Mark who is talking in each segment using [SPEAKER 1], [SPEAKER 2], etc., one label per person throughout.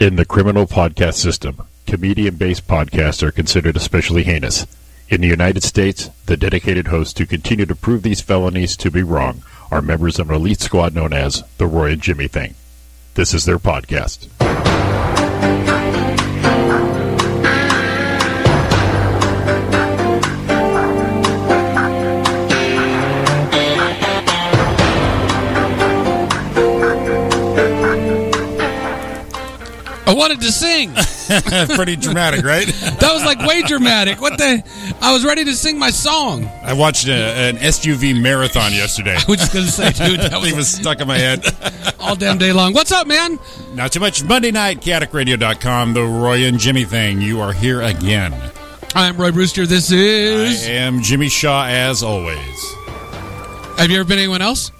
[SPEAKER 1] In the criminal podcast system, comedian based podcasts are considered especially heinous. In the United States, the dedicated hosts who continue to prove these felonies to be wrong are members of an elite squad known as the Roy and Jimmy Thing. This is their podcast.
[SPEAKER 2] I wanted to sing. That
[SPEAKER 3] Pretty dramatic, right?
[SPEAKER 2] was like way dramatic. What the? I was ready to sing my song.
[SPEAKER 3] I watched a, an SUV marathon yesterday.
[SPEAKER 2] I was just gonna say, dude, that
[SPEAKER 3] It
[SPEAKER 2] was
[SPEAKER 3] was stuck in my head.
[SPEAKER 2] all damn day long. What's up, man?
[SPEAKER 3] Not too much. Monday night, chaoticradio.com, the Roy and Jimmy thing. You are here again.
[SPEAKER 2] I'm Roy Brewster. This
[SPEAKER 3] I
[SPEAKER 2] is.
[SPEAKER 3] am Jimmy Shaw, as always.
[SPEAKER 2] Have you ever been anyone else?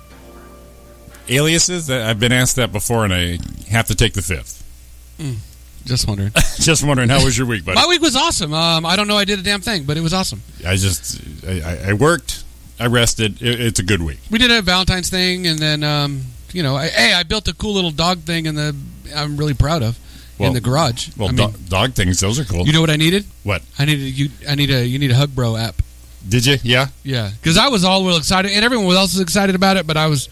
[SPEAKER 3] Aliases? That- I've been asked that before, and I have to take the fifth.
[SPEAKER 2] Just wondering.
[SPEAKER 3] Just wondering, how was your week, buddy?
[SPEAKER 2] My week was awesome. Um, I don't know. I did a damn thing, but it was awesome.
[SPEAKER 3] I just, I, I- I worked, I rested. It, it's a good week.
[SPEAKER 2] We did a Valentine's thing, and then um, you know, I, hey, I built a cool little dog thing in the. I'm really proud of
[SPEAKER 3] Well-
[SPEAKER 2] in the garage.
[SPEAKER 3] Well,
[SPEAKER 2] I mean,
[SPEAKER 3] do- dog things, those are cool.
[SPEAKER 2] you know what I needed?
[SPEAKER 3] what?
[SPEAKER 2] I needed you. I need a. You need a Hug Bro app.
[SPEAKER 3] Did you? Yeah?
[SPEAKER 2] Yeah, because I was all real excited, and everyone else was excited about it, but I was,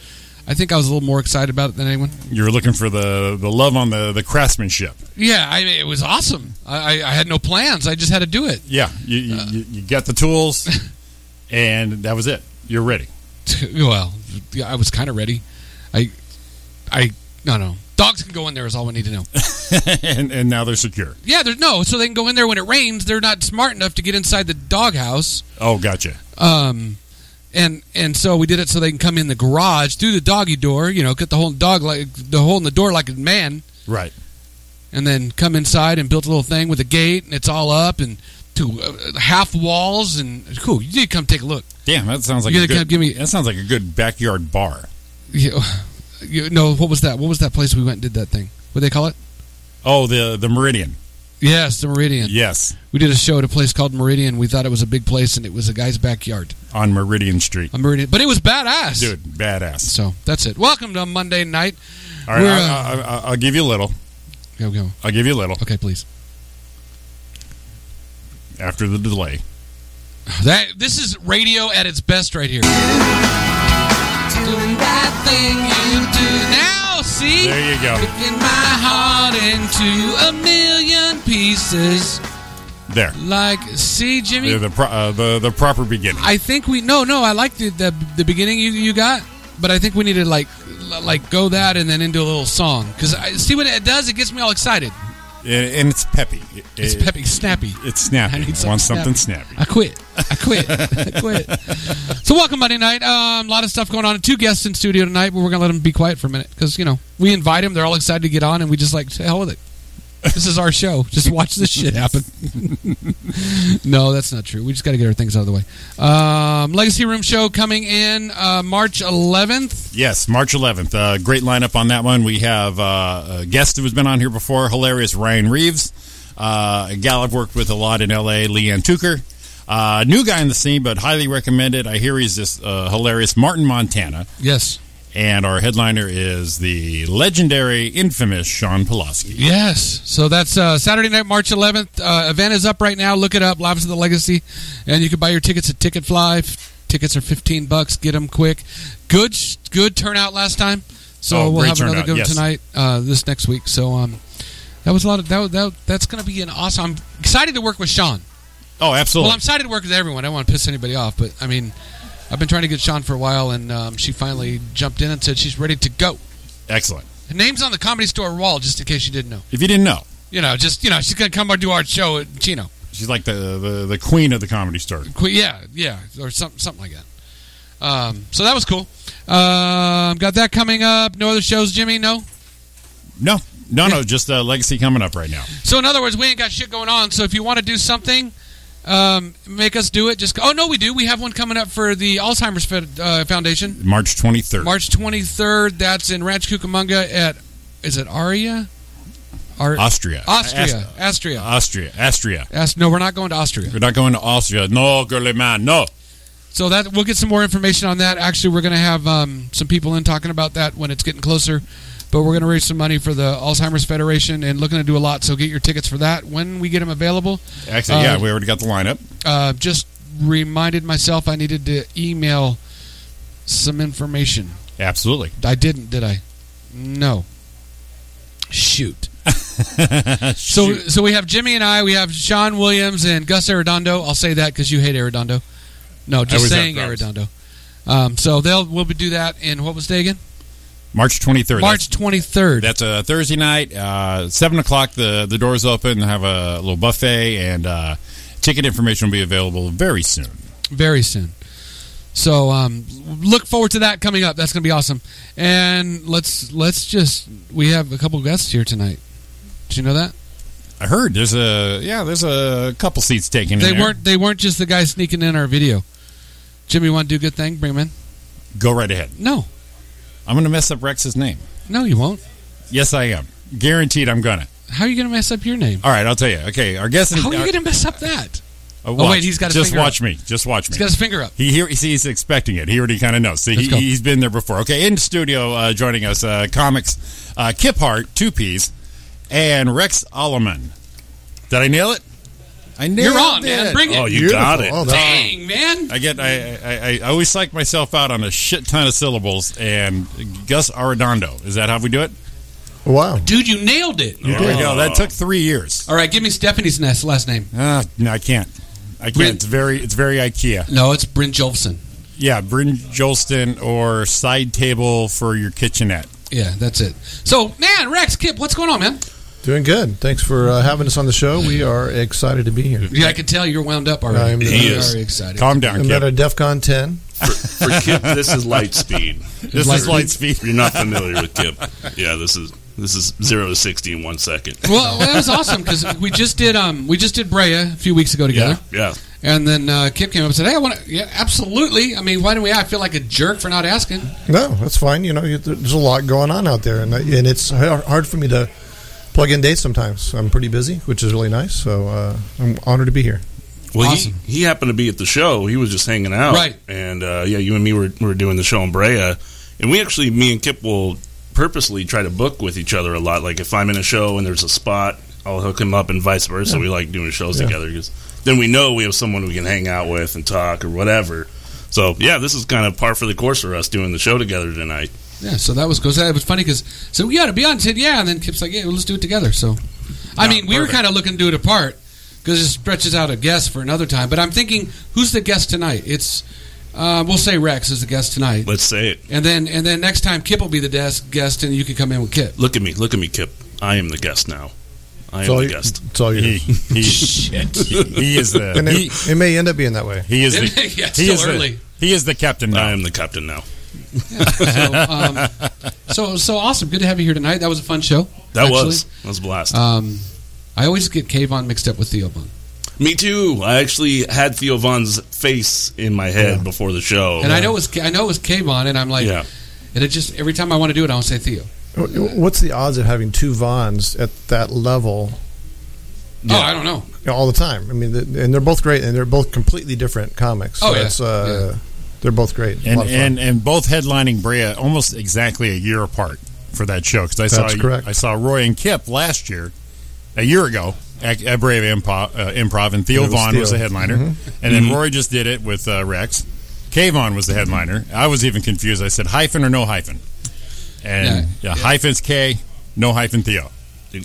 [SPEAKER 2] I think I was a little more excited about it than anyone.
[SPEAKER 3] You were looking for the, the love on the, the craftsmanship.
[SPEAKER 2] Yeah, I, it was awesome. I, I, I had no plans. I just had to do it.
[SPEAKER 3] Yeah, you, you, you- you got the tools, and that was it. You're ready.
[SPEAKER 2] Well, yeah, I was kind of ready. I, I, no, no. Dogs can go in there is all we need to know.
[SPEAKER 3] and, and now they're secure.
[SPEAKER 2] Yeah, there's no, so they can go in there when it rains. They're not smart enough to get inside the doghouse.
[SPEAKER 3] Oh, gotcha.
[SPEAKER 2] Um, and and so we did it so they can come in the garage through the doggy door. You know, cut the hole in the dog like the hole in the door like a man.
[SPEAKER 3] Right.
[SPEAKER 2] and then come inside and built a little thing with a gate, and it's all up and to uh, half walls and cool. You need to come take a look.
[SPEAKER 3] Damn, that sounds like
[SPEAKER 2] You
[SPEAKER 3] a
[SPEAKER 2] gotta
[SPEAKER 3] good,
[SPEAKER 2] give me-
[SPEAKER 3] that sounds like a good backyard bar.
[SPEAKER 2] You, you know what was that? What was that place we went and did that thing? What they call it?
[SPEAKER 3] Oh, the the Meridian.
[SPEAKER 2] Yes, the Meridian.
[SPEAKER 3] Yes,
[SPEAKER 2] We did a show at a place called Meridian. We thought it was a big place, and it was a guy's backyard.
[SPEAKER 3] on Meridian Street,
[SPEAKER 2] A Meridian, but it was badass.
[SPEAKER 3] dude, badass.
[SPEAKER 2] So that's it. Welcome to Monday night.
[SPEAKER 3] All right,
[SPEAKER 2] We're,
[SPEAKER 3] I, I, I, I'll give you a little.
[SPEAKER 2] Go go.
[SPEAKER 3] I'll give you a little
[SPEAKER 2] Okay, please.
[SPEAKER 3] after the delay.
[SPEAKER 2] That this is radio at its best right here. Doing that thing you do now. See.
[SPEAKER 3] There you go.
[SPEAKER 2] Breaking my heart into a million pieces.
[SPEAKER 3] There,
[SPEAKER 2] Like, see, Jimmy,
[SPEAKER 3] the the, pro, uh, the the proper beginning.
[SPEAKER 2] I think we no, no. I liked the, the the beginning you you got, but I think we need to like l- like go that and then into a little song because I see what it does. It gets me all excited.
[SPEAKER 3] And, and it's peppy. It-
[SPEAKER 2] It's
[SPEAKER 3] it-
[SPEAKER 2] peppy, snappy.
[SPEAKER 3] It's snappy.
[SPEAKER 2] I
[SPEAKER 3] I,
[SPEAKER 2] need
[SPEAKER 3] want
[SPEAKER 2] something
[SPEAKER 3] something snappy.
[SPEAKER 2] I quit. I quit. I quit. So welcome Monday night. Um, a lot of stuff going on. Two guests in studio tonight, but we're gonna let them be quiet for a minute because you know we invite them. They're all excited to get on, and we just like to hell with it. This is our show. Just watch this shit happen. no, that's not true. We just got to get our things out of the way. Um, Legacy Room show coming in uh, March 11th.
[SPEAKER 3] Yes, March 11th. Uh, great lineup on that one. We have uh, a guest who's been on here before, hilarious Ryan Reeves, uh, a gal I've worked with a lot in LA, Leanne Tucker. Uh, new guy in the scene, but highly recommended. I hear he's this uh, hilarious Martin Montana.
[SPEAKER 2] Yes,
[SPEAKER 3] And our headliner is the legendary, infamous Sean Pulaski.
[SPEAKER 2] yes. So that's uh, Saturday night, March 11th. Uh, event is up right now. Look it up. Lives of the Legacy, and you can buy your tickets at Ticketfly. F- Tickets are 15 bucks. Get them quick. Good, sh- good turnout last time. So
[SPEAKER 3] Oh,
[SPEAKER 2] we'll
[SPEAKER 3] great
[SPEAKER 2] have another
[SPEAKER 3] turnout,
[SPEAKER 2] go
[SPEAKER 3] yes.
[SPEAKER 2] tonight uh, this next week. So um, that was a lot of that. that that's going to be an awesome. I'm excited to work with Sean.
[SPEAKER 3] Oh, absolutely.
[SPEAKER 2] Well, I'm excited to work with everyone. I don't want to piss anybody off, but I mean, I've been trying to get Sean for a while, and um, she finally jumped in and said she's ready to go.
[SPEAKER 3] Excellent.
[SPEAKER 2] Her name's on the comedy store wall, just in case you didn't know.
[SPEAKER 3] If you didn't know,
[SPEAKER 2] You know, just you know, she's gonna come and do our show at Chino.
[SPEAKER 3] she's like the, the, the queen of the comedy store.
[SPEAKER 2] Qu- Yeah, yeah, or something, something like that. Um, so that was cool. Um, got that coming up. No other shows, Jimmy. No.
[SPEAKER 3] No, no, no, just uh, Legacy coming up right now.
[SPEAKER 2] So in other words, we ain't got shit going on. So if you want to do something, um, make us do it. Just oh no, we do. We have one coming up for the Alzheimer's Fed, uh, Foundation.
[SPEAKER 3] March 23rd.
[SPEAKER 2] March 23rd. That's in Ranch Cucamonga at, is it Aria? Ar-
[SPEAKER 3] Austria.
[SPEAKER 2] Austria. Astria.
[SPEAKER 3] Austria. Austria.
[SPEAKER 2] Ast- no, we're not going to Austria.
[SPEAKER 3] We're not going to Austria. No, girly man. No.
[SPEAKER 2] So that we'll get some more information on that. Actually, we're going to have um, some people in talking about that when it's getting closer. But we're going to raise some money for the Alzheimer's Federation and looking to do a lot. So get your tickets for that when we get them available.
[SPEAKER 3] Actually, yeah, we already got the lineup.
[SPEAKER 2] Uh, just reminded myself I needed to email some information.
[SPEAKER 3] Absolutely.
[SPEAKER 2] I didn't, did I? No. Shoot. So
[SPEAKER 3] Shoot.
[SPEAKER 2] so we have Jimmy and I. We have Sean Williams and Gus Arredondo. I'll say that because you hate Arredondo. No, just
[SPEAKER 3] always have
[SPEAKER 2] saying
[SPEAKER 3] problems.
[SPEAKER 2] Arredondo. Um, so they'll we'll be do that in what was day again?
[SPEAKER 3] March 23rd.
[SPEAKER 2] March twenty third.
[SPEAKER 3] That's a Thursday night, uh, seven o'clock. The the doors open. They have a little buffet, and uh, ticket information will be available very soon.
[SPEAKER 2] Very soon. So um, look forward to that coming up. That's going to be awesome. And let's let's just we have a couple guests here tonight. Did you know that
[SPEAKER 3] I heard there's a yeah, there's a couple seats taken.
[SPEAKER 2] they
[SPEAKER 3] in there.
[SPEAKER 2] weren't they weren't just the guys sneaking in our video. Jimmy, want to do a good thing? Bring him in.
[SPEAKER 3] Go right ahead.
[SPEAKER 2] No,
[SPEAKER 3] I'm gonna mess up Rex's name.
[SPEAKER 2] no, you won't.
[SPEAKER 3] Yes, I am. Guaranteed, I'm gonna.
[SPEAKER 2] How are you going to mess up your name?
[SPEAKER 3] All right, I'll tell you. Okay, our guest.
[SPEAKER 2] How are you going to mess up that?
[SPEAKER 3] Oh,
[SPEAKER 2] wait, he's got his
[SPEAKER 3] Just
[SPEAKER 2] finger
[SPEAKER 3] watch me. Just watch me.
[SPEAKER 2] He's got his finger up.
[SPEAKER 3] He here, see, he's expecting it. He already kind of knows. See,
[SPEAKER 2] Let's
[SPEAKER 3] he,
[SPEAKER 2] go.
[SPEAKER 3] he's been there before. Okay, in studio, uh, joining us, uh, comics uh, Kip Hart, two piece, and Rex Alleman. Did I nail it? I nailed
[SPEAKER 2] You're on,
[SPEAKER 3] it.
[SPEAKER 2] man. Bring it.
[SPEAKER 1] Oh, you got it.
[SPEAKER 4] Oh, that,
[SPEAKER 2] Dang, man.
[SPEAKER 3] I get. I, I, I I always psych myself out on a shit ton of syllables. And Gus Arredondo. Is that how we do it?
[SPEAKER 4] wow.
[SPEAKER 2] Dude, you nailed it.
[SPEAKER 3] There we go. That took three years.
[SPEAKER 2] All right, give me Stephanie's nest, last name.
[SPEAKER 3] Ah, no, I can't. I
[SPEAKER 2] Bryn-
[SPEAKER 3] can't. It's very. It's very IKEA.
[SPEAKER 2] No, it's Bryn Jolfson.
[SPEAKER 3] Yeah, Bryn Jolston or side table for your kitchenette.
[SPEAKER 2] Yeah, that's it. So, man, Rex, Kip, what's going on, man?
[SPEAKER 4] Doing good. Thanks for uh, having us on the show. We are excited to be here.
[SPEAKER 2] Yeah, I can tell you're wound up already.
[SPEAKER 4] I'm-
[SPEAKER 2] You're
[SPEAKER 4] He
[SPEAKER 5] is.
[SPEAKER 2] Very excited.
[SPEAKER 3] Calm down,
[SPEAKER 4] I'm
[SPEAKER 3] Kip.
[SPEAKER 4] at a DEF CON 10.
[SPEAKER 5] for Kip, this is light speed.
[SPEAKER 3] This is light speed.
[SPEAKER 5] If you're not familiar with Kip, yeah, this is this is zero to sixty in one second.
[SPEAKER 2] Well, that was awesome because we just did um we just did Brea a few weeks ago together,
[SPEAKER 5] Yeah,
[SPEAKER 2] and then uh, Kip came up and said, "Hey, I want to." Yeah, absolutely. I mean, why do we? I feel like a jerk for not asking.
[SPEAKER 4] No, that's fine. You know, you, there's a lot going on out there, and I- and it's har- hard for me to plug in dates sometimes. I'm pretty busy, which is really nice. So uh, I'm honored to be here.
[SPEAKER 5] well,
[SPEAKER 2] Awesome.
[SPEAKER 5] he, he happened to be at the show. He was just hanging out,
[SPEAKER 2] Right.
[SPEAKER 5] And uh, yeah, you and me were were doing the show in Brea, and we actually, me and Kip will purposely try to book with each other a lot. Like if I'm in a show and there's a spot, I'll hook him up, and vice versa. We like doing shows
[SPEAKER 4] Yeah.
[SPEAKER 5] together 'cause then we know we have someone we can hang out with and talk or whatever. So yeah, this is kind of par for the course for us doing the show together tonight.
[SPEAKER 2] Yeah, so that was because that was funny because so we ought to be on. I Said yeah, and then Kip's like, yeah, well, let's do it together. So, I
[SPEAKER 5] Yeah,
[SPEAKER 2] mean, we were
[SPEAKER 5] perfect.
[SPEAKER 2] kind of looking to do it apart because it stretches out a guest for another time. But I'm thinking, who's the guest tonight? It's uh, we'll say Rex is the guest tonight,
[SPEAKER 5] Let's say it.
[SPEAKER 2] and then and then next time Kip will be the desk guest, and you can come in with Kip.
[SPEAKER 5] Look at me, look at me, Kip. I am the guest now. I
[SPEAKER 4] It's
[SPEAKER 5] am
[SPEAKER 4] all,
[SPEAKER 5] the
[SPEAKER 4] you-
[SPEAKER 5] guest.
[SPEAKER 4] it's all
[SPEAKER 3] He,
[SPEAKER 4] yours.
[SPEAKER 3] he, he, he is the
[SPEAKER 4] And
[SPEAKER 3] he,
[SPEAKER 4] it, it may end up being that way.
[SPEAKER 3] he is the
[SPEAKER 2] Yeah, it's
[SPEAKER 3] he
[SPEAKER 2] still
[SPEAKER 3] is
[SPEAKER 2] early.
[SPEAKER 3] the he is the captain
[SPEAKER 5] I
[SPEAKER 3] now.
[SPEAKER 5] am the captain now.
[SPEAKER 2] So, um, so so awesome. Good to have you here tonight. That was a fun show.
[SPEAKER 5] That
[SPEAKER 2] actually.
[SPEAKER 5] was that was a
[SPEAKER 4] Uh.
[SPEAKER 5] blast.
[SPEAKER 2] Um, I always get Kayvon mixed up with Theo Von,
[SPEAKER 5] me too. I actually had Theo Von's face in my head before the show.
[SPEAKER 2] and I know it was I know it was Kayvon, and I'm like,
[SPEAKER 5] Oh, Yeah.
[SPEAKER 2] and it just every time I want to do it, I want to say Theo. Oh,
[SPEAKER 4] Wh- What's the odds of having two Vons at that level
[SPEAKER 2] Oh, I don't know.
[SPEAKER 4] you know, all the time? I mean, th- and they're both great, and they're both completely different comics. So
[SPEAKER 2] Oh, yeah.
[SPEAKER 4] it's, uh, They're both great. A
[SPEAKER 3] and,
[SPEAKER 4] lot of fun.
[SPEAKER 3] and and both headlining Brea almost exactly a year apart for that show because I
[SPEAKER 4] That's
[SPEAKER 3] saw
[SPEAKER 4] correct.
[SPEAKER 3] I saw Roy and Kip last year, a year ago at, at Brave Improv, uh, Improv, and Theo
[SPEAKER 4] It was
[SPEAKER 3] Vaughn was
[SPEAKER 4] Theo. Mm-hmm.
[SPEAKER 3] the headliner, and then Roy just did it with uh, Rex. Kayvon was the headliner. I was even confused. I said hyphen or no hyphen, and yeah, hyphens K, no hyphen Theo.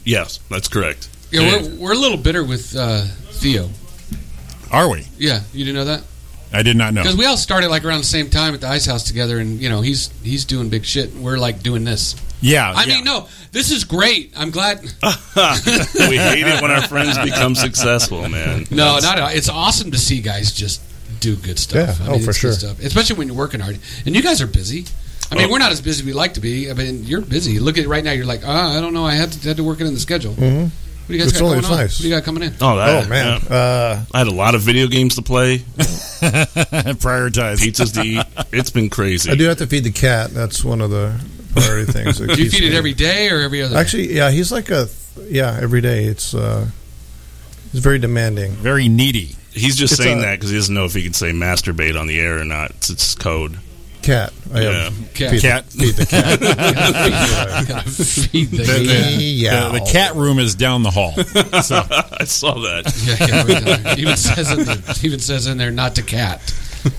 [SPEAKER 5] Yes, that's correct.
[SPEAKER 2] Yeah, we're, we're a little bitter with uh, Theo.
[SPEAKER 3] Are we?
[SPEAKER 2] Yeah, you didn't know that
[SPEAKER 3] I did not know.
[SPEAKER 2] because we all started like around the same time at the Ice House together, and you know he's he's doing big shit. and We're like doing this.
[SPEAKER 3] Yeah,
[SPEAKER 2] I
[SPEAKER 3] Uh, yeah.
[SPEAKER 2] mean, no, this is great. I'm glad.
[SPEAKER 5] we hate it when our friends become successful, man.
[SPEAKER 2] No, not at all. It's awesome to see guys just do good stuff.
[SPEAKER 4] Yeah,
[SPEAKER 2] I
[SPEAKER 4] oh,
[SPEAKER 2] mean,
[SPEAKER 4] for
[SPEAKER 2] it's good
[SPEAKER 4] sure.
[SPEAKER 2] stuff. especially when you're working hard. And you guys are busy. I mean,
[SPEAKER 5] Oh.
[SPEAKER 2] we're not as busy as we like to be. I mean, you're busy. Look at it right now. You're like, ah, I don't know. I had to, had to work it in the schedule. Mm-hmm. What do you guys
[SPEAKER 4] It's
[SPEAKER 2] got
[SPEAKER 4] only
[SPEAKER 2] going on?
[SPEAKER 4] nice.
[SPEAKER 2] What do you got coming in?
[SPEAKER 5] Oh, that,
[SPEAKER 4] oh, man.
[SPEAKER 5] yeah.
[SPEAKER 4] Uh,
[SPEAKER 5] I had a lot of video games to play,
[SPEAKER 3] prioritize.
[SPEAKER 5] pizzas to eat. It's been crazy.
[SPEAKER 4] I do have to feed the cat. That's one of the priority things. that
[SPEAKER 2] Do you
[SPEAKER 4] keeps
[SPEAKER 2] feed it
[SPEAKER 4] me-
[SPEAKER 2] every day or every other? day?
[SPEAKER 4] Actually, yeah, he's like a yeah every day. It's uh, it's very demanding.
[SPEAKER 3] Very needy.
[SPEAKER 5] He's just
[SPEAKER 4] It's uh,
[SPEAKER 5] saying
[SPEAKER 4] a-
[SPEAKER 5] that because he doesn't know if he can say masturbate on the air or not. It's, it's code.
[SPEAKER 4] cat. I
[SPEAKER 5] Yeah.
[SPEAKER 4] have
[SPEAKER 2] Cat.
[SPEAKER 4] Feed,
[SPEAKER 3] Cat.
[SPEAKER 4] feed the cat.
[SPEAKER 2] Gotta feed the
[SPEAKER 3] The,
[SPEAKER 2] cat.
[SPEAKER 3] the-
[SPEAKER 4] Meow.
[SPEAKER 3] the- the cat room is down the hall. So,
[SPEAKER 5] I saw that.
[SPEAKER 2] Yeah, yeah, we're gonna- even says in the, even says in there not to cat.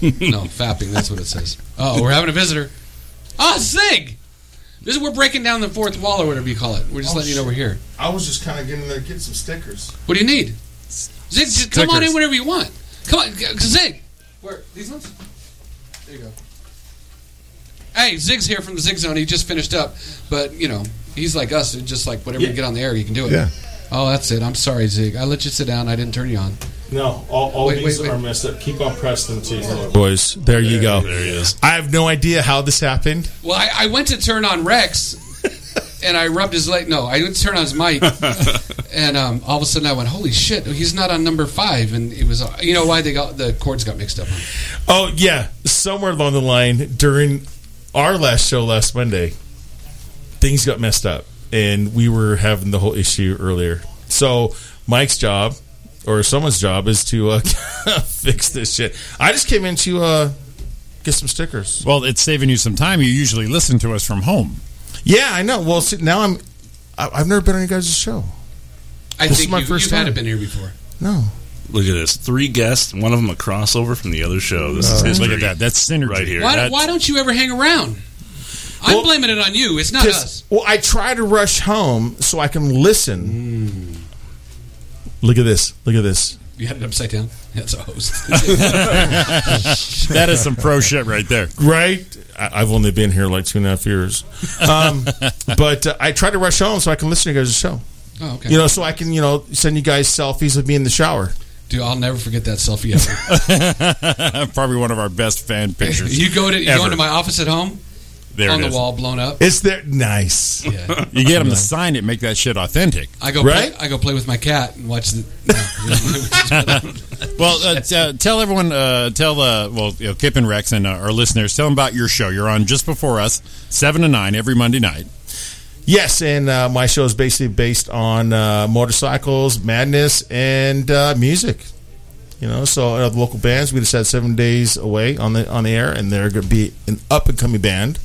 [SPEAKER 2] No, fapping. That's what it says. Oh, we're having a visitor. Ah, Zig. This is we're breaking down the fourth wall or whatever you call it. We're just
[SPEAKER 6] Oh,
[SPEAKER 2] letting you know we're here.
[SPEAKER 6] I was just kind of getting there to get some stickers.
[SPEAKER 2] What do you need? Zig, just come on
[SPEAKER 3] Stickers.
[SPEAKER 2] in whenever you want. Come on, g- Zig. Where these ones? There you go. Hey, Zig's here from the Zig Zone. He just finished up, but you know he's like us. Just like whatever you get on the air, you can do it.
[SPEAKER 4] Yeah.
[SPEAKER 2] Oh, that's it. I'm sorry, Zig. I let you sit down. I didn't turn you on.
[SPEAKER 6] No, all, all
[SPEAKER 2] Wait,
[SPEAKER 6] these
[SPEAKER 2] wait, wait.
[SPEAKER 6] are messed up. Keep on pressing them to
[SPEAKER 7] Boys, there you go.
[SPEAKER 5] There he is.
[SPEAKER 7] I have no idea how this happened.
[SPEAKER 2] Well, I, I went to turn on Rex, and I rubbed his leg. No, I went to turn on his mic, and um, all of a sudden I went, "Holy shit! He's not on number five. And it was, uh, you know, why they got the chords got mixed up.
[SPEAKER 7] Oh yeah, somewhere along the line during our last show last Monday, things got messed up, and we were having the whole issue earlier. So Mike's job or someone's job is to uh, fix this shit. I just came in to uh, get some stickers.
[SPEAKER 3] well, it's saving you some time. You usually listen to us from home.
[SPEAKER 7] Yeah, I know. Well, see, now I'm. I- I've never been on you guys' show.
[SPEAKER 2] I
[SPEAKER 7] This is
[SPEAKER 2] think
[SPEAKER 7] my
[SPEAKER 2] you,
[SPEAKER 7] first
[SPEAKER 2] you've had
[SPEAKER 7] time.
[SPEAKER 2] it been here before.
[SPEAKER 7] No.
[SPEAKER 5] Look at this. Three guests, one of them a crossover from the other show. This is history.
[SPEAKER 3] Oh, Look at that. That's synergy.
[SPEAKER 5] Right here.
[SPEAKER 2] Why,
[SPEAKER 3] That-
[SPEAKER 2] why don't you ever hang around? I'm
[SPEAKER 7] Well,
[SPEAKER 2] blaming it on you. It's not
[SPEAKER 7] 'Cause-
[SPEAKER 2] us.
[SPEAKER 7] Well, I try to rush home so I can listen.
[SPEAKER 2] Hmm.
[SPEAKER 7] Look at this. Look at this.
[SPEAKER 2] You had it upside down. That's a host.
[SPEAKER 3] that is some pro shit right there.
[SPEAKER 7] Right? I, I've only been here like two and a half years. Um, but uh, I try to rush home so I can listen to you guys' show.
[SPEAKER 2] oh, okay.
[SPEAKER 7] You know, so I can, you know, send you guys selfies of me in the shower.
[SPEAKER 2] Dude, I'll never forget that selfie ever.
[SPEAKER 3] Probably one of our best fan pictures.
[SPEAKER 2] you go to you go
[SPEAKER 3] Ever.
[SPEAKER 2] into my office at home
[SPEAKER 3] there
[SPEAKER 2] on
[SPEAKER 3] it
[SPEAKER 2] the
[SPEAKER 3] is.
[SPEAKER 2] wall, blown up.
[SPEAKER 7] It's there. Nice.
[SPEAKER 2] Yeah.
[SPEAKER 3] You get them to sign it, make that shit authentic.
[SPEAKER 2] I go
[SPEAKER 7] Right?
[SPEAKER 2] play, I go play with my cat and watch the. No.
[SPEAKER 3] Well, uh, t- uh, tell everyone, uh, tell uh, well, you know, Kip and Rex and uh, our listeners, tell them about your show. You're on just before us, seven to nine every Monday night.
[SPEAKER 7] Yes, and uh, my show is basically based on uh, motorcycles, madness, and uh, music. You know, so uh, the local bands. We just had seven days away on the on the air, and they're going to be an up and coming band.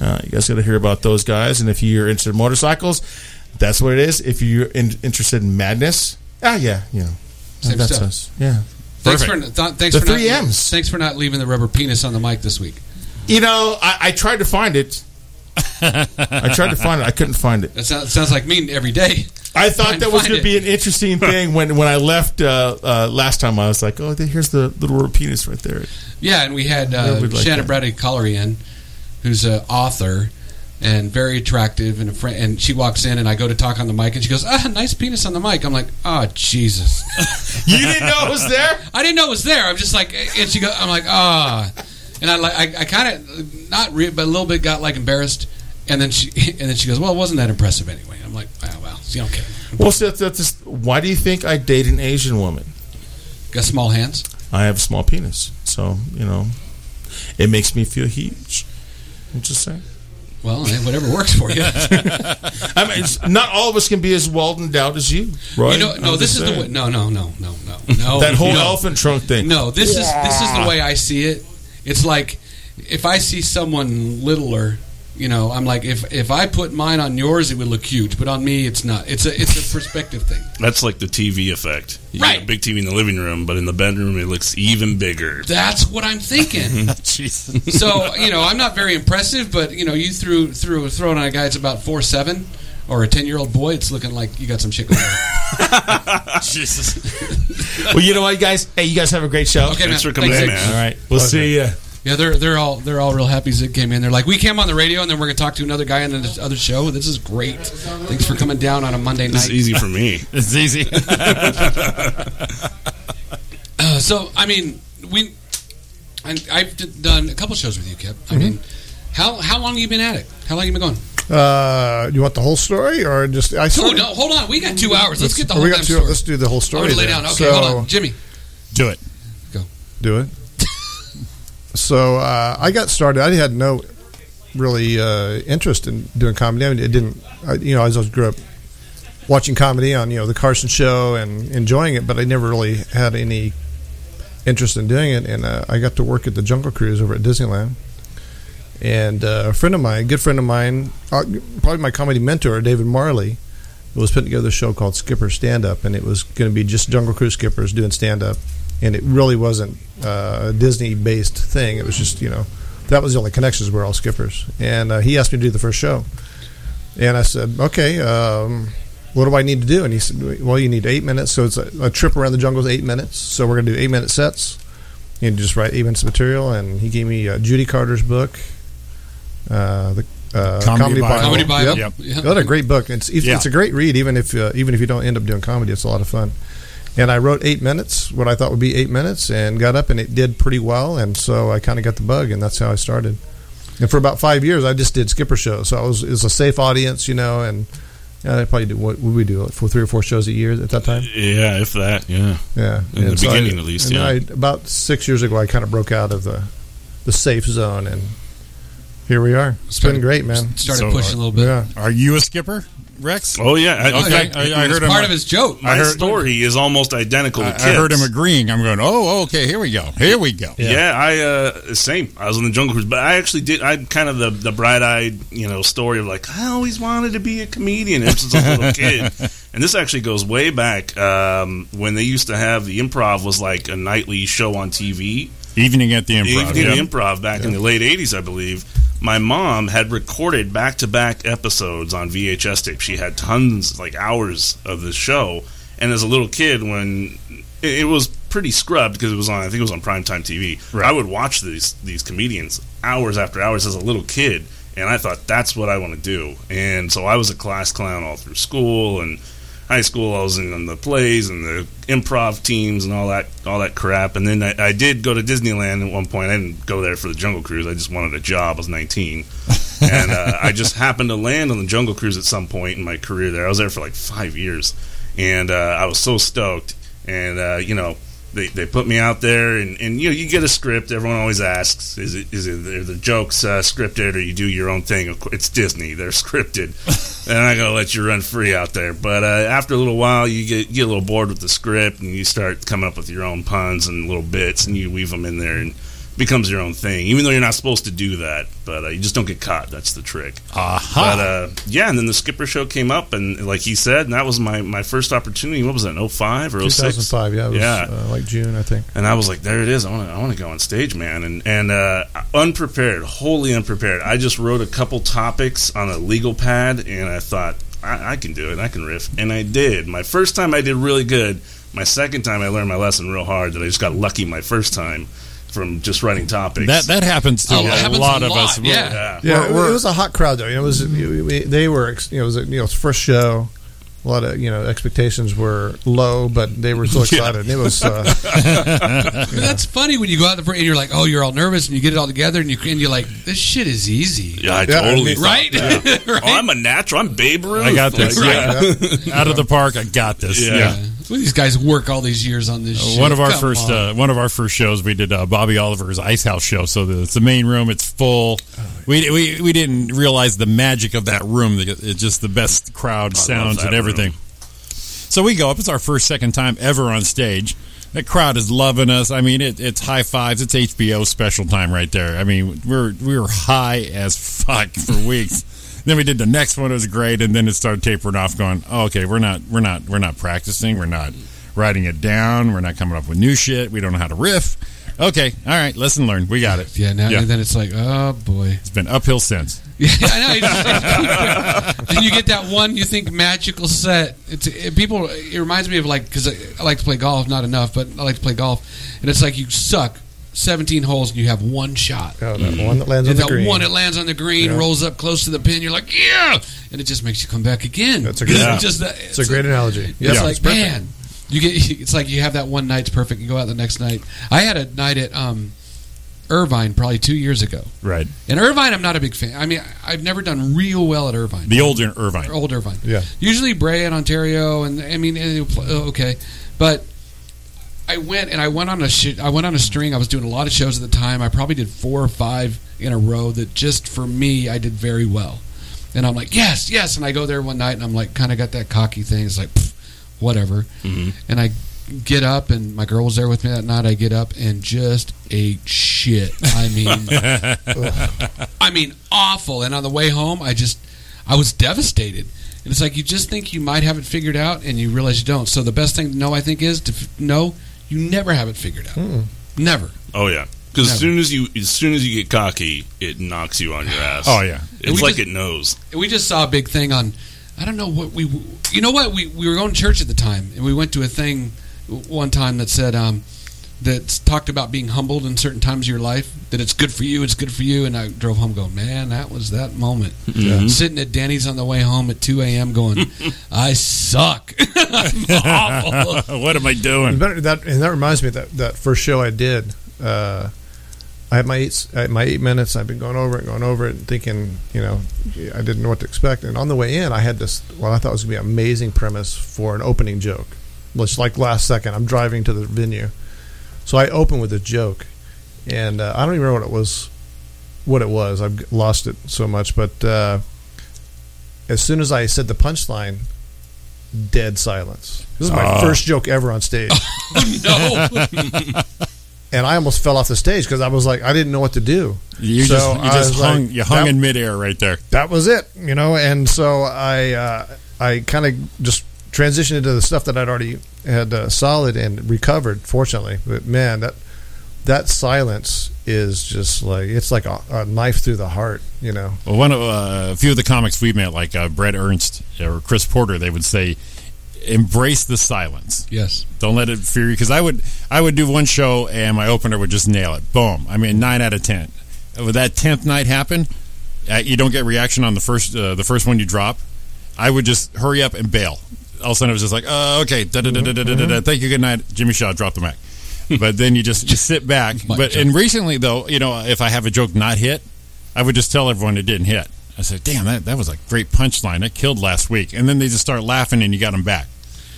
[SPEAKER 7] Uh, you guys got to hear about those guys, and if you're interested in motorcycles, that's what it is. If you're in, interested in madness, ah, yeah, you know,
[SPEAKER 2] Same
[SPEAKER 7] that's
[SPEAKER 2] stuff.
[SPEAKER 7] us. Yeah,
[SPEAKER 2] Thanks for
[SPEAKER 3] Perfect.
[SPEAKER 2] th- thanks
[SPEAKER 7] The
[SPEAKER 2] for not,
[SPEAKER 7] three M's.
[SPEAKER 2] Thanks for not leaving the rubber penis on the mic this week.
[SPEAKER 7] you know, I, I tried to find it. I tried to find it. I couldn't find it.
[SPEAKER 2] That sounds, sounds like me every day.
[SPEAKER 7] I thought
[SPEAKER 2] Find-
[SPEAKER 7] that was
[SPEAKER 2] find
[SPEAKER 7] going
[SPEAKER 2] it.
[SPEAKER 7] to be an interesting thing when, when I left uh, uh, last time. I was like, oh, there- here's the little rubber penis right there.
[SPEAKER 2] Yeah, and we had
[SPEAKER 7] Yeah,
[SPEAKER 2] uh,
[SPEAKER 7] we'd like
[SPEAKER 2] Shannon
[SPEAKER 7] that.
[SPEAKER 2] Bradley Collery in, who's an author and very attractive and a friend. And she walks in, and I go to talk on the mic, and she goes, "Ah, nice penis on the mic." I'm like, "Oh Jesus!"
[SPEAKER 7] You didn't know it was there?
[SPEAKER 2] I didn't know it was there. I'm just like, and she go, I'm like, ah, and I like, I, I kind of not, re- but a little bit got like embarrassed, and then she, and then she goes, well, it wasn't that impressive anyway. I'm like, oh well, you don't care.
[SPEAKER 7] Well, so that's, that's just, why do you think I date an Asian woman?
[SPEAKER 2] Got small hands.
[SPEAKER 7] I have a small penis. So, you know, it makes me feel huge. I'm just saying.
[SPEAKER 2] Well, hey, whatever works for you.
[SPEAKER 7] I mean, it's, not all of us can be as well endowed as you, right?
[SPEAKER 2] you know, no,
[SPEAKER 7] I'm
[SPEAKER 2] this
[SPEAKER 7] just
[SPEAKER 2] is the
[SPEAKER 7] saying.
[SPEAKER 2] way. No, no, no, no, no, no.
[SPEAKER 7] That whole
[SPEAKER 2] no.
[SPEAKER 7] elephant trunk thing.
[SPEAKER 2] No, this is this is the way I see it. It's like if I see someone littler, you know, I'm like if if I put mine on yours, it would look huge, but on me, it's not. It's a it's a perspective thing.
[SPEAKER 5] That's like the TV effect. You
[SPEAKER 2] Right.
[SPEAKER 5] Got a big TV in the living room, but in the bedroom, it looks even bigger.
[SPEAKER 2] That's what I'm thinking.
[SPEAKER 3] Jesus.
[SPEAKER 2] So you know, I'm not very impressive, but you know, you threw threw throwing on a guy that's about four seven or a ten year old boy. It's looking like you got some shit going on.
[SPEAKER 5] Jesus.
[SPEAKER 7] Well, you know what, guys? Hey, you guys have a great show.
[SPEAKER 2] Okay,
[SPEAKER 5] Thanks
[SPEAKER 2] man.
[SPEAKER 5] for coming
[SPEAKER 2] Thanks,
[SPEAKER 5] in,
[SPEAKER 2] Zig.
[SPEAKER 7] All
[SPEAKER 5] man.
[SPEAKER 7] right. We'll see you.
[SPEAKER 2] Yeah, they're they're all they're all real happy Zig came in. They're like, we came on the radio, and then we're gonna talk to another guy on this other show. This is great. Thanks for coming down on a Monday
[SPEAKER 5] This is
[SPEAKER 2] night.
[SPEAKER 5] easy for me.
[SPEAKER 3] It's easy.
[SPEAKER 2] Uh, so I mean, we and I've d- done a couple shows with you, Kip. I mean, how how long you been at it? How long you been going?
[SPEAKER 4] Uh, you want the whole story or just? I
[SPEAKER 2] Oh
[SPEAKER 4] started-
[SPEAKER 2] no, hold on. We got two hours. Let's get the whole
[SPEAKER 4] we got
[SPEAKER 2] damn
[SPEAKER 4] two-
[SPEAKER 2] story.
[SPEAKER 4] Let's do the whole story.
[SPEAKER 2] I'm gonna lay
[SPEAKER 4] then.
[SPEAKER 2] down. Okay,
[SPEAKER 4] So-
[SPEAKER 2] hold on, Jimmy.
[SPEAKER 3] Do it.
[SPEAKER 4] Do it. so uh, I got started. I had no really uh, interest in doing comedy. I mean, it didn't. I, you know, I just grew up watching comedy on you know the Carson Show and enjoying it, but I never really had any interest in doing it. And uh, I got to work at the Jungle Cruise over at Disneyland. And uh, a friend of mine, good friend of mine, uh, probably my comedy mentor, David Marley, was putting together a show called Skipper Stand Up, and it was going to be just Jungle Cruise skippers doing stand up, and it really wasn't uh, a Disney based thing. It was just you know that was the only connections were all skippers, and uh, he asked me to do the first show, and I said okay. Um, what do I need to do? And he said, Well, you need eight minutes. So it's a, a trip around the jungle is eight minutes. So we're going to do eight minute sets. You just write eight minutes of material. And he gave me uh, Judy Carter's book, uh, the uh,
[SPEAKER 3] Comedy Bible.
[SPEAKER 2] Comedy Bible.
[SPEAKER 4] Yep.
[SPEAKER 2] Yeah.
[SPEAKER 4] What a great book! It's it's,
[SPEAKER 3] Yeah.
[SPEAKER 4] it's a great read, even if uh, even if you don't end up doing comedy, it's a lot of fun. And I wrote eight minutes, what I thought would be eight minutes, and got up and it did pretty well, and so I kind of got the bug, and that's how I started. And for about five years, I just did skipper shows, so I was it was a safe audience, you know, and. Yeah, I probably do. What would we do? Like for three or four shows a year at that time.
[SPEAKER 5] Yeah, if that. Yeah.
[SPEAKER 4] Yeah,
[SPEAKER 5] In the
[SPEAKER 4] And so I-
[SPEAKER 5] beginning, at least,
[SPEAKER 4] and
[SPEAKER 5] yeah.
[SPEAKER 4] I, about six years ago, I kind of broke out of the the safe zone, and here we are. It's been great, man.
[SPEAKER 2] Started
[SPEAKER 3] So
[SPEAKER 2] pushing a little bit.
[SPEAKER 4] Yeah,
[SPEAKER 3] Are you a skipper, Rex?
[SPEAKER 5] Oh yeah. I,
[SPEAKER 2] Oh,
[SPEAKER 5] in
[SPEAKER 2] yeah.
[SPEAKER 5] fact,
[SPEAKER 3] I- I
[SPEAKER 2] It's
[SPEAKER 3] heard him-
[SPEAKER 2] part of his joke.
[SPEAKER 5] my
[SPEAKER 3] I heard-
[SPEAKER 5] story is almost identical.
[SPEAKER 3] I,
[SPEAKER 5] to
[SPEAKER 3] I heard him
[SPEAKER 5] Kit's.
[SPEAKER 3] agreeing. I'm going. Oh, okay. Here we go. Here we go.
[SPEAKER 5] Yeah. I uh same. I was on the Jungle Cruise, but I actually did. I'm kind of the the bright eyed, you know, story of like I always wanted to be a comedian ever since I was a little kid. And this actually goes way back um, when they used to have the improv was like a nightly show on TV,
[SPEAKER 3] Evening at the improv.
[SPEAKER 5] improv,
[SPEAKER 3] yeah.
[SPEAKER 5] improv back in the late '80s, I believe. My mom had recorded back to back episodes on VHS tape. She had tons, like hours of the show. And as a little kid, when it, it was pretty scrubbed because it was on, I think it was on primetime TV. I would watch these these comedians hours after hours as a little kid, and I thought that's what I want to do. And so I was a class clown all through school and high school. I was in on the plays and the improv teams and all that all that crap. And then I, I did go to Disneyland at one point. I didn't go there for the Jungle Cruise. I just wanted a job. I was 19, and uh, I just happened to land on the Jungle Cruise at some point in my career. There, I was there for like five years, and uh, I was so stoked. And uh, you know. They, they put me out there and, and you know you get a script everyone always asks is it is it are the jokes uh, scripted or you do your own thing Of cour- it's Disney they're scripted and I'm not gonna let you run free out there. But uh, after a little while, you get get a little bored with the script, and you start coming up with your own puns and little bits, and you weave them in there, and it becomes your own thing. Even though you're not supposed to do that, but uh, you just don't get caught. That's the trick.
[SPEAKER 3] Aha.
[SPEAKER 5] But uh, yeah, and then the Skipper Show came up, and like he said, and that was my, my first opportunity. What was that, in 05 or 06?
[SPEAKER 4] 2005. Yeah, it was,
[SPEAKER 5] Yeah.
[SPEAKER 4] Uh, like June, I think.
[SPEAKER 5] And I was like, there it is. I want to I want to go on stage, man. And and uh, unprepared, wholly unprepared. I just wrote a couple topics on a legal pad, and I thought I, I can do it. I can riff, and I did. My first time, I did really good. My second time, I learned my lesson real hard. That I just got lucky my first time from just writing topics.
[SPEAKER 3] That that happens to
[SPEAKER 2] Oh, it
[SPEAKER 3] a,
[SPEAKER 2] happens
[SPEAKER 3] lot
[SPEAKER 2] a
[SPEAKER 3] of us.
[SPEAKER 2] lot, yeah.
[SPEAKER 5] yeah.
[SPEAKER 4] Yeah,
[SPEAKER 3] We're-
[SPEAKER 4] it,
[SPEAKER 3] we're-
[SPEAKER 4] was a hot crowd though. It was you- you- they were ex- you know it was a, you know it's first show. A lot of you know expectations were low, but they were so excited. And it was uh,
[SPEAKER 2] I mean, that's funny when you go out the front and you're like, oh, you're all nervous and you get it all together and you and you're like, this shit is easy,
[SPEAKER 5] Yeah,
[SPEAKER 4] Yeah,
[SPEAKER 5] I
[SPEAKER 4] I
[SPEAKER 5] totally
[SPEAKER 4] mean-
[SPEAKER 5] thought
[SPEAKER 2] right?
[SPEAKER 5] that.
[SPEAKER 2] right?
[SPEAKER 5] Oh, I'm a natural. I'm Babe Ruth.
[SPEAKER 3] I got this.
[SPEAKER 5] Like,
[SPEAKER 3] Yeah. Out of the park. I got this.
[SPEAKER 5] Yeah.
[SPEAKER 3] yeah.
[SPEAKER 2] Well, these guys work all these years on this. shit.
[SPEAKER 3] One of our
[SPEAKER 2] Come
[SPEAKER 3] first
[SPEAKER 2] on.
[SPEAKER 3] uh, one of our first shows we did uh, Bobby Oliver's Ice House show. So the, it's the main room. It's full. We, we we didn't realize the magic of that room. It's just the best crowd sounds
[SPEAKER 5] that
[SPEAKER 3] and everything. So we go up. It's our first second time ever on stage. That crowd is loving us. I mean, it, it's high fives. It's HBO special time right there. I mean, we're we were high as fuck for weeks. then we did the next one. It was great, and then it started tapering off. Going, oh, okay, we're not we're not we're not practicing. We're not writing it down. We're not coming up with new shit. We don't know how to riff. Okay, all right, lesson learned. We got it.
[SPEAKER 2] yeah, now
[SPEAKER 3] Yeah.
[SPEAKER 2] and then it's like, oh boy.
[SPEAKER 3] It's been uphill since.
[SPEAKER 2] Yeah, I know. you just- Then you get that one you think magical set. It's it, people. It reminds me of like because I, I like to play golf, not enough, but I like to play golf, and it's like you suck seventeen holes and you have one shot.
[SPEAKER 4] oh, that one that lands on
[SPEAKER 2] And
[SPEAKER 4] the
[SPEAKER 2] that
[SPEAKER 4] green.
[SPEAKER 2] one, it lands on the green,
[SPEAKER 4] Yeah.
[SPEAKER 2] rolls up close to the pin. You're like, yeah, and it just makes you come back again.
[SPEAKER 4] That's a good-
[SPEAKER 2] It's just that-
[SPEAKER 4] it's a great analogy.
[SPEAKER 2] It's
[SPEAKER 4] Yeah.
[SPEAKER 2] like
[SPEAKER 4] It's perfect.
[SPEAKER 2] man, you get. It's like you have that one night's perfect. You go out the next night. I had a night at um, Irvine probably two years ago.
[SPEAKER 3] Right.
[SPEAKER 2] And Irvine, I'm not a big fan. I mean, I've never done real well at Irvine.
[SPEAKER 3] The old Irvine.
[SPEAKER 2] Old Irvine.
[SPEAKER 4] Yeah.
[SPEAKER 2] Usually Brea and Ontario, and I mean, eh, okay, but I went and I went on a sh- I went on a string. I was doing a lot of shows at the time. I probably did four or five in a row that just for me I did very well, and I'm like yes, yes. And I go there one night and I'm like kind of got that cocky thing. It's like pff, whatever, and I get up, and my girl was there with me that night. I get up and just ate shit. I mean,
[SPEAKER 3] uh,
[SPEAKER 2] I mean, awful. And on the way home, I just, I was devastated. And it's like you just think you might have it figured out, and you realize you don't. So the best thing to know, I think, is to f- know you never have it figured out. Never.
[SPEAKER 5] Oh yeah. Because
[SPEAKER 2] Yeah.
[SPEAKER 5] as soon as you as soon as you get cocky, it knocks you on your ass.
[SPEAKER 3] Oh yeah.
[SPEAKER 5] it's
[SPEAKER 2] We
[SPEAKER 5] like
[SPEAKER 2] just-
[SPEAKER 5] it knows.
[SPEAKER 2] we just saw a big thing on i don't know what we you know what we, we were going to church at the time and we went to a thing one time that said um, that talked about being humbled in certain times of your life that it's good for you it's good for you and i drove home going man that was that moment
[SPEAKER 5] Mm-hmm.
[SPEAKER 2] sitting at danny's on the way home at 2 a.m going i suck Oh, I'm awful.
[SPEAKER 3] what am I doing?
[SPEAKER 4] And better- that and that reminds me of that that first show I did. Uh, I had my eight I had my eight minutes. I've been going over it, going over it, and thinking, you know, I didn't know what to expect. And on the way in, I had this what I thought was going to be an amazing premise for an opening joke. It's like last second. I'm driving to the venue, so I open with a joke, and uh, I don't even remember what it was. What it was, I've g- lost it so much. But uh, as soon as I said the punchline, dead silence. This is my first joke ever on stage
[SPEAKER 2] no
[SPEAKER 4] and I almost fell off the stage because I was like, I didn't know what to do.
[SPEAKER 3] You
[SPEAKER 4] So
[SPEAKER 3] just, you
[SPEAKER 4] I
[SPEAKER 3] just
[SPEAKER 4] was
[SPEAKER 3] hung,
[SPEAKER 4] like,
[SPEAKER 3] you hung
[SPEAKER 4] that-
[SPEAKER 3] in midair right there.
[SPEAKER 4] That was it, you know. And so I, uh, I kind of just transitioned into the stuff that I'd already had uh, solid and recovered. Fortunately, but man, that that silence is just like it's like a, a knife through the heart, you know.
[SPEAKER 3] Well, one of uh, a few of the comics we met, like uh, Brett Ernst or Chris Porter, they would say, "Embrace the silence.
[SPEAKER 2] yes
[SPEAKER 3] Don't let it fear you." Because I would, I would do one show and my opener would just nail it. Boom. I mean, nine out of ten. Uh, Would that tenth night happen? Uh, you don't get reaction on the first, uh, the first one you drop. I would just hurry up and bail. All of a sudden, it was just like, "Oh, okay, da da da da da da da. Thank you, good night, Jimmy Shaw. Drop the mic." but then you just you sit back.
[SPEAKER 2] Mic
[SPEAKER 3] But
[SPEAKER 2] drop.
[SPEAKER 3] and recently though, you know, if I have a joke not hit, I would just tell everyone it didn't hit. I said, "Damn, that, that was a great punchline. That killed last week." And then they just start laughing, and you got them back.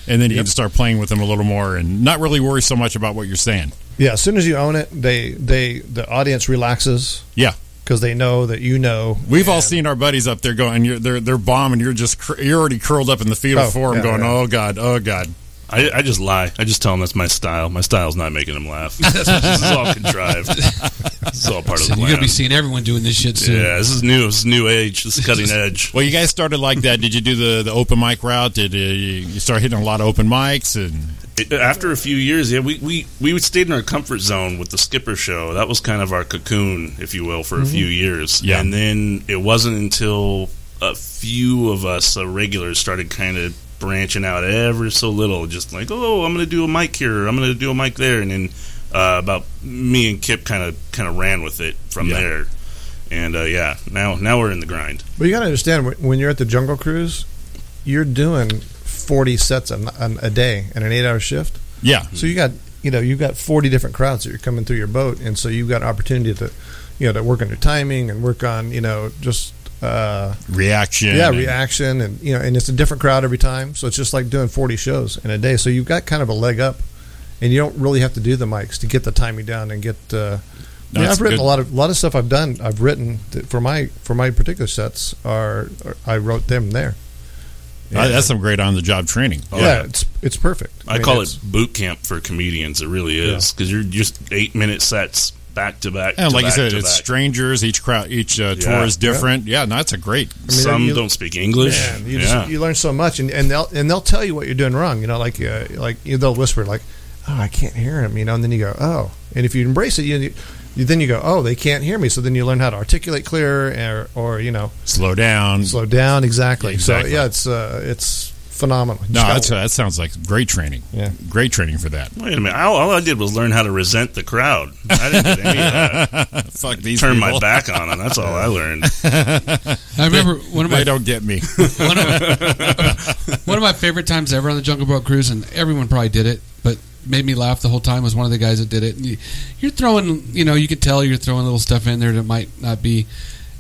[SPEAKER 3] And then you can start playing with them a little more, and not really worry so much about what you're saying.
[SPEAKER 4] Yeah, as soon as you own it, they they the audience relaxes
[SPEAKER 3] Yeah,
[SPEAKER 4] because they know that you know.
[SPEAKER 3] we've all seen our buddies up there going, you're, "They're they're bombing." You're just cr- you're already curled up in the fetal
[SPEAKER 4] Oh,
[SPEAKER 3] form,
[SPEAKER 4] yeah,
[SPEAKER 3] going,
[SPEAKER 4] yeah.
[SPEAKER 3] "Oh god, oh god."
[SPEAKER 5] I, I just lie. I just tell them that's my style. My style's not making them laugh. this is all contrived. This is all part of the
[SPEAKER 2] you're gonna
[SPEAKER 5] plan.
[SPEAKER 2] be seeing everyone doing this shit soon
[SPEAKER 5] Yeah, this is new. This is new age. This is cutting edge.
[SPEAKER 3] Well, you guys started like that. Did you do the, the open mic route? Did uh, you, you start hitting a lot of open mics? And
[SPEAKER 5] It- after a few years, yeah, we, we, we stayed in our comfort zone with the Skipper Show. That was kind of our cocoon, if you will, for a few years.
[SPEAKER 3] Mm-hmm. Yeah.
[SPEAKER 5] And then it wasn't until a few of us uh, regulars started kind of branching out ever so little, just like, oh, I'm going to do a mic here, I'm going to do a mic there. And then uh, about me and Kip kind of kind of ran with it from
[SPEAKER 3] Yeah.
[SPEAKER 5] there. And uh, yeah, now now we're in the grind.
[SPEAKER 4] But you got to understand when- when you're at the Jungle Cruise, you're doing forty sets a, n- a day and an eight hour shift.
[SPEAKER 3] yeah,
[SPEAKER 4] So you got you know you've got forty different crowds that are coming through your boat, and so you've got an opportunity to you know to work on your timing and work on you know just uh,
[SPEAKER 3] reaction.
[SPEAKER 4] yeah
[SPEAKER 3] and- uh,
[SPEAKER 4] reaction and you know and it's a different crowd every time, so it's just like doing forty shows in a day. So you've got kind of a leg up, and you don't really have to do the mics to get the timing down and get. Uh, I mean,
[SPEAKER 3] That's
[SPEAKER 4] I've written
[SPEAKER 3] good.
[SPEAKER 4] a lot of a lot of stuff I've done. I've written that for my for my particular sets are, are I wrote them there.
[SPEAKER 3] Uh, that's some great on the job training.
[SPEAKER 4] yeah, it's it's perfect.
[SPEAKER 5] I,
[SPEAKER 4] mean,
[SPEAKER 5] call
[SPEAKER 4] it's-
[SPEAKER 5] it boot camp for comedians. It really is because you're just eight minute sets back to back.
[SPEAKER 3] And
[SPEAKER 5] to
[SPEAKER 3] like you
[SPEAKER 5] back
[SPEAKER 3] said,
[SPEAKER 5] to
[SPEAKER 3] it's
[SPEAKER 5] back.
[SPEAKER 3] strangers. Each crowd, each uh, tour
[SPEAKER 5] Yeah.
[SPEAKER 3] is different. Yeah, no, that's a great.
[SPEAKER 4] I mean,
[SPEAKER 5] Some
[SPEAKER 4] you-
[SPEAKER 5] don't speak English.
[SPEAKER 4] Man, you
[SPEAKER 5] yeah.
[SPEAKER 4] just you learn so much, and, and they'll and they'll tell you what you're doing wrong. You know, like uh, like you know, they'll whisper like, "Oh, I can't hear him," you know, and then you go, "Oh," and if you embrace it, you, you then you go, "Oh, they can't hear me." So then you learn how to articulate clearer, or, or you know,
[SPEAKER 3] Slow down.
[SPEAKER 4] slow down exactly.
[SPEAKER 3] Exactly.
[SPEAKER 4] So yeah, it's uh, it's phenomenal. You
[SPEAKER 3] No,
[SPEAKER 4] just gotta-
[SPEAKER 3] that's, that sounds like great training.
[SPEAKER 4] Yeah.
[SPEAKER 3] Great training for that.
[SPEAKER 5] Wait a minute. All, all I did was learn how to resent the crowd. I didn't get any of that.
[SPEAKER 3] Fuck these
[SPEAKER 5] Turn
[SPEAKER 3] people.
[SPEAKER 5] my back on them. That's all I learned.
[SPEAKER 2] i remember one of my
[SPEAKER 3] They don't get me.
[SPEAKER 2] one, of, one of my favorite times ever on the Jungle Boat cruise, and everyone probably did it, but made me laugh the whole time was one of the guys that did it. And you, you're throwing, you know, you could tell you're throwing little stuff in there that might not be,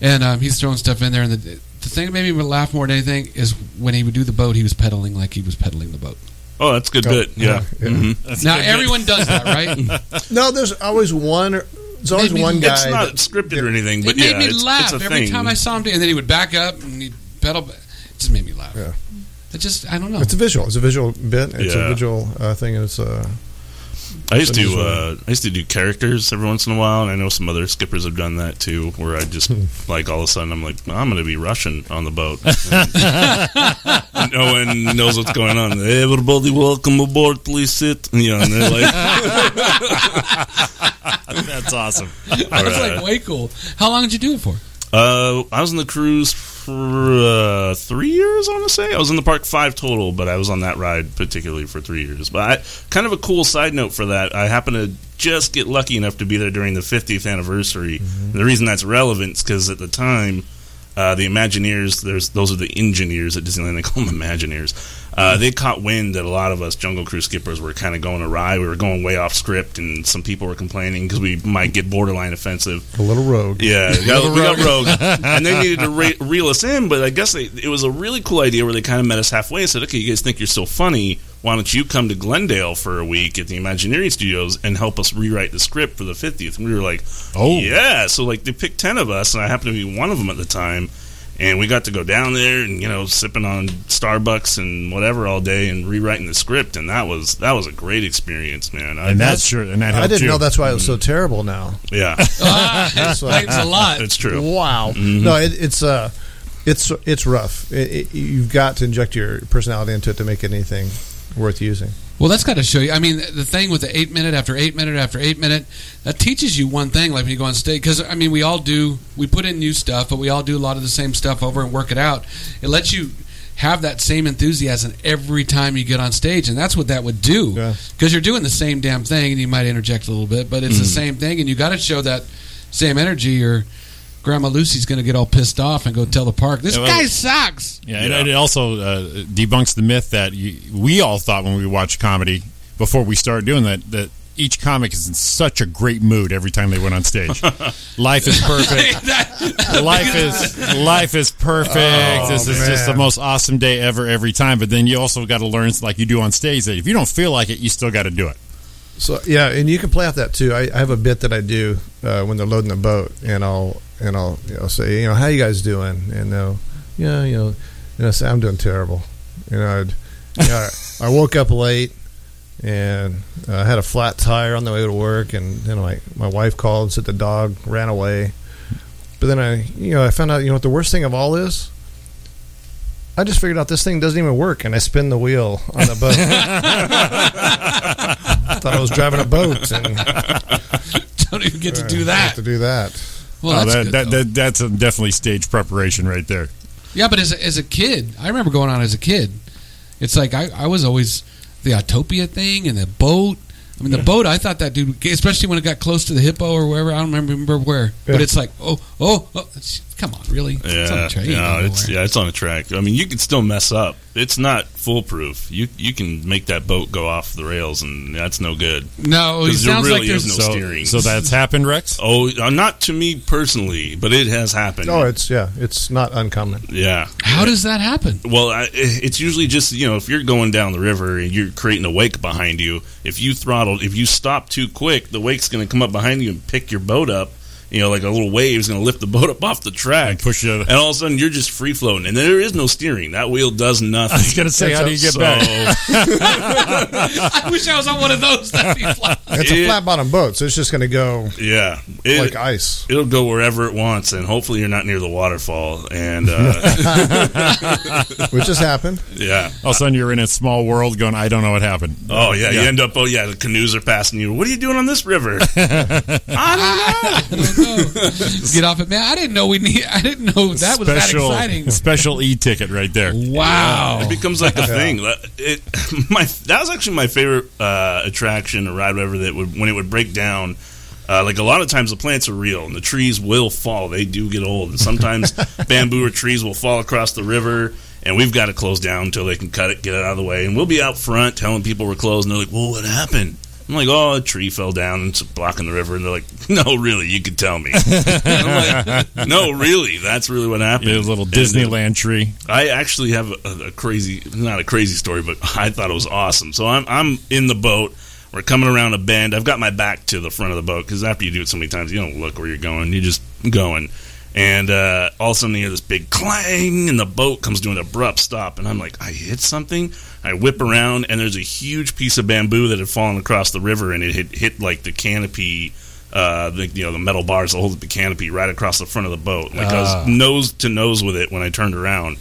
[SPEAKER 2] and um, he's throwing stuff in there. And the, the thing that made me laugh more than anything is when he would do the boat, he was pedaling like he was pedaling the boat.
[SPEAKER 5] Oh, that's a good bit. Yeah.
[SPEAKER 4] yeah.
[SPEAKER 5] Mhm.
[SPEAKER 2] now everyone does that, right?
[SPEAKER 4] no, there's always one. or- There's always
[SPEAKER 2] Made me-
[SPEAKER 4] one guy.
[SPEAKER 5] It's not
[SPEAKER 4] that-
[SPEAKER 5] scripted or anything,
[SPEAKER 2] it
[SPEAKER 5] but
[SPEAKER 2] made
[SPEAKER 5] yeah,
[SPEAKER 2] me
[SPEAKER 5] it's,
[SPEAKER 2] laugh
[SPEAKER 5] it's a
[SPEAKER 2] every
[SPEAKER 5] thing.
[SPEAKER 2] time I saw him, do, and then he would back up and he'd pedal. It just made me laugh.
[SPEAKER 4] Yeah.
[SPEAKER 2] It just I don't know.
[SPEAKER 4] It's a visual. It's a visual bit. It's
[SPEAKER 5] Yeah.
[SPEAKER 4] a visual uh, thing. and It's uh,
[SPEAKER 5] I used
[SPEAKER 4] That is
[SPEAKER 5] to uh, I used to do characters every once in a while, and I know some other skippers have done that too, where I just
[SPEAKER 3] Hmm.
[SPEAKER 5] like all of a sudden I'm like I'm going to be Russian on the boat. And no one knows what's going on. Everybody, welcome aboard. Please sit. Yeah, and they're like,
[SPEAKER 3] That's awesome.
[SPEAKER 2] That's like way cool. How long did you do it for?
[SPEAKER 5] uh, I was on the cruise for uh, three years. I want to say I was in the park five total, but I was on that ride particularly for three years. But I, kind of a cool side note for that, I happened to just get lucky enough to be there during the 50th anniversary. The reason that's relevant is because at the time. Uh, the Imagineers, there's those are the engineers at Disneyland. They call them Imagineers. Uh, they caught wind that a lot of us Jungle Cruise skippers were kind of going awry. We were going way off script, and some people were complaining because we might get borderline offensive.
[SPEAKER 4] a little rogue.
[SPEAKER 5] Yeah, we got, we got rogue, and they needed to re- reel us in. But I guess they, it was a really cool idea where they kind of met us halfway and said, "Okay, you guys think you're so funny? Why don't you come to Glendale for a week at the Imagineering Studios and help us rewrite the script for the 50th?" And we were like,
[SPEAKER 3] Oh.
[SPEAKER 5] yeah." So like they picked ten of us, and I happened to be one of them at the time. And we got to go down there and you know sipping on Starbucks and whatever all day and rewriting the script, and that was that was a great experience, man. I,
[SPEAKER 3] And that's sure. And that
[SPEAKER 4] I
[SPEAKER 3] helped
[SPEAKER 4] didn't
[SPEAKER 3] you. Mm.
[SPEAKER 4] know that's why it was so terrible. Now,
[SPEAKER 5] yeah,
[SPEAKER 4] That's why-
[SPEAKER 2] Thanks a lot.
[SPEAKER 5] it's true.
[SPEAKER 4] Wow. No, it, it's uh, it's it's rough. It, it, you've got to inject your personality into it to make it anything worth using.
[SPEAKER 2] Well, that's got to show you. I mean, the thing with the eight minute after eight minute after eight minute that teaches you one thing. Like when you go on stage, because I mean, we all do. We put in new stuff, but we all do a lot of the same stuff over and work it out. It lets you have that same enthusiasm every time you get on stage, and that's what that would do.
[SPEAKER 4] Yeah.
[SPEAKER 2] Because you're doing the same damn thing, and you might interject a little bit, but it's the
[SPEAKER 3] Mm.
[SPEAKER 2] same thing, and you got to show that same energy, or Grandma Lucy's going to get all pissed off and go tell the park, "This
[SPEAKER 3] Yeah, well-
[SPEAKER 2] guy sucks."
[SPEAKER 3] Yeah, and- and it also uh, debunks the myth that you, we all thought when we watched comedy before we started doing that that each comic is in such a great mood every time they went on stage. life is perfect. life is life is perfect. this
[SPEAKER 2] Oh,
[SPEAKER 3] is just the most awesome day ever every time. But then you also got to learn, like you do on stage, that if you don't feel like it, you still got to do it.
[SPEAKER 4] So yeah, and you can play off that too. I, I have a bit that I do uh, when they're loading the boat, and I'll and I'll you know, say, you know, how you guys doing? And they'll, yeah, you know, and I say, I'm doing terrible. And I'd, you know, I, I woke up late, and uh, I had a flat tire on the way to work, and then my my wife called and said the dog ran away. But then I, you know, I found out, you know, what the worst thing of all is. I just figured out this thing doesn't even work, and I spin the wheel on the boat. thought I was driving a boat, and
[SPEAKER 2] Don't even get to
[SPEAKER 4] I
[SPEAKER 2] do
[SPEAKER 4] have
[SPEAKER 2] that.
[SPEAKER 4] To do that.
[SPEAKER 2] Well,
[SPEAKER 3] Oh,
[SPEAKER 2] that's
[SPEAKER 3] that,
[SPEAKER 2] good,
[SPEAKER 3] that,
[SPEAKER 2] though.
[SPEAKER 3] that, that's a definitely stage preparation right there.
[SPEAKER 2] Yeah, but as a, as a kid, I remember going on as a kid. It's like I, I was always the Autopia thing and the boat. I mean, the boat. I thought that dude, especially when it got close to the hippo or wherever. I don't remember, remember where, but
[SPEAKER 4] Yeah.
[SPEAKER 2] it's like, oh, oh, oh it's- come on, really?
[SPEAKER 5] Yeah,
[SPEAKER 2] it's on a train.
[SPEAKER 5] no,
[SPEAKER 2] nowhere.
[SPEAKER 5] it's yeah, it's on a track. I mean, you can still mess up. It's not foolproof. You you can make that boat go off the rails, and that's no good.
[SPEAKER 2] no, it
[SPEAKER 5] 'Cause there
[SPEAKER 2] Oh, sounds
[SPEAKER 5] really
[SPEAKER 2] like there's.
[SPEAKER 5] is No
[SPEAKER 3] So,
[SPEAKER 5] steering.
[SPEAKER 3] so that's happened, Rex.
[SPEAKER 5] Oh, uh, not to me personally, but it has happened.
[SPEAKER 4] Oh, it's yeah, it's not uncommon.
[SPEAKER 5] yeah.
[SPEAKER 2] How does that happen?
[SPEAKER 5] Well, I, it's usually just you know if you're going down the river and you're creating a wake behind you. If you throttle, if you stop too quick, the wake's going to come up behind you and pick your boat up. You know, like a little wave's going to lift the boat up off the track,
[SPEAKER 3] And push you-
[SPEAKER 5] and all of a sudden you're just free floating, and there is no steering. That wheel does nothing.
[SPEAKER 3] I was going to say, how do you get back?
[SPEAKER 2] I wish I was on one of those. That'd be fun.
[SPEAKER 4] It's a
[SPEAKER 5] It-
[SPEAKER 4] flat bottom boat, so it's just going to go
[SPEAKER 5] Yeah, it,
[SPEAKER 4] like ice.
[SPEAKER 5] it'll go wherever it wants, and hopefully you're not near the waterfall. And uh,
[SPEAKER 4] which has happened.
[SPEAKER 5] yeah,
[SPEAKER 3] All of a sudden, you're in a small world going, I don't know what happened.
[SPEAKER 5] oh yeah, you end up. Oh yeah, the canoes are passing you. What are you doing on this river?
[SPEAKER 2] Get off it, man! I didn't know we need. I didn't know that was that
[SPEAKER 3] special,
[SPEAKER 2] exciting.
[SPEAKER 3] Special e ticket right there.
[SPEAKER 2] Wow.
[SPEAKER 5] It becomes like a thing. It, my that was actually my favorite uh, attraction or ride, whatever that would when it would break down. Uh, like a lot of times, the plants are real and the trees will fall. They do get old, and sometimes bamboo or trees will fall across the river. And we've got to close down until they can cut it, get it out of the way. And we'll be out front telling people we're closed, and they're like, "Well, what happened?" I'm like, "Oh, a tree fell down and it's blocking the river." And they're like, "No, really, you could tell me." I'm like, "No, really, that's really what happened."
[SPEAKER 3] Your little
[SPEAKER 5] And, uh,
[SPEAKER 3] Disneyland tree.
[SPEAKER 5] I actually have a, a crazy, not a crazy story, but I thought it was awesome. So I'm I'm in the boat. We're coming around a bend. I've got my back to the front of the boat because after you do it so many times, you don't look where you're going. You're just going. And uh, all of a sudden, I hear this big clang, and the boat comes to an abrupt stop. And I'm like, I hit something. I whip around, and there's a huge piece of bamboo that had fallen across the river, and it had hit like the canopy, uh, the, you know, the metal bars that hold the canopy right across the front of the boat. Like I was nose to nose with it when I turned around,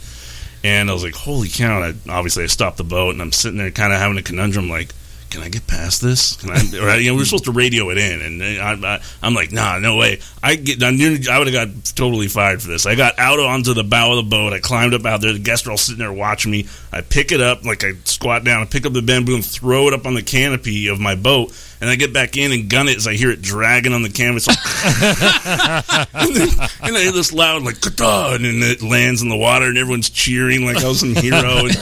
[SPEAKER 5] and I was like, holy cow! And I, obviously, I stopped the boat, and I'm sitting there kind of having a conundrum, like. Can I get past this? Can I, or, you know, we were supposed to radio it in, and I, I, I'm like, nah, no way. I get, I'm near, I would have got totally fired for this. I got out onto the bow of the boat. I climbed up out there. The guests are all sitting there watching me. I pick it up, like I squat down, I pick up the bamboo and throw it up on the canopy of my boat. And I get back in and gun it as I hear it dragging on the canvas. and, then, and I hear this loud, like, "Kata," and then it lands in the water, and everyone's cheering like I was some hero. And,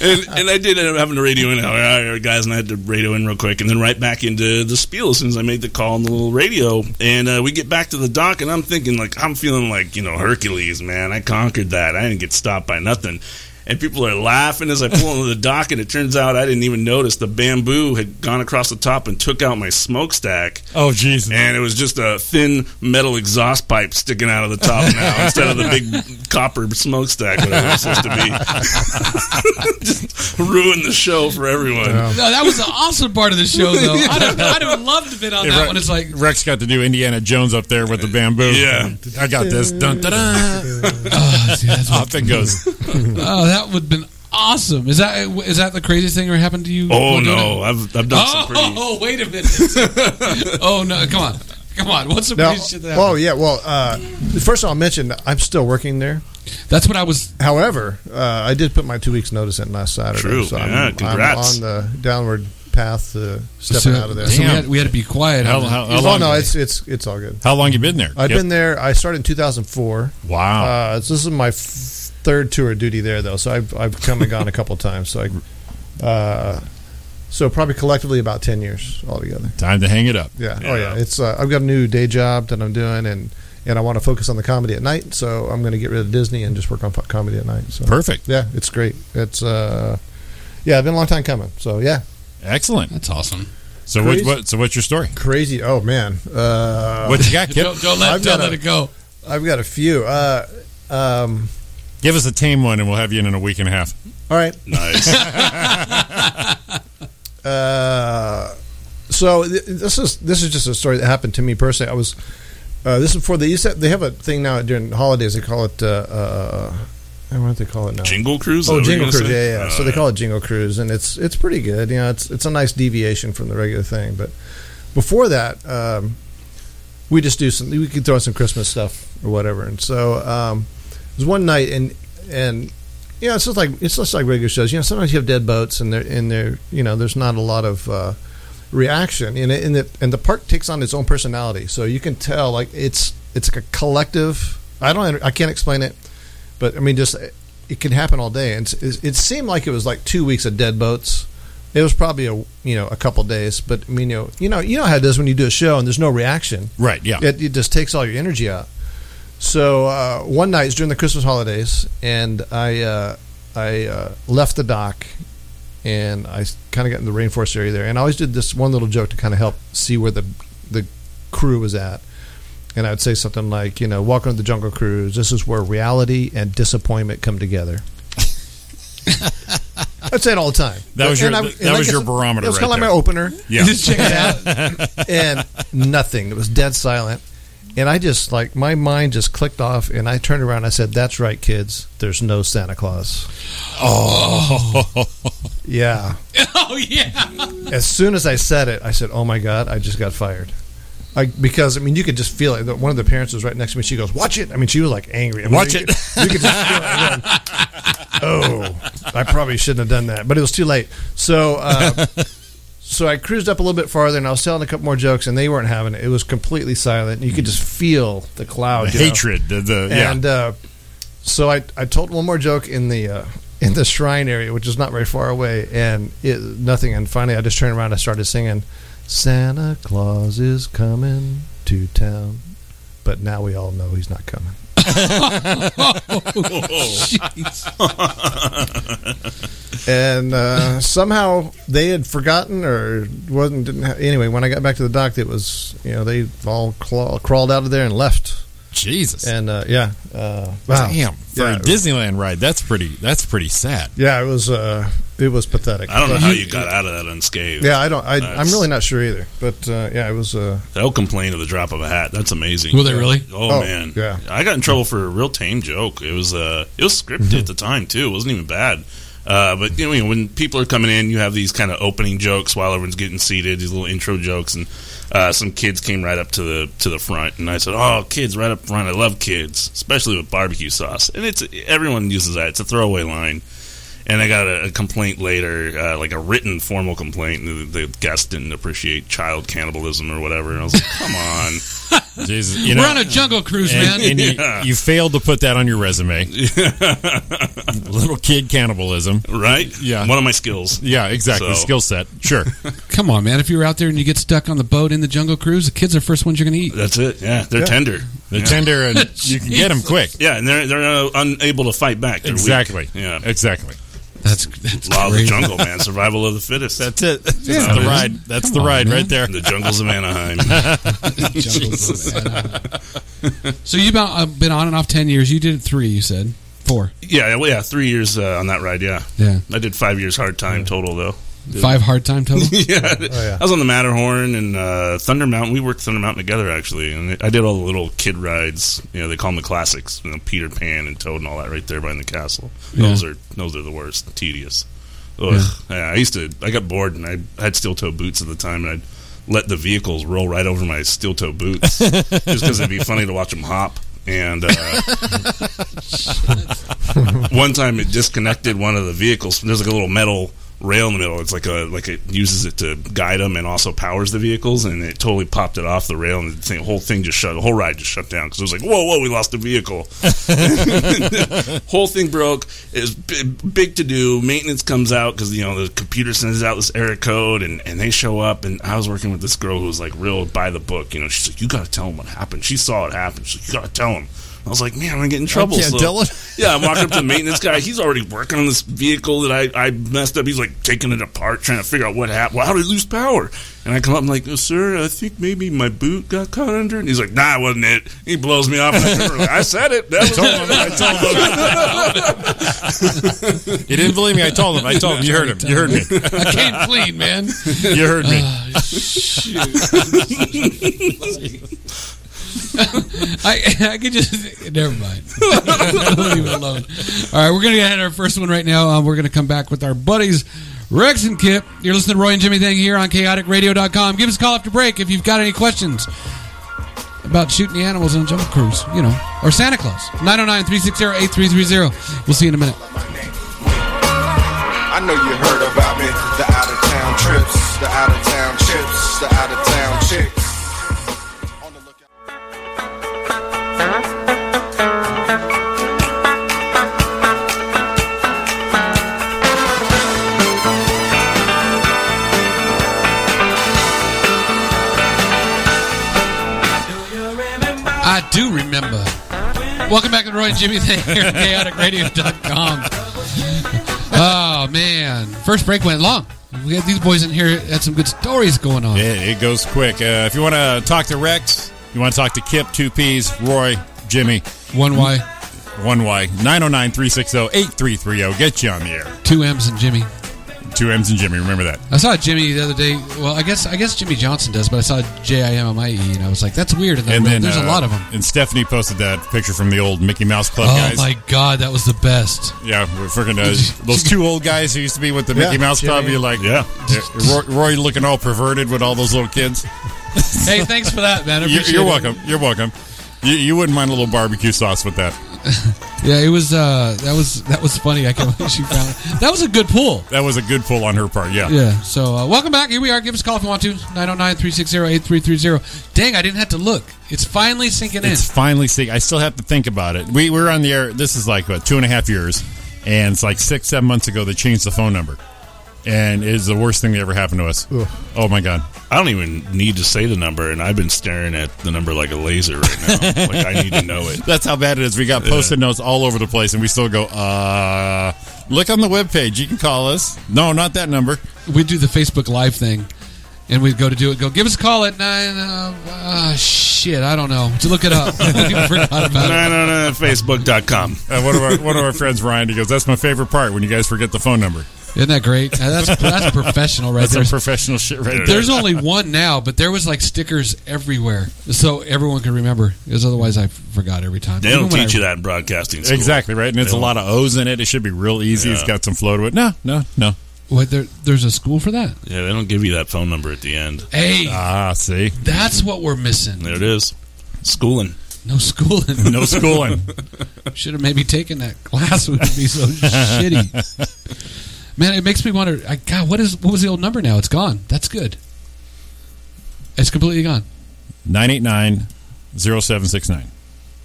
[SPEAKER 5] and, and I did end up having to radio in. All right, all right, guys, and I had to radio in real quick, and then right back into the spiel as soon as I made the call on the little radio. And uh, we get back to the dock, and I'm thinking, like, I'm feeling like, you know, Hercules, man. I conquered that. I didn't get stopped by nothing. And people are laughing as I pull into the dock, and it turns out I didn't even notice the bamboo had gone across the top and took out my smokestack
[SPEAKER 8] Oh, Jesus.
[SPEAKER 5] and it was just a thin metal exhaust pipe sticking out of the top now instead of the big copper smokestack whatever it was supposed to be. just ruined the show for everyone.
[SPEAKER 2] No, that was the awesome part of the show, though. I'd have, I'd have loved to been on that one. It's like,
[SPEAKER 3] Rex got to do Indiana Jones up there with the bamboo.
[SPEAKER 5] Yeah.
[SPEAKER 3] I got this. Dun, dun, dun.
[SPEAKER 2] oh, see, that's what-
[SPEAKER 3] Off it goes.
[SPEAKER 2] oh, that would have been awesome. Is that is that the craziest thing that happened to you?
[SPEAKER 5] Oh
[SPEAKER 2] while doing
[SPEAKER 5] no,
[SPEAKER 2] it?
[SPEAKER 5] I've I've done
[SPEAKER 2] Oh,
[SPEAKER 5] some pretty.
[SPEAKER 2] wait a minute. oh no, come on, come on. What's the
[SPEAKER 4] Now,
[SPEAKER 2] craziest shit that
[SPEAKER 4] oh
[SPEAKER 2] happened?
[SPEAKER 4] yeah. Well, uh, first I'll mention I'm still working there.
[SPEAKER 2] That's what I was.
[SPEAKER 4] However, uh, I did put my two weeks notice in last Saturday.
[SPEAKER 5] True.
[SPEAKER 4] So
[SPEAKER 5] Yeah,
[SPEAKER 4] I'm, I'm
[SPEAKER 5] congrats.
[SPEAKER 4] on the downward path to stepping out of there.
[SPEAKER 2] So we
[SPEAKER 3] Damn.
[SPEAKER 2] had, we had to be quiet.
[SPEAKER 3] How,
[SPEAKER 2] on that.
[SPEAKER 3] how, how
[SPEAKER 4] oh
[SPEAKER 3] long,
[SPEAKER 4] no, it's it's it's all good.
[SPEAKER 3] how long you been there?
[SPEAKER 4] I've
[SPEAKER 3] Yep.
[SPEAKER 4] been there. I started in 2004.
[SPEAKER 3] Wow.
[SPEAKER 4] Uh, so this is my f- third tour of duty there, though. So I've, I've come and gone a couple times. So I, uh, so probably collectively about ten years altogether.
[SPEAKER 3] Time to hang it up.
[SPEAKER 4] Yeah. Oh
[SPEAKER 5] Yeah.
[SPEAKER 4] yeah. It's uh, I've got a new day job that I'm doing, and and I want to focus on the comedy at night. So I'm going to get rid of Disney and just work on f- comedy at night. So
[SPEAKER 3] Perfect.
[SPEAKER 4] yeah, it's great. It's uh, yeah, it's been a long time coming. So yeah,
[SPEAKER 3] Excellent.
[SPEAKER 2] That's awesome.
[SPEAKER 3] So what,
[SPEAKER 4] Crazy.
[SPEAKER 3] what? So what's your story?
[SPEAKER 4] crazy. Oh man. Uh,
[SPEAKER 3] What you got, Kip?
[SPEAKER 2] Don't, don't let
[SPEAKER 4] I've
[SPEAKER 2] don't
[SPEAKER 4] got
[SPEAKER 2] let
[SPEAKER 4] a-
[SPEAKER 2] it go.
[SPEAKER 4] I've got a few. Uh, um,
[SPEAKER 3] Give us a tame one, and we'll have you in in a week and a half.
[SPEAKER 4] all right.
[SPEAKER 5] Nice.
[SPEAKER 4] Uh, so th- this is this is just a story that happened to me personally. I was uh, this is for the used to, they have a thing now during holidays. They call it uh, uh, what do they call it now?
[SPEAKER 5] Jingle Cruise. is
[SPEAKER 4] Oh,
[SPEAKER 5] that what you're
[SPEAKER 4] Jingle
[SPEAKER 5] gonna
[SPEAKER 4] Cruise,
[SPEAKER 5] say?
[SPEAKER 4] yeah, yeah. so
[SPEAKER 5] Uh,
[SPEAKER 4] they call it Jingle Cruise, and it's it's pretty good. You know, it's it's a nice deviation from the regular thing. But before that, um, we just do some. We could throw in some Christmas stuff or whatever. And so um, it was one night, and and you know, it's just like it's just like regular shows. You know, sometimes you have dead boats, and they're and they're you know, there's not a lot of. Uh, reaction and it, and, it, and the park takes on its own personality so you can tell like it's it's like a collective i don't i can't explain it but i mean just it can happen all day and it's, it seemed like it was like two weeks of dead boats it was probably a you know a couple days but i mean you know you know you know how it is when you do a show and there's no reaction
[SPEAKER 3] Right. Yeah.
[SPEAKER 4] it, it just takes all your energy out. So uh, one night it was during the Christmas holidays, and I uh, I uh, left the dock, and I kind of got in the rainforest area there, and I always did this one little joke to kind of help see where the the crew was at, and I would say something like, you know, welcome to the Jungle Cruise. This is where reality and disappointment come together. I'd say it all the time.
[SPEAKER 3] That was your-
[SPEAKER 4] And I-
[SPEAKER 3] that
[SPEAKER 4] and like
[SPEAKER 3] was
[SPEAKER 4] I
[SPEAKER 3] your
[SPEAKER 4] said,
[SPEAKER 3] barometer
[SPEAKER 4] It was
[SPEAKER 3] right
[SPEAKER 4] kind of like
[SPEAKER 3] there.
[SPEAKER 4] my opener
[SPEAKER 3] Yeah.
[SPEAKER 2] Just check it out.
[SPEAKER 4] and nothing. It was dead silent. And I just like my mind just clicked off, and I turned around. And I said, "That's right, kids. There's no Santa Claus."
[SPEAKER 3] Oh.
[SPEAKER 4] Yeah.
[SPEAKER 2] oh yeah.
[SPEAKER 4] As soon as I said it, I said, "Oh my God, I just got fired." I, because I mean, you could just feel it. One of the parents was right next to me. She goes, "Watch it." I mean, she was like angry. I mean,
[SPEAKER 3] Watch
[SPEAKER 4] you
[SPEAKER 3] it.
[SPEAKER 4] Could, you could just feel it. I'm going, oh, I probably shouldn't have done that, but it was too late. So, uh, so I cruised up a little bit farther, and I was telling a couple more jokes, and they weren't having it. It was completely silent. You could just feel the cloud,
[SPEAKER 3] The
[SPEAKER 4] you know?
[SPEAKER 3] hatred. The, the yeah.
[SPEAKER 4] And uh, so I, I told one more joke in the uh, in the shrine area, which is not very far away, and it, nothing. And finally, I just turned around and I started singing, "Santa Claus is coming to town," but now we all know he's not coming.
[SPEAKER 5] Oh,
[SPEAKER 4] and uh, somehow they had forgotten or wasn't didn't ha- anyway when i got back to the dock it was you know they all claw, crawled out of there and left
[SPEAKER 3] Jesus.
[SPEAKER 4] And uh, yeah, uh, wow,
[SPEAKER 3] Damn, for
[SPEAKER 4] yeah,
[SPEAKER 3] a Disneyland ride, that's pretty. That's pretty sad.
[SPEAKER 4] yeah, it was uh, it was pathetic.
[SPEAKER 5] I don't know
[SPEAKER 4] But-
[SPEAKER 5] how you got out of that unscathed.
[SPEAKER 4] Yeah, I don't. I, I'm
[SPEAKER 5] That's-
[SPEAKER 4] really not sure either. But uh, yeah, it was. Uh,
[SPEAKER 5] They'll complain at the drop of a hat. That's amazing.
[SPEAKER 2] Will they really?
[SPEAKER 5] Oh,
[SPEAKER 4] Oh,
[SPEAKER 5] man,
[SPEAKER 4] yeah.
[SPEAKER 5] I got in trouble for a real tame joke. It was uh, it was scripted at the time too. It wasn't even bad. Uh, but you know, when people are coming in, you have these kind of opening jokes while everyone's getting seated. These little intro jokes, and uh, some kids came right up to the to the front, and I said, "Oh, kids, right up front! I love kids, especially with barbecue sauce." And it's everyone uses that. It's a throwaway line. And I got a, a complaint later, uh, like a written formal complaint. and The, the guest didn't appreciate child cannibalism or whatever. And I was like, "Come on."
[SPEAKER 3] Jesus, you
[SPEAKER 2] We're
[SPEAKER 3] know,
[SPEAKER 2] on a jungle cruise, man.
[SPEAKER 3] and, and you, you failed to put that on your resume. Little kid cannibalism.
[SPEAKER 5] right?
[SPEAKER 3] Yeah.
[SPEAKER 5] One of my skills.
[SPEAKER 3] Yeah, exactly.
[SPEAKER 5] So-
[SPEAKER 3] Skill set. Sure.
[SPEAKER 2] Come on, man. If you were out there and you get stuck on the boat in the jungle cruise, the kids are the first ones you're going to eat.
[SPEAKER 5] That's it. Yeah, they're tender.
[SPEAKER 3] They're tender and you can get them quick.
[SPEAKER 5] Yeah, and they're they're uh, unable to fight back. They're weak.
[SPEAKER 3] Exactly.
[SPEAKER 5] Yeah.
[SPEAKER 3] Exactly.
[SPEAKER 2] That's, that's
[SPEAKER 5] Law of the
[SPEAKER 2] crazy.
[SPEAKER 5] jungle, man. Survival of the fittest.
[SPEAKER 3] That's it. That's the
[SPEAKER 2] it is.
[SPEAKER 3] ride. That's
[SPEAKER 2] Come
[SPEAKER 3] the
[SPEAKER 2] on,
[SPEAKER 3] ride
[SPEAKER 2] man.
[SPEAKER 3] right there.
[SPEAKER 5] the jungles of Anaheim.
[SPEAKER 2] Jungles of Anaheim. so you've been, uh, been on and off 10 years. You did it three, you said. Four.
[SPEAKER 5] yeah, well, yeah. Three years uh, on that ride. Yeah,
[SPEAKER 2] Yeah.
[SPEAKER 5] I did five years hard time total though.
[SPEAKER 2] Five hard time total.
[SPEAKER 5] yeah.
[SPEAKER 4] yeah.
[SPEAKER 5] I was on the Matterhorn and uh, Thunder Mountain. We worked Thunder Mountain together actually, and I did all the little kid rides. You know, they call them the classics. You know, Peter Pan and Toad and all that right there behind the castle. Those are those are the worst, tedious. Ugh. Yeah. I used to. I got bored and I had steel toe boots at the time, and I'd let the vehicles roll right over my steel toe boots just because it'd be funny to watch them hop. And uh, one time it disconnected one of the vehicles. There's like a little metal rail in the middle. It's like a like it uses it to guide them and also powers the vehicles. And it totally popped it off the rail, and the thing, whole thing just shut. The whole ride just shut down because it was like, whoa, whoa, we lost the vehicle. whole thing broke. It was b- big to do. Maintenance comes out because you know the computer sends out this error code, and and they show up. And I was working with this girl who was like real by the book. You know, she's like, you got to tell them what happened. She saw it happen. She's like, you got to tell them. I was like, man, I'm gonna get in trouble.
[SPEAKER 3] can't
[SPEAKER 5] so-
[SPEAKER 3] tell 'em.
[SPEAKER 5] yeah, I'm walking up to the maintenance guy. He's already working on this vehicle that I, I messed up. He's like taking it apart, trying to figure out what happened. Well, how did it lose power? And I come up, I'm like, "Oh, sir, I think maybe my boot got caught under. And he's like, nah, it wasn't it. He blows me off. And I, turn around, I said it. That was
[SPEAKER 3] You didn't believe me. I told him. I told him. You heard him. You heard me.
[SPEAKER 2] I came clean, man.
[SPEAKER 3] You heard me.
[SPEAKER 2] I, I could just never mind. Leave it alone. All right, we're gonna get our first one right now. Um, we're gonna come back with our buddies Rex and Kip. You're listening to Roy and Jimmy Thing here on chaoticradio.com. Give us a call after break if you've got any questions about shooting the animals on a jump cruise, you know, or Santa Claus. 909-360-8330. We'll see you in a minute.
[SPEAKER 8] I know you heard about me. The out of town trips, the out of town chips, the out of town chicks. On the lookout.
[SPEAKER 2] I do remember. Welcome back to the Roy and Jimmy Thing here at chaoticradio.com. Oh man. First break went long. We had these boys in here had some good stories going on.
[SPEAKER 3] It, it goes quick. Uh, if you want to talk to Rex, you want to talk to Kip, two P's, Roy, Jimmy,
[SPEAKER 2] One Y,
[SPEAKER 3] one Y, 909 360 8330. oh. Get you on the air.
[SPEAKER 2] two M's, and Jimmy.
[SPEAKER 3] Two M's and Jimmy. Remember that.
[SPEAKER 2] I saw Jimmy the other day. Well, I guess I guess Jimmy Johnson does, but I saw J I M M I E, and I was like, that's weird. And, then,
[SPEAKER 3] And then
[SPEAKER 2] there's
[SPEAKER 3] uh,
[SPEAKER 2] a lot of them.
[SPEAKER 3] And Stephanie posted that picture from the old Mickey Mouse Club
[SPEAKER 2] Oh
[SPEAKER 3] guys.
[SPEAKER 2] my god, that was the best.
[SPEAKER 3] Yeah, we're freaking uh, those two old guys who used to be with the
[SPEAKER 4] Yeah,
[SPEAKER 3] Mickey Mouse Club.
[SPEAKER 4] Jimmy.
[SPEAKER 3] You're like, yeah, Roy, Roy looking all perverted with all those little kids.
[SPEAKER 2] hey, thanks for that, man. I
[SPEAKER 3] You,
[SPEAKER 2] appreciate
[SPEAKER 3] you're
[SPEAKER 2] it.
[SPEAKER 3] welcome. You're welcome. You, you wouldn't mind a little barbecue sauce with that.
[SPEAKER 2] Yeah, it was. Uh, that was that was funny. I can't believe she found it. That was a good pull.
[SPEAKER 3] That was a good pull on her part. Yeah.
[SPEAKER 2] Yeah. So uh, welcome back. Here we are. Give us a call if you want to. 909-360-8330. Dang, I didn't have to look. It's finally sinking in.
[SPEAKER 3] It's finally sick. I still have to think about it. We, we were on the air. This is like what, two and a half years, and it's like six, seven months ago they changed the phone number, and it is the worst thing that ever happened to us. Oh my god!
[SPEAKER 5] I don't even need to say the number, and I've been staring at the number like a laser right now. like I need to know it.
[SPEAKER 3] That's how bad it is. We got post-it notes all over the place, and we still go. uh Look on the webpage. You can call us. No, not that number.
[SPEAKER 2] we do the Facebook Live thing, and we'd go to do it. Go give us a call at nine. Uh, uh, shit, I don't know. To look it up, I forgot about it.
[SPEAKER 5] Nine on uh, Facebook.com.
[SPEAKER 3] Uh, one of our one of our friends, Ryan, he goes, "That's my favorite part when you guys forget the phone number."
[SPEAKER 2] Isn't that great? Uh, That's that's professional right
[SPEAKER 3] That's
[SPEAKER 2] there.
[SPEAKER 3] some professional shit right there.
[SPEAKER 2] There's only one now, but there was like stickers everywhere, so everyone could remember. Because otherwise, I forgot every time.
[SPEAKER 5] They don't teach you that in broadcasting school.
[SPEAKER 3] Exactly right, and it's a lot of O's in it. It should be real easy. It's
[SPEAKER 5] Yeah.
[SPEAKER 3] got some flow to it. No, no, no.
[SPEAKER 2] What, there, there's a school for that.
[SPEAKER 5] Yeah, they don't give you that phone number at the end.
[SPEAKER 2] Hey,
[SPEAKER 3] Ah, see,
[SPEAKER 2] that's what we're missing.
[SPEAKER 5] There it is. Schooling.
[SPEAKER 2] No schooling.
[SPEAKER 3] no schooling.
[SPEAKER 2] Should have maybe taken that class. Would be so shitty. Man, it makes me wonder. I, God, what is what was the old number now? It's gone. That's good. It's completely gone.
[SPEAKER 3] 989-0769.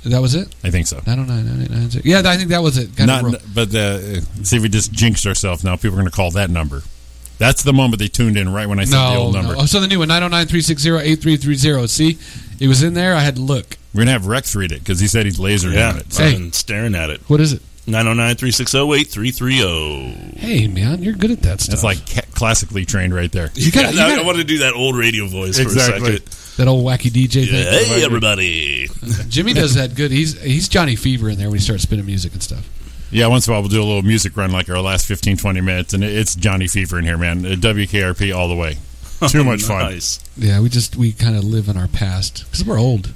[SPEAKER 2] That was it.
[SPEAKER 3] I think so.
[SPEAKER 2] Nine oh nine nine eight nine six. Yeah, I think that was it. Got it
[SPEAKER 3] Not,
[SPEAKER 2] wrong.
[SPEAKER 3] but the uh, see, we just jinxed ourselves. Now people are going to call that number. That's the moment they tuned in right when I said the
[SPEAKER 2] no,
[SPEAKER 3] old
[SPEAKER 2] no.
[SPEAKER 3] number.
[SPEAKER 2] Oh, so the new one 909-360-8330. See, it was in there. I had to look.
[SPEAKER 3] We're going to have Rex read it because he said he's laser
[SPEAKER 5] Yeah,
[SPEAKER 3] on it.
[SPEAKER 5] I've been staring at it.
[SPEAKER 2] What is it?
[SPEAKER 5] 909 360 8330.
[SPEAKER 2] Hey, man, you're good at that stuff.
[SPEAKER 3] That's like ca- classically trained right there.
[SPEAKER 2] you got
[SPEAKER 5] Yeah, I,
[SPEAKER 2] to
[SPEAKER 5] want to do that old radio voice for
[SPEAKER 3] Exactly.
[SPEAKER 5] a second.
[SPEAKER 2] that old wacky DJ
[SPEAKER 5] Yeah,
[SPEAKER 2] thing.
[SPEAKER 5] hey, everybody.
[SPEAKER 2] Jimmy does that good. He's he's Johnny Fever in there when he starts spinning music and stuff.
[SPEAKER 3] Yeah, once in a while we'll do a little music run like our last 15, 20 minutes, and it- it's Johnny Fever in here, man. Uh, WKRP all the way. Too much fun.
[SPEAKER 5] Nice.
[SPEAKER 2] Yeah, we just we kind of live in our past because we're old.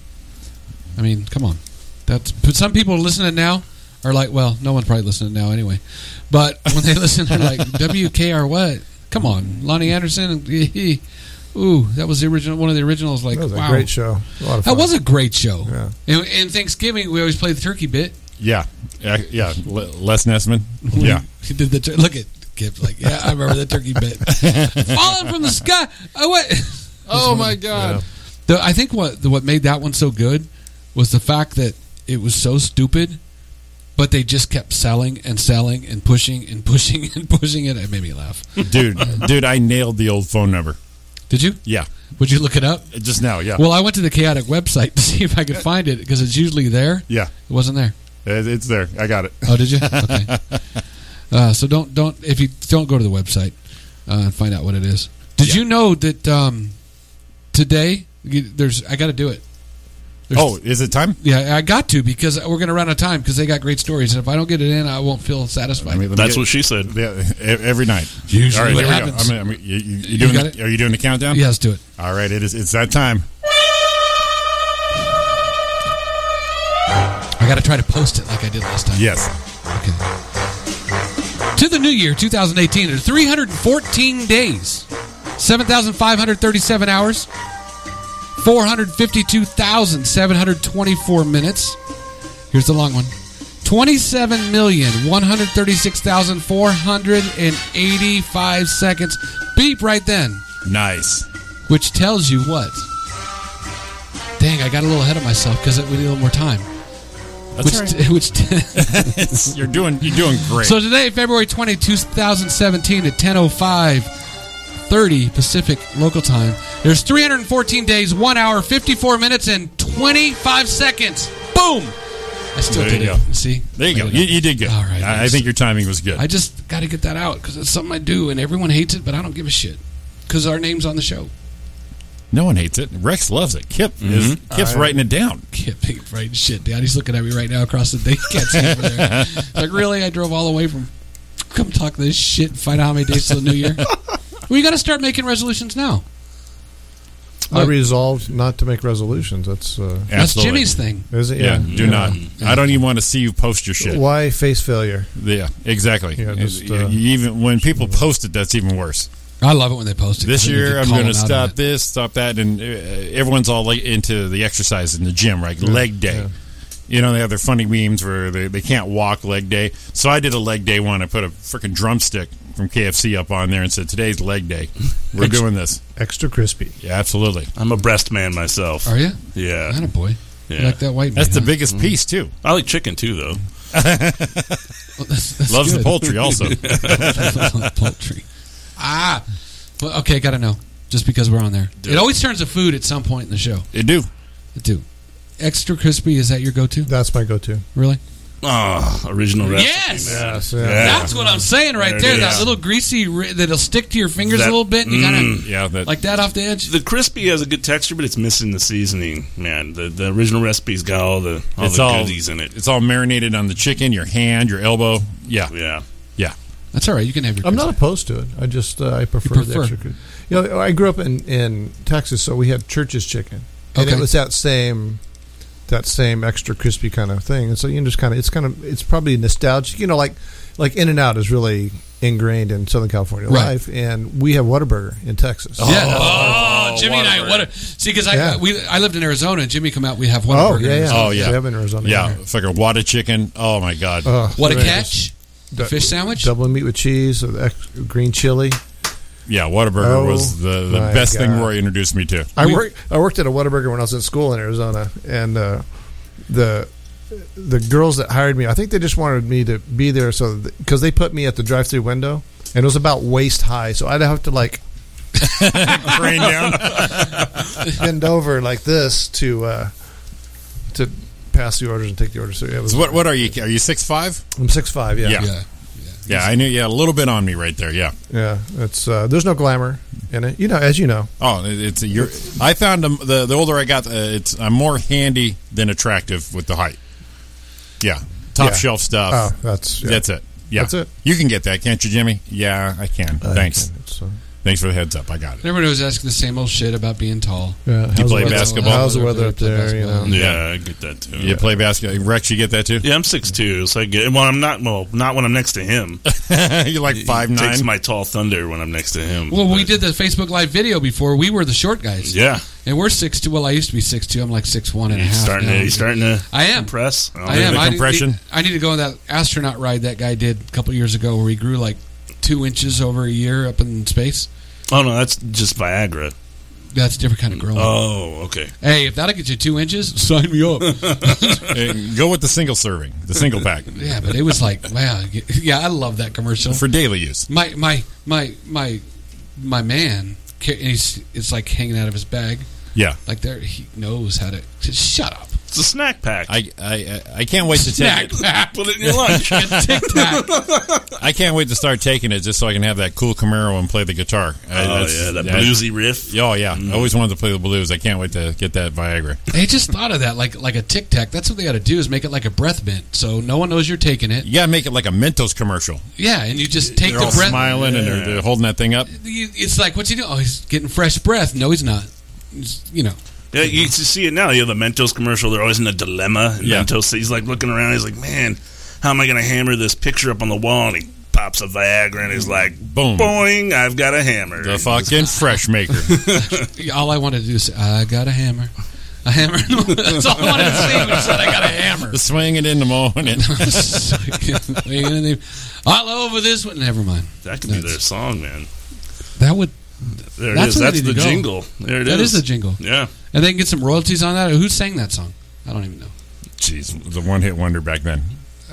[SPEAKER 2] I mean, come on. That's but some people listening now are like, well, no one's probably listening now anyway. But when they listen, they're like, WKR what? Come on, Lonnie Anderson. Ooh, that was the original one of the originals. Like,
[SPEAKER 4] That was a
[SPEAKER 2] wow,
[SPEAKER 4] great show. A lot of fun.
[SPEAKER 2] that was a great show.
[SPEAKER 4] Yeah.
[SPEAKER 2] And, and Thanksgiving, we always play the turkey bit.
[SPEAKER 3] Yeah. Yeah. yeah. Le- Les Nessman. Yeah.
[SPEAKER 2] He did the tur- look at Kip like, yeah, I remember the turkey bit. Falling from the sky. Oh wait. Oh my god. The, I think what the, what made that one so good was the fact that it was so stupid, but they just kept selling and selling and pushing and pushing and pushing it. It made me laugh.
[SPEAKER 3] Dude, dude, I nailed the old phone number.
[SPEAKER 2] Did you?
[SPEAKER 3] Yeah.
[SPEAKER 2] Would you look it up?
[SPEAKER 3] Just now. Yeah.
[SPEAKER 2] Well, I went to the chaotic website to see if I could find it because it's usually there.
[SPEAKER 3] yeah.
[SPEAKER 2] It wasn't there.
[SPEAKER 3] It- It's there. I got it.
[SPEAKER 2] Oh, did you? Okay. Uh, so don't don't if you don't go to the website uh, and find out what it is. Did you know that um, today you- there's I got to do it. There's-
[SPEAKER 3] Oh, is it time?
[SPEAKER 2] yeah, I got to because we're going to run out of time because they got great stories, and if I don't get it in, I won't feel satisfied.
[SPEAKER 3] Let me- let me
[SPEAKER 5] That's
[SPEAKER 3] get-
[SPEAKER 5] what she said.
[SPEAKER 3] Yeah, e- every night.
[SPEAKER 2] Usually what
[SPEAKER 3] here
[SPEAKER 2] happens.
[SPEAKER 3] We go. I'm, I'm, you, you, you doing
[SPEAKER 2] got
[SPEAKER 3] the- are you doing the countdown?
[SPEAKER 2] yeah, let's do it.
[SPEAKER 3] All right. It is. It's that time.
[SPEAKER 2] I got to try to post it like I did last time.
[SPEAKER 3] Yes.
[SPEAKER 2] Okay. To the new year, 2018, there's 314 days, 7,537 hours, 452,724 minutes. Here's the long one 27,136,485 seconds. Beep right then,
[SPEAKER 3] Nice.
[SPEAKER 2] which tells you what? Dang, I got a little ahead of myself because we need a little more time. which, which
[SPEAKER 3] It's- you're doing. You're doing great.
[SPEAKER 2] So today, February 20, 2017 at 10.05, 30 Pacific local time, there's 314 days, 1 hour, 54 minutes, and 25 seconds. Boom! I still
[SPEAKER 3] There
[SPEAKER 2] did
[SPEAKER 3] you
[SPEAKER 2] it.
[SPEAKER 3] go.
[SPEAKER 2] See?
[SPEAKER 3] there you go.
[SPEAKER 2] we
[SPEAKER 3] You, you did good.
[SPEAKER 2] All right.
[SPEAKER 3] I, I
[SPEAKER 2] thanks.
[SPEAKER 3] think your timing was good.
[SPEAKER 2] I just got to get that out because it's something I do, and everyone hates it, but I don't give a shit because our name's on the show.
[SPEAKER 3] no one hates it. Rex loves it. Kip is.
[SPEAKER 2] Mm-hmm.
[SPEAKER 3] Kip's writing it down.
[SPEAKER 2] Can't be right shit down. He's looking at me right now across the day. Can't see over there. It's like, really? I drove all the way from. Come talk this shit. and Find out how many days till the new year. we got to start making resolutions now.
[SPEAKER 4] I resolved not to make resolutions. That's uh,
[SPEAKER 2] That's
[SPEAKER 3] Absolutely.
[SPEAKER 2] Jimmy's thing.
[SPEAKER 4] is it?
[SPEAKER 3] Yeah.
[SPEAKER 4] Yeah.
[SPEAKER 3] Do not. I don't even want to see you post your shit.
[SPEAKER 4] Why face failure?
[SPEAKER 3] Yeah. Exactly.
[SPEAKER 4] Yeah, just,
[SPEAKER 3] You-
[SPEAKER 4] uh,
[SPEAKER 3] you even when people post it, that's even worse.
[SPEAKER 2] I love it when they post it.
[SPEAKER 3] this
[SPEAKER 2] 'cause then you
[SPEAKER 3] year
[SPEAKER 2] can
[SPEAKER 3] I'm
[SPEAKER 2] call
[SPEAKER 3] going to
[SPEAKER 2] them out
[SPEAKER 3] stop
[SPEAKER 2] on it.
[SPEAKER 3] this, stop that, and uh, everyone's all like into the exercise in the gym, right? Leg day. You know, they have their funny memes where they, they can't walk leg day. So I did a leg day one. I put a freaking drumstick from KFC up on there and said, "Today's leg day. We're doing this."
[SPEAKER 4] Extra crispy.
[SPEAKER 3] Yeah, absolutely.
[SPEAKER 5] I'm a breast man myself.
[SPEAKER 2] Are you?
[SPEAKER 5] Yeah.
[SPEAKER 2] Not a boy.
[SPEAKER 5] Yeah.
[SPEAKER 2] like that white man.
[SPEAKER 3] That's the
[SPEAKER 2] huh?
[SPEAKER 3] biggest piece too.
[SPEAKER 5] I like chicken too, though.
[SPEAKER 2] Well, that's, that's
[SPEAKER 3] Loves the
[SPEAKER 2] good.
[SPEAKER 3] poultry also.
[SPEAKER 2] poultry. Ah. Well, okay, got to know. Just because we're on there. It always turns to food at some point in the show.
[SPEAKER 3] it do.
[SPEAKER 2] It do. Extra crispy, is that your go to?
[SPEAKER 4] That's my go-to.
[SPEAKER 2] Really?
[SPEAKER 5] Ah, original recipe.
[SPEAKER 2] Yes!
[SPEAKER 5] man.
[SPEAKER 4] Yes, yeah.
[SPEAKER 5] Yeah.
[SPEAKER 2] That's what I'm saying right
[SPEAKER 5] There
[SPEAKER 2] there.
[SPEAKER 5] it
[SPEAKER 2] That
[SPEAKER 5] is.
[SPEAKER 2] little greasy ri- that'll stick to your fingers
[SPEAKER 5] That- mm.
[SPEAKER 2] a little bit, and you kind of
[SPEAKER 3] Yeah, that,
[SPEAKER 2] like that off the edge.
[SPEAKER 5] The crispy has a good texture, but it's missing the seasoning. Man, the, the original recipe's got all the all
[SPEAKER 3] it's
[SPEAKER 5] the
[SPEAKER 3] all
[SPEAKER 5] goodies in it.
[SPEAKER 3] It's all marinated on the chicken, your hand, your elbow. Yeah,
[SPEAKER 5] Yeah,
[SPEAKER 2] That's all right. You can have your.
[SPEAKER 4] I'm not opposed to it. I just uh, I prefer,
[SPEAKER 2] prefer.
[SPEAKER 4] the extra. coo- You know, I grew up in in Texas, so we had church's chicken, and
[SPEAKER 2] Okay.
[SPEAKER 4] it was that same that same extra crispy kind of thing. And so you can just kind of it's kind of it's probably nostalgic. You know, like like In and Out is really ingrained in Southern California
[SPEAKER 2] Right.
[SPEAKER 4] life, and we have Whataburger in Texas.
[SPEAKER 2] Yeah. Oh, Jimmy and I. What a, see, because I
[SPEAKER 4] Yeah.
[SPEAKER 2] we I lived in Arizona. and Jimmy come out. We have one.
[SPEAKER 4] Oh
[SPEAKER 2] burger in
[SPEAKER 4] yeah, yeah.
[SPEAKER 2] Arizona.
[SPEAKER 3] Oh, yeah.
[SPEAKER 4] They have in Arizona.
[SPEAKER 3] yeah. Fucking wad of chicken. Oh my god.
[SPEAKER 4] Oh,
[SPEAKER 2] What a
[SPEAKER 4] there it is.
[SPEAKER 2] catch! The
[SPEAKER 4] Du-
[SPEAKER 2] fish sandwich.
[SPEAKER 4] Double meat with cheese, or the ex- green chili.
[SPEAKER 3] yeah, Whataburger
[SPEAKER 4] Oh,
[SPEAKER 3] was the, the
[SPEAKER 4] my
[SPEAKER 3] best thing
[SPEAKER 4] God.
[SPEAKER 3] Roy introduced me to.
[SPEAKER 4] I
[SPEAKER 2] We-
[SPEAKER 4] worked. I worked at a Whataburger when I was in school in Arizona, and uh, the the girls that hired me, I think they just wanted me to be there, so because they put me at the drive-through window, and it was about waist high, so I'd have to like
[SPEAKER 3] Brain down.
[SPEAKER 4] bend over like this to uh, to pass the orders and take the orders. So yeah, it was,
[SPEAKER 3] So what what are you? Are you six five?
[SPEAKER 4] I'm six five. Yeah,
[SPEAKER 3] Yeah.
[SPEAKER 2] Yeah.
[SPEAKER 3] Yeah, I knew. Yeah, a little bit on me right there. Yeah.
[SPEAKER 4] yeah. It's uh, there's no glamour in it, you know, as you know.
[SPEAKER 3] Oh, it- it's a, you're, I found um, the the older I got, uh, it's I'm more handy than attractive with the height. Yeah, top
[SPEAKER 4] Yeah.
[SPEAKER 3] shelf stuff.
[SPEAKER 4] Oh, that's yeah.
[SPEAKER 3] That's it. Yeah,
[SPEAKER 4] That's it.
[SPEAKER 3] You can get that, can't you, Jimmy? Yeah, I can.
[SPEAKER 4] Uh,
[SPEAKER 3] Thanks.
[SPEAKER 4] it's, uh,
[SPEAKER 3] Thanks for the heads up. I got it.
[SPEAKER 2] Everybody was asking the same old shit about being tall.
[SPEAKER 4] yeah, how's the
[SPEAKER 3] play
[SPEAKER 4] weather-
[SPEAKER 3] basketball?
[SPEAKER 4] How's the weather up
[SPEAKER 2] Play
[SPEAKER 4] there? You know.
[SPEAKER 2] basketball.
[SPEAKER 5] yeah, I get that too.
[SPEAKER 3] You play basketball, Rex? You get that too?
[SPEAKER 5] Yeah, I'm six two, so I get. Well, I'm not. Well, not when I'm next to him.
[SPEAKER 3] You're like five
[SPEAKER 5] He Takes
[SPEAKER 3] nine.
[SPEAKER 5] my tall thunder when I'm next to him.
[SPEAKER 2] Well, we
[SPEAKER 5] but-
[SPEAKER 2] did the Facebook Live video before. We were the short guys,
[SPEAKER 5] Yeah,
[SPEAKER 2] and we're six two. Well, I used to be six two. I'm like six one and a
[SPEAKER 5] he's
[SPEAKER 2] half.
[SPEAKER 5] starting.
[SPEAKER 2] now.
[SPEAKER 5] To, he's starting to
[SPEAKER 2] I am.
[SPEAKER 5] impress.
[SPEAKER 2] I am.
[SPEAKER 3] The
[SPEAKER 2] Oh, I need-
[SPEAKER 3] compression?
[SPEAKER 2] I need to go on that astronaut ride that guy did a couple years ago, where he grew like two inches over a year up in space.
[SPEAKER 5] Oh no, that's just Viagra.
[SPEAKER 2] That's a different kind of growing.
[SPEAKER 5] Oh, okay.
[SPEAKER 2] hey, if that'll get you two inches, sign me up.
[SPEAKER 3] Uh, Go with the single serving, the single pack
[SPEAKER 2] yeah, but it was like, wow, yeah, I love that commercial.
[SPEAKER 3] for daily use.
[SPEAKER 2] my my my my my man, ca- he's it's like hanging out of his bag.
[SPEAKER 3] Yeah.
[SPEAKER 2] Like there, he knows how to. Just shut up.
[SPEAKER 5] It's a snack pack.
[SPEAKER 3] I, I I can't wait to
[SPEAKER 2] Snack
[SPEAKER 3] take. It.
[SPEAKER 2] pack.
[SPEAKER 5] Put it in your lunch.
[SPEAKER 2] Tic Tac.
[SPEAKER 3] I can't wait to start taking it just so I can have that cool Camaro and play the guitar. Oh
[SPEAKER 5] oh yeah, that bluesy riff.
[SPEAKER 3] Oh yeah, I always wanted to play the blues. I can't wait to get that Viagra.
[SPEAKER 2] They just thought of that, like like a tic tac. That's what they got to do is make it like a breath mint, so no one knows you're taking it.
[SPEAKER 3] You gotta make it like a Mentos commercial.
[SPEAKER 2] Yeah, and you just take
[SPEAKER 3] they're
[SPEAKER 2] the
[SPEAKER 3] all
[SPEAKER 2] breath.
[SPEAKER 3] smiling and they're, they're holding that thing up.
[SPEAKER 2] You- It's like what's he doing? Oh, he's getting fresh breath. No, he's not. He's- you know,
[SPEAKER 5] Yeah, you can see it now. You know, the Mentos commercial, they're always in a dilemma. And
[SPEAKER 3] Yeah.
[SPEAKER 5] Mentos, he's like looking around. He's like, man, how am I going to hammer this picture up on the wall? And he pops a Viagra and he's like,
[SPEAKER 3] Boom.
[SPEAKER 5] Boing, I've got a hammer.
[SPEAKER 3] The fucking fresh maker.
[SPEAKER 2] all I wanted to do is say, I got a hammer, a hammer. That's all I wanted to say. was that I got a hammer.
[SPEAKER 3] Swing it in the morning.
[SPEAKER 2] all over this one. Never mind.
[SPEAKER 5] that could be their song, man.
[SPEAKER 2] That would
[SPEAKER 5] There it
[SPEAKER 2] That's
[SPEAKER 5] is.
[SPEAKER 2] where they
[SPEAKER 5] That's
[SPEAKER 2] need to
[SPEAKER 5] the
[SPEAKER 2] go.
[SPEAKER 5] jingle. There it is.
[SPEAKER 2] that is a jingle,
[SPEAKER 5] Yeah.
[SPEAKER 2] and they can get some royalties on that. Who sang that song? I don't even know.
[SPEAKER 3] Jeez, the one hit wonder back then.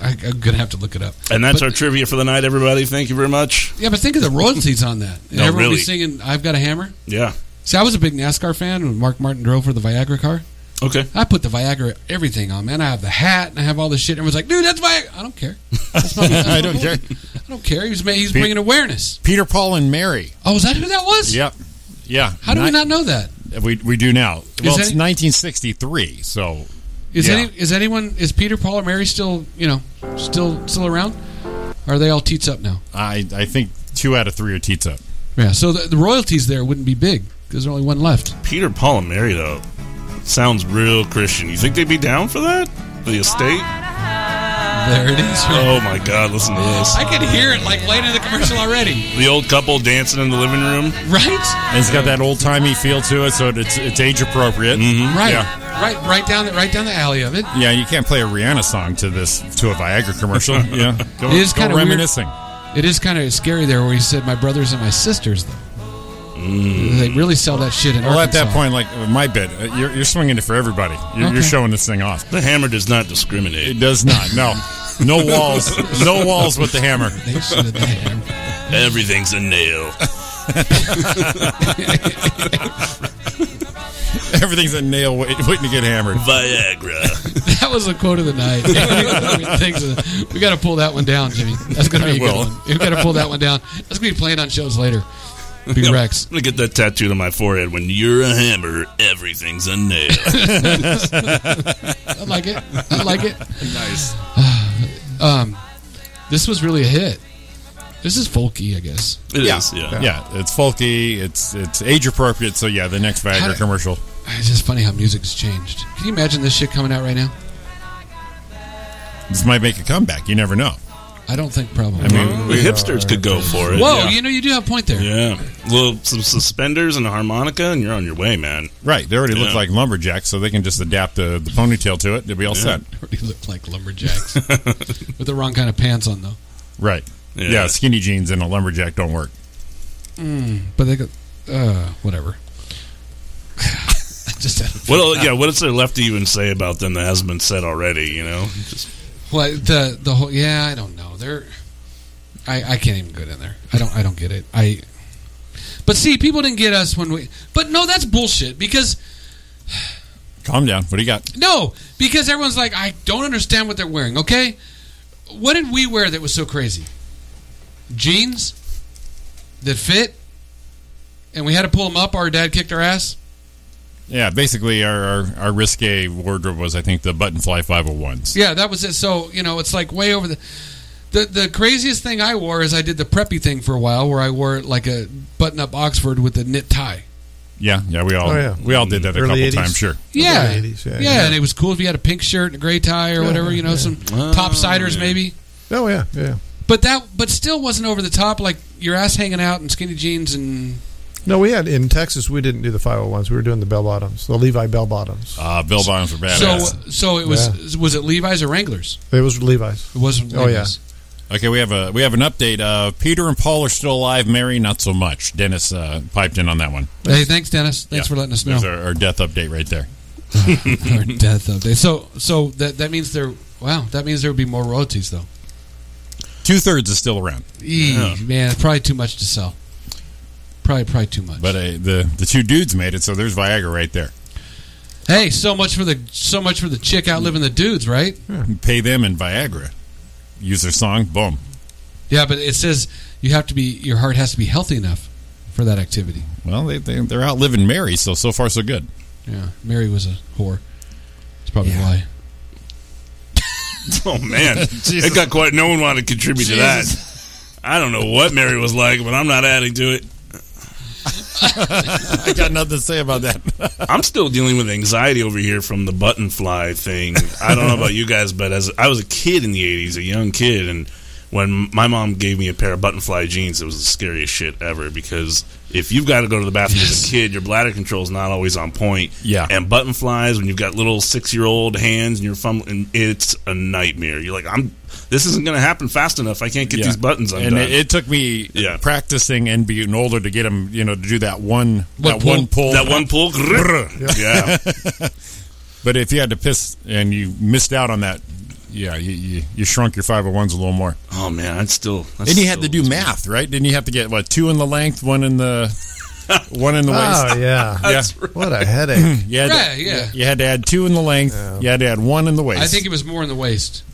[SPEAKER 2] I, I'm gonna have to look it up.
[SPEAKER 5] And that's
[SPEAKER 2] But-
[SPEAKER 5] our trivia for the night, everybody. Thank you very much.
[SPEAKER 2] Yeah, but think of the royalties on that. And
[SPEAKER 5] No,
[SPEAKER 2] everyone
[SPEAKER 5] really.
[SPEAKER 2] be singing "I've Got a Hammer."
[SPEAKER 5] Yeah.
[SPEAKER 2] See, I was a big NASCAR fan when Mark Martin drove for the Viagra car.
[SPEAKER 5] Okay.
[SPEAKER 2] I put the Viagra everything on, man. I have the hat and I have all this shit. Everyone's like, "Dude, that's Viagra." I don't care. That's my, that's my
[SPEAKER 3] I don't
[SPEAKER 2] boy.
[SPEAKER 3] care.
[SPEAKER 2] I don't care. He's ma- he's bringing awareness.
[SPEAKER 3] Peter, Paul, and Mary.
[SPEAKER 2] Oh, is that who that was?
[SPEAKER 3] Yep. Yeah.
[SPEAKER 2] How do we not know that?
[SPEAKER 3] not? We, we do now. Well,
[SPEAKER 2] that-
[SPEAKER 3] it's 1963, so
[SPEAKER 2] Is
[SPEAKER 3] Yeah.
[SPEAKER 2] any is anyone is Peter Paul or Mary still you know still still around? Or are they all teats up now?
[SPEAKER 3] I I think two out of three are teats up.
[SPEAKER 2] Yeah. So the, the royalties there wouldn't be big because there's only one left.
[SPEAKER 5] Peter, Paul, and Mary, though, sounds real Christian. You think they'd be down for that? For the estate?
[SPEAKER 2] There it is.
[SPEAKER 5] Oh, my God. Listen to this.
[SPEAKER 2] I could hear it like late in the commercial already.
[SPEAKER 5] The old couple dancing in the living room.
[SPEAKER 2] Right.
[SPEAKER 3] And it's got that old timey feel to it, so it's it's age appropriate. Mm-hmm.
[SPEAKER 2] Right,
[SPEAKER 3] Yeah.
[SPEAKER 2] right, right down the right down the alley of it.
[SPEAKER 3] Yeah, you can't play a Rihanna song to this to a Viagra commercial. yeah, go,
[SPEAKER 2] It is
[SPEAKER 3] go
[SPEAKER 2] kinda weird.
[SPEAKER 3] reminiscing.
[SPEAKER 2] It is kind of scary there, where he said, "My brothers and my sisters." Though they really sell that shit in
[SPEAKER 3] Mm. Well, at
[SPEAKER 2] Arkansas.
[SPEAKER 3] that point, like uh, my bit, uh, you're, you're swinging it for everybody. You're, you're
[SPEAKER 2] Okay.
[SPEAKER 3] showing this thing off.
[SPEAKER 5] The hammer does not discriminate.
[SPEAKER 3] It does not. No, no walls. No walls with the hammer.
[SPEAKER 2] They should have damn.
[SPEAKER 5] Everything's a nail.
[SPEAKER 3] Everything's a nail wait, waiting to get hammered.
[SPEAKER 5] Viagra.
[SPEAKER 2] that That was a quote of the night. Things- we got to pull that one down, Jimmy. That's going to be a
[SPEAKER 5] I
[SPEAKER 2] good
[SPEAKER 5] will.
[SPEAKER 2] one. We've got to pull that one down. That's going to be playing on shows later. Big
[SPEAKER 5] Yep.
[SPEAKER 2] Rex.
[SPEAKER 5] I'm gonna get that tattooed on my forehead. When you're a hammer, everything's a nail.
[SPEAKER 2] I like it. I like it. nice. um, this was really a hit. This is folky, I guess.
[SPEAKER 5] It
[SPEAKER 3] Yeah.
[SPEAKER 5] is, yeah.
[SPEAKER 3] Yeah, it's folky. It's it's age appropriate. So yeah, the next
[SPEAKER 2] How
[SPEAKER 3] Viagra
[SPEAKER 2] did-
[SPEAKER 3] commercial.
[SPEAKER 2] It's just funny how music's changed. Can you imagine this shit coming out right now?
[SPEAKER 3] This might make a comeback. You never know.
[SPEAKER 2] I don't think probably.
[SPEAKER 3] I mean,
[SPEAKER 5] The hipsters could go for it.
[SPEAKER 2] Whoa,
[SPEAKER 5] yeah.
[SPEAKER 2] you know you do have a point there.
[SPEAKER 5] Yeah. Well, some suspenders and a harmonica, and you're on your way, man.
[SPEAKER 3] right? They already look
[SPEAKER 5] Yeah.
[SPEAKER 3] like lumberjacks, so they can just adapt the, the ponytail to it. They'll be all set.
[SPEAKER 2] Already looked like lumberjacks with the wrong kind of pants on though.
[SPEAKER 3] Right.
[SPEAKER 5] Yeah.
[SPEAKER 3] Yeah. skinny jeans and a lumberjack don't work.
[SPEAKER 2] But they go, uh, whatever. I just had a-
[SPEAKER 5] Well, yeah. What is there left to even say about them that hasn't been said already? You know, Just-
[SPEAKER 2] well, the the whole yeah, I don't know. They're I I can't even get in there. I don't I don't get it. I but see, people didn't get us when we. But no, that's bullshit because
[SPEAKER 3] Calm down. What do you got?
[SPEAKER 2] No, because everyone's like, I don't understand what they're wearing. Okay, what did we wear that was so crazy? Jeans that fit, and we had to pull them up. or Our dad kicked our ass.
[SPEAKER 3] Yeah, basically our, our, our risque wardrobe was I think the button fly five hundred ones.
[SPEAKER 2] Yeah, that was it. So you know, it's like way over the. The, the craziest thing I wore is I did the preppy thing for a while where I wore like a button up Oxford with a knit tie.
[SPEAKER 3] Yeah, yeah, we all
[SPEAKER 4] Oh, yeah.
[SPEAKER 3] we all did that a
[SPEAKER 4] Early
[SPEAKER 3] couple
[SPEAKER 4] 80s.
[SPEAKER 3] times. Sure.
[SPEAKER 2] Yeah.
[SPEAKER 4] Early 80s,
[SPEAKER 2] yeah.
[SPEAKER 4] yeah, yeah.
[SPEAKER 2] and it was cool if you had a pink shirt and a gray tie or whatever, you know, some topsiders maybe.
[SPEAKER 4] Oh yeah, yeah.
[SPEAKER 2] But that but still wasn't over the top like your ass hanging out in skinny jeans and
[SPEAKER 4] No, we had in Texas. We didn't do the 501s. We were doing the bell bottoms, the Levi bell bottoms.
[SPEAKER 3] Uh, Bill Bonds were
[SPEAKER 2] So,
[SPEAKER 3] badass.
[SPEAKER 2] so it was was it Levi's or Wranglers?
[SPEAKER 4] It was Levi's.
[SPEAKER 2] It wasn't.
[SPEAKER 4] Oh,
[SPEAKER 2] Levi's.
[SPEAKER 3] okay, we have a we have an update. Uh, Peter and Paul are still alive. Mary, not so much. Dennis uh, piped in on that one.
[SPEAKER 2] Hey, thanks, Dennis. Thanks
[SPEAKER 3] Yeah.
[SPEAKER 2] for letting us know.
[SPEAKER 3] There's our, our death update right there.
[SPEAKER 2] Our death update. So, so that that means there. Wow, that means there would be more royalties though.
[SPEAKER 3] Two thirds is still around,
[SPEAKER 2] Eee, Man, it's probably too much to sell. Probably, probably too much.
[SPEAKER 3] but uh, the the two dudes made it. So there's Viagra right there.
[SPEAKER 2] hey, so much for the so much for the chick out living the dudes, right?
[SPEAKER 3] Pay them in Viagra. Use their song. Boom.
[SPEAKER 2] Yeah, but it says you have to be your heart has to be healthy enough for that activity.
[SPEAKER 3] Well, they, they they're outliving Mary. So so far so good.
[SPEAKER 2] Yeah, Mary was a whore. That's probably why.
[SPEAKER 5] oh man, it got quite. No one wanted to contribute to that. I don't know what Mary was like, but I'm not adding to it.
[SPEAKER 3] I got nothing to say about that.
[SPEAKER 5] I'm still dealing with anxiety over here from the button fly thing. I don't know about you guys, but as I was a kid in the 80s, a young kid, and when my mom gave me a pair of button fly jeans, it was the scariest shit ever because if you've got to go to the bathroom as a kid, your bladder control is not always on point.
[SPEAKER 3] Yeah.
[SPEAKER 5] And button flies, when you've got little six year old hands and you're fumbling, it's a nightmare. You're like, I'm. This isn't going to happen fast enough. I can't get
[SPEAKER 3] Yeah.
[SPEAKER 5] these buttons undone.
[SPEAKER 3] And it, it took me
[SPEAKER 5] Yeah.
[SPEAKER 3] practicing and being older to get him, you know, to do that one
[SPEAKER 2] What
[SPEAKER 3] that
[SPEAKER 2] pull?
[SPEAKER 3] one pull.
[SPEAKER 5] that one pull, yeah,
[SPEAKER 3] But if you had to piss and you missed out on that, yeah, you, you, you shrunk your five hundred ones a little more.
[SPEAKER 5] Oh man, I'd still. I'd
[SPEAKER 3] Then you had to
[SPEAKER 5] still-
[SPEAKER 3] do math, right? Didn't you have to get what two in the length, one in the one in the waist?
[SPEAKER 4] Oh yeah.
[SPEAKER 3] yeah,
[SPEAKER 4] What a headache.
[SPEAKER 3] you had,
[SPEAKER 2] Yeah,
[SPEAKER 3] to,
[SPEAKER 2] yeah.
[SPEAKER 3] You had to add two in the length. You had to add one in the waist.
[SPEAKER 2] I think it was more in the waist.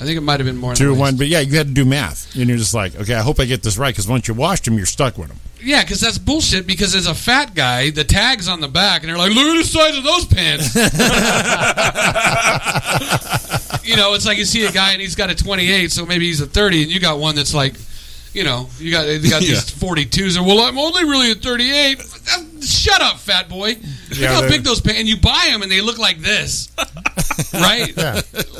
[SPEAKER 2] I think it might have been more in
[SPEAKER 3] two
[SPEAKER 2] the
[SPEAKER 3] and
[SPEAKER 2] waist.
[SPEAKER 3] one, but yeah, you had to do math, and you're just like, okay, I hope I get this right because once you washed them, you're stuck with them.
[SPEAKER 2] Yeah, because that's bullshit. Because as a fat guy, the tags on the back, and they're like, "Look at the size of those pants." you know, it's like you see a guy and he's got a 28, so maybe he's a 30, and you got one that's like, you know, you got you got these 42s, or well, I'm only really a 38. Shut up, fat boy. Look
[SPEAKER 3] Yeah,
[SPEAKER 2] how
[SPEAKER 3] they're-
[SPEAKER 2] big those pants. And you buy them, and they look like this, right?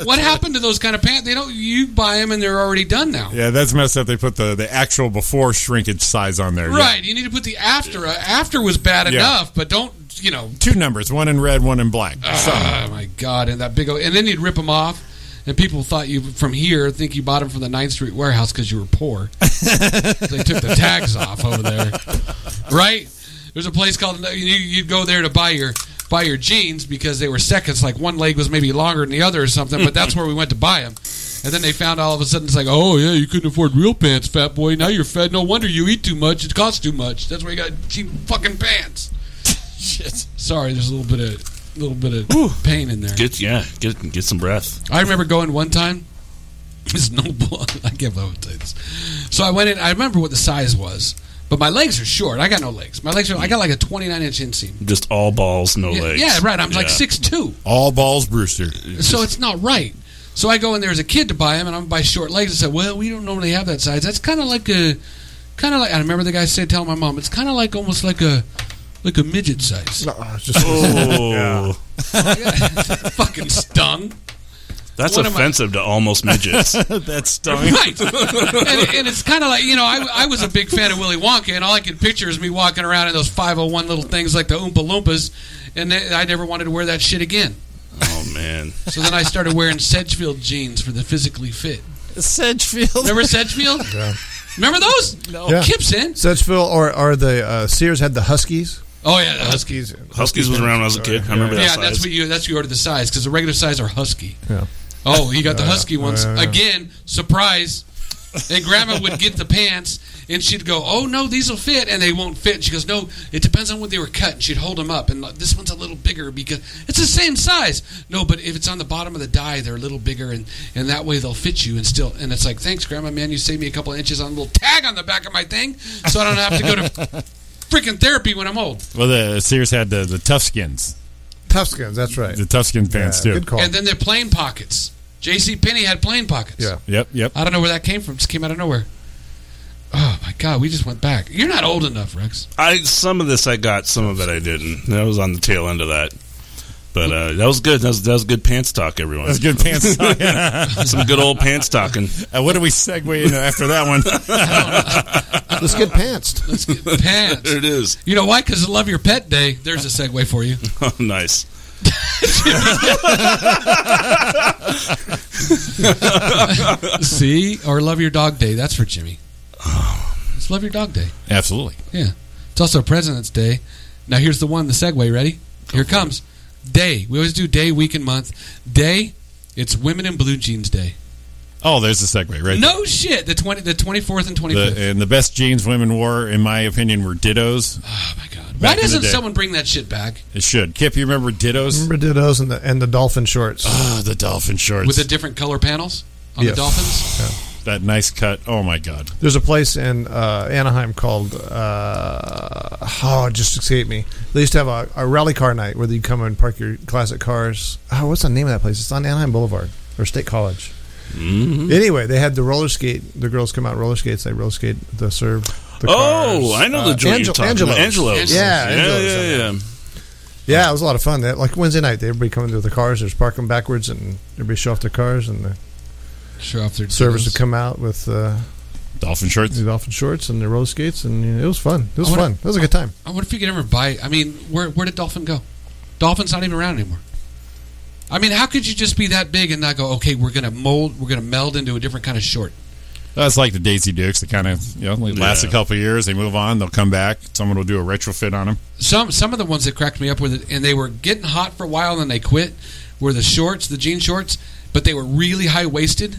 [SPEAKER 2] What happened to those kind of pants? They don't. You buy them, and they're already done now.
[SPEAKER 3] Yeah, that's messed up. They put the, the actual before shrinkage size on there.
[SPEAKER 2] Right. You need to put the after. Uh, after was bad
[SPEAKER 3] Yeah.
[SPEAKER 2] enough, but don't you know?
[SPEAKER 3] two numbers, one in red, one in black.
[SPEAKER 2] Oh my God! And that big, old, and then you'd rip them off, and people thought you from here think you bought them from the 9th Street warehouse because you were poor. they took the tags off over there, right? There's a place called you, you'd go there to buy your buy your jeans because they were seconds. Like one leg was maybe longer than the other or something. But that's where we went to buy them. And then they found all of a sudden it's like, oh yeah, you couldn't afford real pants, fat boy. Now you're fat. No wonder you eat too much. It costs too much. That's why you got cheap fucking pants. Sorry, there's a little bit of little bit of pain in there.
[SPEAKER 5] Get yeah, get get some breath.
[SPEAKER 2] I remember going one time. It's no blood. I can't believe I would say this. So I went in. I remember what the size was, but my legs are short. I got no legs. My legs are. I got like a 29 inch inseam.
[SPEAKER 5] Just all balls, no
[SPEAKER 2] Yeah,
[SPEAKER 5] legs.
[SPEAKER 2] yeah, right. I'm like
[SPEAKER 5] Yeah.
[SPEAKER 2] six two.
[SPEAKER 3] All balls, Brewster.
[SPEAKER 2] so it's not right. So I go in there as a kid to buy them, and I'm gonna buy short legs. and said, "Well, we don't normally have that size. That's kind of like a, kind of like." I remember the guy said, "Tell my mom, it's kind of like almost like a, like a midget size."
[SPEAKER 4] No, it's just
[SPEAKER 5] Oh,
[SPEAKER 2] Fucking stung,
[SPEAKER 5] that's
[SPEAKER 2] What am I-
[SPEAKER 5] offensive to almost midgets.
[SPEAKER 3] That's stunning.
[SPEAKER 2] right? and, and it's kind of like you know, I, I was a big fan of Willy Wonka, and all I could picture is me walking around in those 501 little things like the Oompa Loompas, and then I never wanted to wear that shit again.
[SPEAKER 5] oh man,
[SPEAKER 2] So then I started wearing Sedgefield jeans for the physically fit.
[SPEAKER 3] Sedgefield.
[SPEAKER 2] Remember Sedgefield?
[SPEAKER 4] Yeah.
[SPEAKER 2] Remember those? No.
[SPEAKER 4] Yeah.
[SPEAKER 2] Kip's in.
[SPEAKER 4] Sedgefield or or the uh, Sears had the Huskies.
[SPEAKER 2] Oh yeah, the Husky.
[SPEAKER 4] Huskies.
[SPEAKER 5] Huskies was around when I was a kid. I remember that
[SPEAKER 2] Yeah,
[SPEAKER 5] size.
[SPEAKER 2] that's what you that's what you ordered the size because the regular size are husky.
[SPEAKER 4] Yeah.
[SPEAKER 2] Oh, you got the husky ones
[SPEAKER 4] yeah, yeah.
[SPEAKER 2] again. Surprise! And Grandma would get the pants and she'd go, "Oh no, these will fit," and they won't fit. She goes, "No, it depends on what they were cut." And she'd hold them up, and like, this one's a little bigger because it's the same size. No, but if it's on the bottom of the die, they're a little bigger, and and that way they'll fit you. And still, and it's like, "Thanks, Grandma, man, you saved me a couple of inches on a little tag on the back of my thing, so I don't have to go to." Freaking therapy when I'm old,
[SPEAKER 3] Well, the Sears had the, the tough skins,
[SPEAKER 4] Toughskins. That's right.
[SPEAKER 3] the tough skin pants
[SPEAKER 4] Yeah,
[SPEAKER 3] too.
[SPEAKER 4] Good call.
[SPEAKER 2] and then they're plain pockets. J.C. Penney had plain pockets.
[SPEAKER 4] Yeah.
[SPEAKER 3] Yep, yep.
[SPEAKER 2] I don't know where that came from. Just came out of nowhere. Oh my god, we just went back. You're not old enough, Rex.
[SPEAKER 5] I some of this I got, some of it I didn't. That was on the tail end of that. But uh, that was good. That was, that was good pants talk, everyone.
[SPEAKER 3] That's good pants.
[SPEAKER 5] Some good old pants talking.
[SPEAKER 3] Uh, what do we segue into after that one?
[SPEAKER 2] uh,
[SPEAKER 4] Let's get pantsed.
[SPEAKER 2] Let's get pants.
[SPEAKER 5] There it is.
[SPEAKER 2] You know why? Because Love Your Pet Day. There's a segue for you.
[SPEAKER 5] Oh, nice.
[SPEAKER 2] See, or Love Your Dog Day. That's for Jimmy. It's Love Your Dog Day.
[SPEAKER 3] Absolutely.
[SPEAKER 2] Yeah. It's also President's Day. Now here's the one. The segue. Ready? Here it comes. Day. We always do day, week, and month. Day. It's Women in Blue Jeans Day.
[SPEAKER 3] Oh, there's the segue right
[SPEAKER 2] No shit. The twenty, the twenty fourth and twenty
[SPEAKER 3] there.
[SPEAKER 2] fifth.
[SPEAKER 3] The, and the best jeans women wore, in my opinion, were Dittos.
[SPEAKER 2] Oh my god.
[SPEAKER 3] Back
[SPEAKER 2] Why
[SPEAKER 3] in the
[SPEAKER 2] doesn't
[SPEAKER 3] day.
[SPEAKER 2] someone bring that shit back
[SPEAKER 3] It should. Kip, you remember Dittos?
[SPEAKER 2] Mm-hmm.
[SPEAKER 4] Remember Dittos and the and the dolphin shorts.
[SPEAKER 3] Oh, the dolphin shorts.
[SPEAKER 2] with the different color panels on
[SPEAKER 4] Yeah.
[SPEAKER 2] the dolphins?
[SPEAKER 3] that nice cut. Oh my God.
[SPEAKER 4] There's a place in uh, Anaheim called uh, oh, it just escaped me. They used to have a, a rally car night where you come and park your classic cars. Oh, what's the name of that place? It's on Anaheim Boulevard or State College.
[SPEAKER 5] Mm-hmm.
[SPEAKER 4] Anyway, they had the roller skate. The girls come out roller skates. They roller skate the serve. The
[SPEAKER 5] Oh,
[SPEAKER 4] cars.
[SPEAKER 5] I know
[SPEAKER 4] Uh,
[SPEAKER 5] the joint you're
[SPEAKER 4] Angel-
[SPEAKER 5] talking about.
[SPEAKER 4] Angelo's.
[SPEAKER 5] Angelo's.
[SPEAKER 4] Yeah,
[SPEAKER 5] yeah,
[SPEAKER 4] Angelo's
[SPEAKER 5] yeah,
[SPEAKER 4] on
[SPEAKER 5] yeah.
[SPEAKER 4] Yeah, it was a lot of fun. That like Wednesday night, they everybody coming to the cars. There's parking backwards, and everybody show off their cars, and the
[SPEAKER 2] Show off their
[SPEAKER 4] servers
[SPEAKER 2] dildos.
[SPEAKER 4] would come out with uh,
[SPEAKER 3] Dolphin shorts.
[SPEAKER 4] the dolphin shorts and the roller skates, and you know, it was fun. It was
[SPEAKER 2] I wanna-
[SPEAKER 4] fun. It was a good time.
[SPEAKER 2] I wonder Oh, if you could ever buy. I mean, where where did Dolphin go? Dolphin's not even around anymore. I mean, how could you just be that big and not go? Okay, we're gonna mold. We're gonna meld into a different kind of short.
[SPEAKER 3] That's like the Daisy Dukes. They kind of you know they last a
[SPEAKER 5] Yeah.
[SPEAKER 3] couple of years. They move on. They'll come back. Someone will do a retrofit on them.
[SPEAKER 2] Some some of the ones that cracked me up with it, and they were getting hot for a while, and then they quit. Were the shorts, the jean shorts, but they were really high waisted.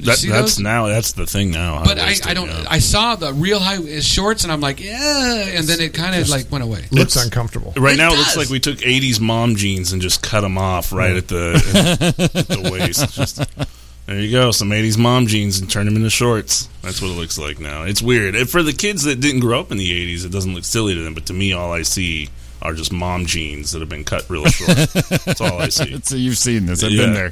[SPEAKER 5] That, that's now. That's the thing now.
[SPEAKER 2] But I,
[SPEAKER 5] waist
[SPEAKER 2] I
[SPEAKER 5] it,
[SPEAKER 2] don't.
[SPEAKER 5] yeah.
[SPEAKER 2] I saw the real high uh, shorts, and I'm like, yeah. And then it kind of like went away.
[SPEAKER 4] Looks uncomfortable.
[SPEAKER 2] It
[SPEAKER 5] Right now, it
[SPEAKER 2] does.
[SPEAKER 5] looks like we took '80s mom jeans and just cut them off right at the at the waist. Just, there you go, some '80s mom jeans and turn them into shorts. That's what it looks like now. It's weird. And for the kids that didn't grow up in the '80s, it doesn't look silly to them. But to me, all I see are just mom jeans that have been cut real short. That's all I see.
[SPEAKER 3] So you've seen this. I've been
[SPEAKER 5] Yeah.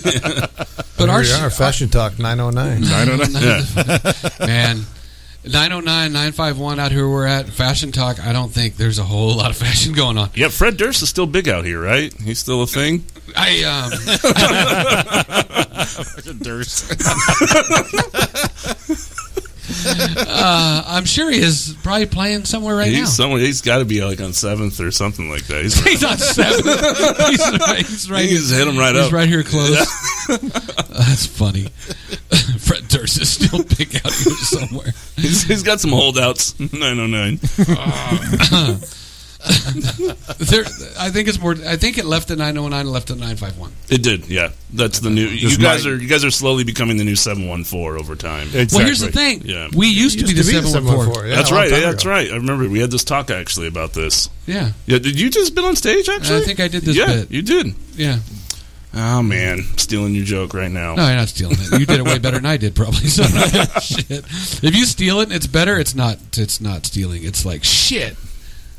[SPEAKER 3] there.
[SPEAKER 2] But our
[SPEAKER 4] Here we
[SPEAKER 2] sh- oh
[SPEAKER 4] are, Fashion Talk 909.
[SPEAKER 3] I don't know.
[SPEAKER 2] Man, 909, 951 out here we're at. Fashion Talk, I don't think there's a whole lot of fashion going on.
[SPEAKER 5] Yeah, Fred Durst is still big out here, right? He's still a thing.
[SPEAKER 2] I um, uh, I'm sure he is probably playing somewhere right
[SPEAKER 5] he's
[SPEAKER 2] now.
[SPEAKER 5] somewhere. He's got to be like on Seventh or something like that. He's,
[SPEAKER 2] he's on seven. he's right, he's right,
[SPEAKER 5] he
[SPEAKER 2] he's
[SPEAKER 5] just hit him right up.
[SPEAKER 2] right here close. That's funny. Fred Durst is still big out here somewhere.
[SPEAKER 5] oh He's- he's got some holdouts. 909.
[SPEAKER 2] There, I think it's more. I think it left at 909 and left at 951.
[SPEAKER 5] It did, yeah. That's the new. You
[SPEAKER 3] Just
[SPEAKER 5] guys
[SPEAKER 3] my-
[SPEAKER 5] are you guys are slowly becoming the new seven one four over time.
[SPEAKER 3] Exactly.
[SPEAKER 2] Well, here's the thing.
[SPEAKER 5] Yeah.
[SPEAKER 2] We used, to be the 714.
[SPEAKER 4] 714, yeah,
[SPEAKER 5] that's
[SPEAKER 4] a long
[SPEAKER 5] right.
[SPEAKER 4] time
[SPEAKER 5] Yeah, that's
[SPEAKER 4] ago.
[SPEAKER 5] right. I remember we had this talk actually about this.
[SPEAKER 2] Yeah.
[SPEAKER 5] Yeah, did you just been on stage actually?
[SPEAKER 2] I think I did this
[SPEAKER 5] yeah,
[SPEAKER 2] bit.
[SPEAKER 5] you did.
[SPEAKER 2] Yeah.
[SPEAKER 5] Oh man, stealing your joke right now.
[SPEAKER 2] No, you're not stealing it. You did it way better than I did, probably. So shit. If you steal it, and it's better. It's not. It's not stealing. It's like shit.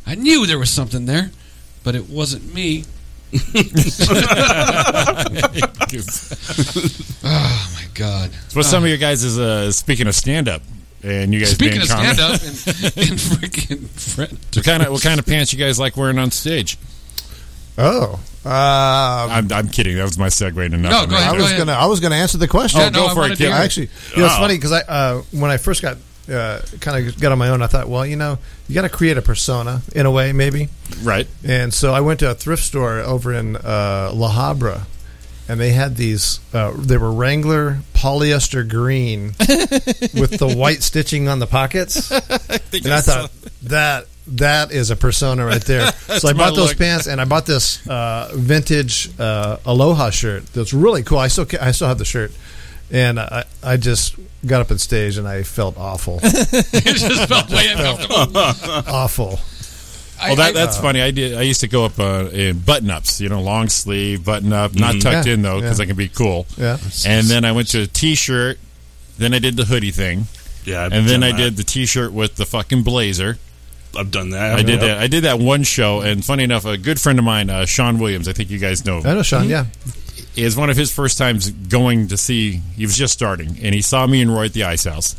[SPEAKER 2] I knew there was something there, but it wasn't me. Oh my god.
[SPEAKER 3] But some of your guys is uh, speaking of stand up, and you guys
[SPEAKER 2] Speaking
[SPEAKER 3] being
[SPEAKER 2] of
[SPEAKER 3] comic-
[SPEAKER 2] stand up and, and freaking friend.
[SPEAKER 3] What kind of what kind of pants you guys like wearing on stage?
[SPEAKER 4] Oh, uh,
[SPEAKER 3] I'm, I'm kidding. That was my segue into nothing.
[SPEAKER 2] go ahead.
[SPEAKER 4] I was
[SPEAKER 2] ahead.
[SPEAKER 4] gonna I was gonna answer the question.
[SPEAKER 2] Yeah, no, I wanted to hear
[SPEAKER 4] I
[SPEAKER 2] it.
[SPEAKER 4] actually, you know, it's
[SPEAKER 5] Oh.
[SPEAKER 4] funny because I uh, when I first got uh, kind of got on my own, I thought, well, you know, you got to create a persona in a way, maybe.
[SPEAKER 3] Right.
[SPEAKER 4] And so I went to a thrift store over in uh, La Habra, and they had these. Uh, they were Wrangler polyester green with the white stitching on the pockets. and I thought that that is a persona right there. so I
[SPEAKER 3] my
[SPEAKER 4] bought those
[SPEAKER 3] look.
[SPEAKER 4] pants, and I bought this uh, vintage uh, Aloha shirt. That's really cool. I still ca- I still have the shirt, and I I just got up on stage and I felt awful,
[SPEAKER 2] It just felt way uncomfortable.
[SPEAKER 4] awful.
[SPEAKER 2] I-
[SPEAKER 3] Well, that,
[SPEAKER 2] I-
[SPEAKER 3] that's funny. I did. I used to go up uh, in button ups. You know, long sleeve button up, not tucked
[SPEAKER 4] Mm-hmm. Yeah,
[SPEAKER 3] in though, because
[SPEAKER 4] yeah.
[SPEAKER 3] I can be cool.
[SPEAKER 4] Yeah.
[SPEAKER 3] And then I went to a t-shirt. Then I did the hoodie thing,
[SPEAKER 5] Yeah, I've
[SPEAKER 3] and then
[SPEAKER 5] done
[SPEAKER 3] I
[SPEAKER 5] that.
[SPEAKER 3] did the t-shirt with the fucking blazer.
[SPEAKER 5] I've done that.
[SPEAKER 3] I did that. I did that one show, and funny enough, a good friend of mine, uh, Sean Williams, I think you guys know,
[SPEAKER 4] I know, Sean. Yeah.
[SPEAKER 3] is one of his first times going to see. He was just starting, and he saw me and Roy at the Ice House,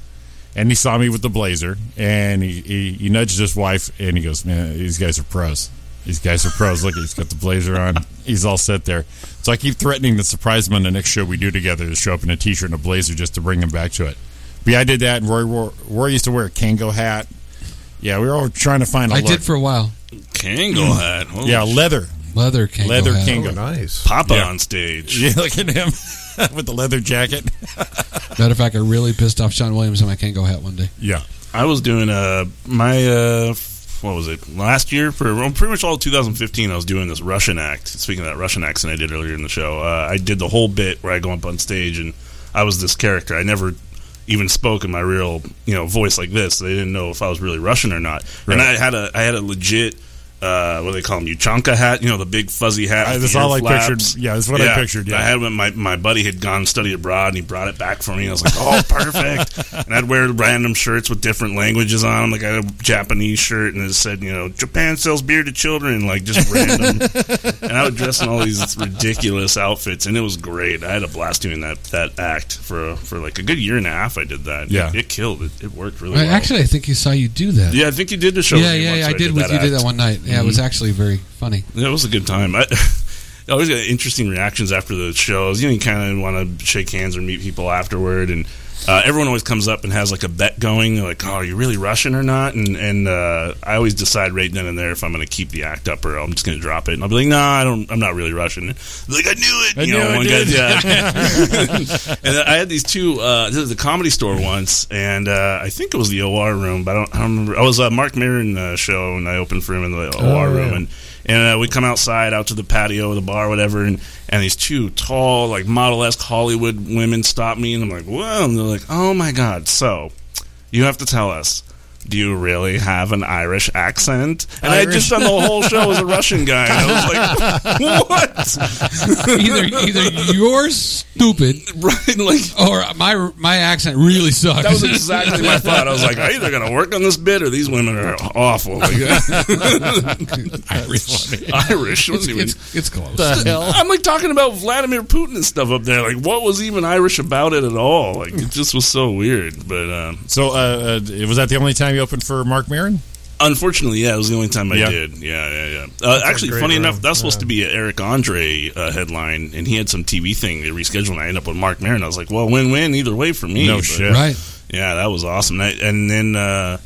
[SPEAKER 3] and he saw me with the blazer, and he, he, he nudged his wife, and he goes, "Man, these guys are pros. These guys are pros. Look, he's got the blazer on. He's all set there." So I keep threatening to surprise him on the next show we do together to show up in a t-shirt and a blazer just to bring him back to it. But yeah, I did that, and Roy wore, Roy used to wear a Kango hat. Yeah, we were all trying to find a
[SPEAKER 2] I
[SPEAKER 3] look.
[SPEAKER 2] did for a while.
[SPEAKER 5] Kango hat. Holy
[SPEAKER 3] yeah, leather,
[SPEAKER 2] Leather kangaroo.
[SPEAKER 3] leather
[SPEAKER 2] hat.
[SPEAKER 4] Oh,
[SPEAKER 3] Kango.
[SPEAKER 4] nice.
[SPEAKER 5] Papa
[SPEAKER 3] Yeah.
[SPEAKER 5] on stage.
[SPEAKER 3] Yeah, look at him with the leather jacket.
[SPEAKER 2] Matter of fact, I really pissed off Sean Williams on my Kango hat one day.
[SPEAKER 3] Yeah.
[SPEAKER 5] I was doing uh my uh f- what was it last year for well, pretty much all of 2015 I was doing this Russian act. Speaking of that Russian accent I did earlier in the show, uh, I did the whole bit where I go up on stage and I was this character. I never even spoke in my real you know voice like this. They didn't know if I was really Russian or not. And I had a I had a legit. Uh, what do they call them? Uchanka hat, you know, the big fuzzy hat.
[SPEAKER 3] I-
[SPEAKER 5] with
[SPEAKER 3] that's
[SPEAKER 5] the ear
[SPEAKER 3] all I
[SPEAKER 5] flaps.
[SPEAKER 3] pictured. Yeah, that's what I pictured, yeah.
[SPEAKER 5] I had when my, my buddy had gone study abroad and he brought it back for me. And I was like, oh, perfect. and I'd wear random shirts with different languages on them. Like I had a Japanese shirt and it said, you know, Japan sells beer to children, like just random. and I would dress in all these ridiculous outfits, and it was great. I had a blast doing that that act for for like a good year and a half. I did that.
[SPEAKER 3] Yeah.
[SPEAKER 5] it, it killed. It, it worked really
[SPEAKER 2] I-
[SPEAKER 5] well.
[SPEAKER 2] Actually, I think he saw you do that.
[SPEAKER 5] yeah, I think you did the show.
[SPEAKER 2] yeah,
[SPEAKER 5] with me
[SPEAKER 2] yeah,
[SPEAKER 5] once
[SPEAKER 2] yeah, I
[SPEAKER 5] where
[SPEAKER 2] did with you. Did
[SPEAKER 5] act. Mm-hmm.
[SPEAKER 2] that one night. Yeah, it was actually very funny.
[SPEAKER 5] That was a good time. I, I always get interesting reactions after the shows. You know, you kind of want to shake hands or meet people afterward, and uh, everyone always comes up and has like a bet going. They're like, "Oh, are you really Russian or not?" And and uh, I always decide right then and there if I'm going to keep the act up or I'm just going to drop it. And I'll be like, "No, I don't. I'm not really Russian." They're like, "I knew it."
[SPEAKER 3] I
[SPEAKER 5] you
[SPEAKER 3] knew
[SPEAKER 5] know,
[SPEAKER 3] I
[SPEAKER 5] one
[SPEAKER 3] did.
[SPEAKER 5] guy- yeah. and I had these two. Uh, this is the comedy store once, and uh, I think it was the OR room, but I don't, I don't remember. I was uh, Mark Maron uh, show, and I opened for him in the OR room, and and uh, we come outside out to the patio, the bar, whatever, and and these two tall, like model esque Hollywood women stop me, and I'm like, whoa, and they're like, oh my god, so you have to tell us. Do you really have an Irish accent? And I had just done the whole show as a Russian guy. And I was like, what?
[SPEAKER 2] Either either you're stupid
[SPEAKER 5] Right? Like,
[SPEAKER 2] or my my accent really sucks.
[SPEAKER 5] That was exactly my thought. I was like, I either got to work on this bit or these women are awful. Like, Irish. Irish.
[SPEAKER 2] it's,
[SPEAKER 5] wasn't even-
[SPEAKER 2] it's, it's close.
[SPEAKER 5] I'm like talking about Vladimir Putin and stuff up there. Like, what was even Irish about it at all? Like, it just was so weird. But um,
[SPEAKER 3] So uh, uh, was that the only time you opened for Mark Maron?
[SPEAKER 5] unfortunately, yeah, it was the only time I
[SPEAKER 3] Yeah.
[SPEAKER 5] did. Yeah, yeah, yeah. Uh, actually, funny enough, that's supposed to be an Eric Andre uh, headline, and he had some TV thing they rescheduled, and I ended up with Mark Maron. I was like, well, win win either way for me.
[SPEAKER 3] No
[SPEAKER 5] But-
[SPEAKER 3] shit.
[SPEAKER 2] Right.
[SPEAKER 5] Yeah, that was awesome. That, and then, uh,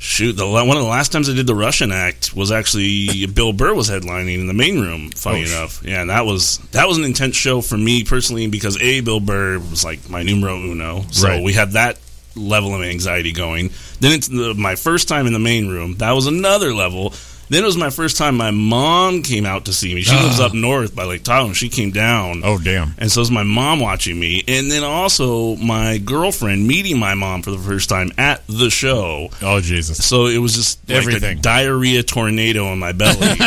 [SPEAKER 5] shoot, the la- one of the last times I did the Russian act was actually Bill Burr was headlining in the main room. Funny
[SPEAKER 3] Oh, sh-
[SPEAKER 5] enough, yeah, and that was that was an intense show for me personally because a Bill Burr was like my numero uno, so
[SPEAKER 3] Right.
[SPEAKER 5] we had that level of anxiety going. Then it's the, my first time in the main room. That was another level. Then it was my first time. My mom came out to see me. She
[SPEAKER 3] Ah.
[SPEAKER 5] lives up north by Lake Tahoe, and she came down.
[SPEAKER 3] Oh, damn.
[SPEAKER 5] And so it was my mom watching me, and then also my girlfriend meeting my mom for the first time at the show.
[SPEAKER 3] Oh, Jesus.
[SPEAKER 5] So it was just like
[SPEAKER 3] Everything.
[SPEAKER 5] a diarrhea tornado in my belly.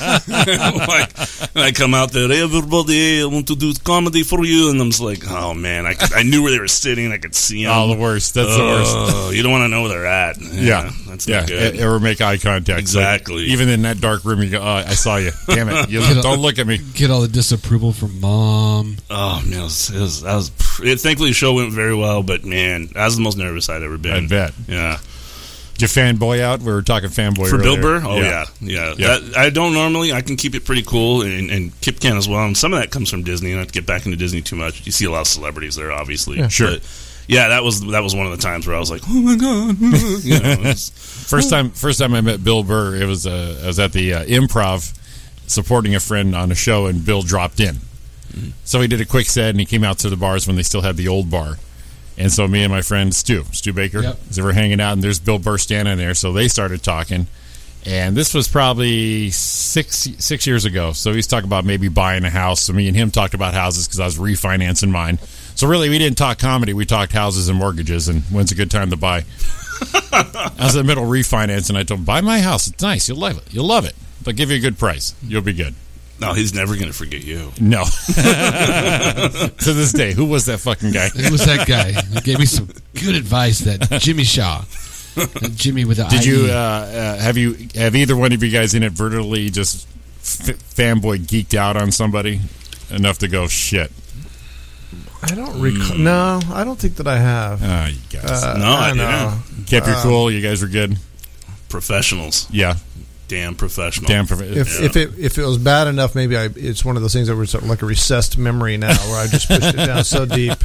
[SPEAKER 5] like, and I come out there, everybody, I want to do comedy for you, and I'm just like, oh man, I, could- I knew where they were sitting, I could see them. Oh,
[SPEAKER 3] Oh, the worst. That's the worst.
[SPEAKER 5] You don't want to know where they're at. Yeah,
[SPEAKER 3] Yeah,
[SPEAKER 5] that's
[SPEAKER 3] yeah.
[SPEAKER 5] not good.
[SPEAKER 3] e- Or make eye contact. Like,
[SPEAKER 5] Exactly.
[SPEAKER 3] even in that dark room, you go, oh, "I saw you." Damn it! You don't look at me.
[SPEAKER 2] Get all the disapproval from mom.
[SPEAKER 5] oh man, it was, it was, that was it, thankfully the show went very well, but man, that was the most nervous I'd ever been.
[SPEAKER 3] I bet.
[SPEAKER 5] Yeah,
[SPEAKER 3] Did you fanboy out? We were talking fanboy
[SPEAKER 5] for Bill
[SPEAKER 3] earlier.
[SPEAKER 5] Burr. Oh yeah, yeah.
[SPEAKER 3] Yeah.
[SPEAKER 5] That, I don't normally. I can keep it pretty cool, and, and Kip can as well. And some of that comes from Disney. Not to get back into Disney too much. You see a lot of celebrities there, obviously.
[SPEAKER 3] sure.
[SPEAKER 5] But, yeah, that was that was one of the times where I was like, oh my god. you know, it's-
[SPEAKER 3] First time, first time I met Bill Burr, it was uh, I was at the uh, Improv, supporting a friend on a show, and Bill dropped in. So he did a quick set, and he came out to the bars when they still had the old bar. And so me and my friend Stu, Stu Baker,
[SPEAKER 2] Yep.
[SPEAKER 3] so we're hanging out, and there's Bill Burr standing there. So they started talking, and this was probably six six years ago. So he's talking about maybe buying a house. So me and him talked about houses because I was refinancing mine. So really, we didn't talk comedy. We talked houses and mortgages, and when's a good time to buy. I was in the middle of refinance, and I told him, "Buy my house. It's nice. You'll love it. You'll love it. They'll give you a good price. You'll be good."
[SPEAKER 5] no, he's never gonna forget you.
[SPEAKER 3] No. to this day, who was that fucking guy?
[SPEAKER 2] It was that guy who gave me some good advice. That Jimmy Shaw, That Jimmy with the E.
[SPEAKER 3] Did you
[SPEAKER 2] IE.
[SPEAKER 3] uh, uh, have you have either one of you guys inadvertently just f- fanboy geeked out on somebody enough to go shit?
[SPEAKER 4] I don't recall. No, I don't think that I have.
[SPEAKER 3] Ah, you guys
[SPEAKER 4] Uh,
[SPEAKER 5] No, I
[SPEAKER 4] don't
[SPEAKER 5] didn't.
[SPEAKER 3] kept your cool. You guys were good.
[SPEAKER 5] Professionals,
[SPEAKER 3] Yeah,
[SPEAKER 5] damn professional.
[SPEAKER 3] damn. Prof-
[SPEAKER 4] If,
[SPEAKER 5] Yeah.
[SPEAKER 4] if it if it was bad enough, maybe I, it's one of those things that were sort of like a recessed memory now, where I just pushed it down so deep,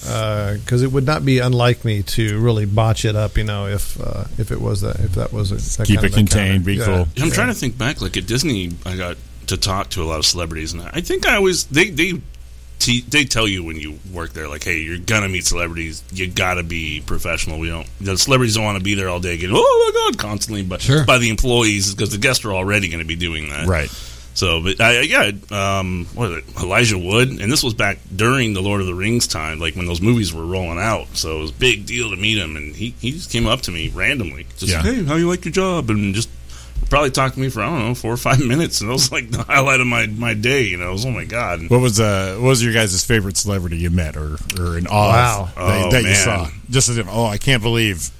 [SPEAKER 4] because it would not be unlike me to really botch it up, you know, if uh, if it was that if that was a, that
[SPEAKER 3] Keep
[SPEAKER 4] kind
[SPEAKER 3] it
[SPEAKER 4] of encounter.
[SPEAKER 3] contained, be
[SPEAKER 4] Yeah.
[SPEAKER 3] cool.
[SPEAKER 5] I'm trying to think back. Like at Disney, I got to talk to a lot of celebrities, and I think I always they they te- they tell you when you work there, like, hey, you're gonna meet celebrities. You gotta be professional. We don't the celebrities don't want to be there all day, getting oh my god, constantly. But
[SPEAKER 2] Sure.
[SPEAKER 5] by the employees, because the guests are already going to be doing that,
[SPEAKER 3] Right.
[SPEAKER 5] So, but I, I- yeah, um, what was it? Elijah Wood, and this was back during the Lord of the Rings time, like when those movies were rolling out. So it was a big deal to meet him, and he, he just came up to me randomly, just
[SPEAKER 3] Yeah.
[SPEAKER 5] hey, how you like your job, and just probably talked to me for I don't know four or five minutes, and it was like the highlight of my, my day. You know, it was oh my god, and
[SPEAKER 3] What was uh, what was your guys' favorite celebrity you met or or in awe
[SPEAKER 4] Wow.
[SPEAKER 3] of that,
[SPEAKER 5] Oh,
[SPEAKER 3] that you
[SPEAKER 5] man.
[SPEAKER 3] saw? Just as if, oh, I can't believe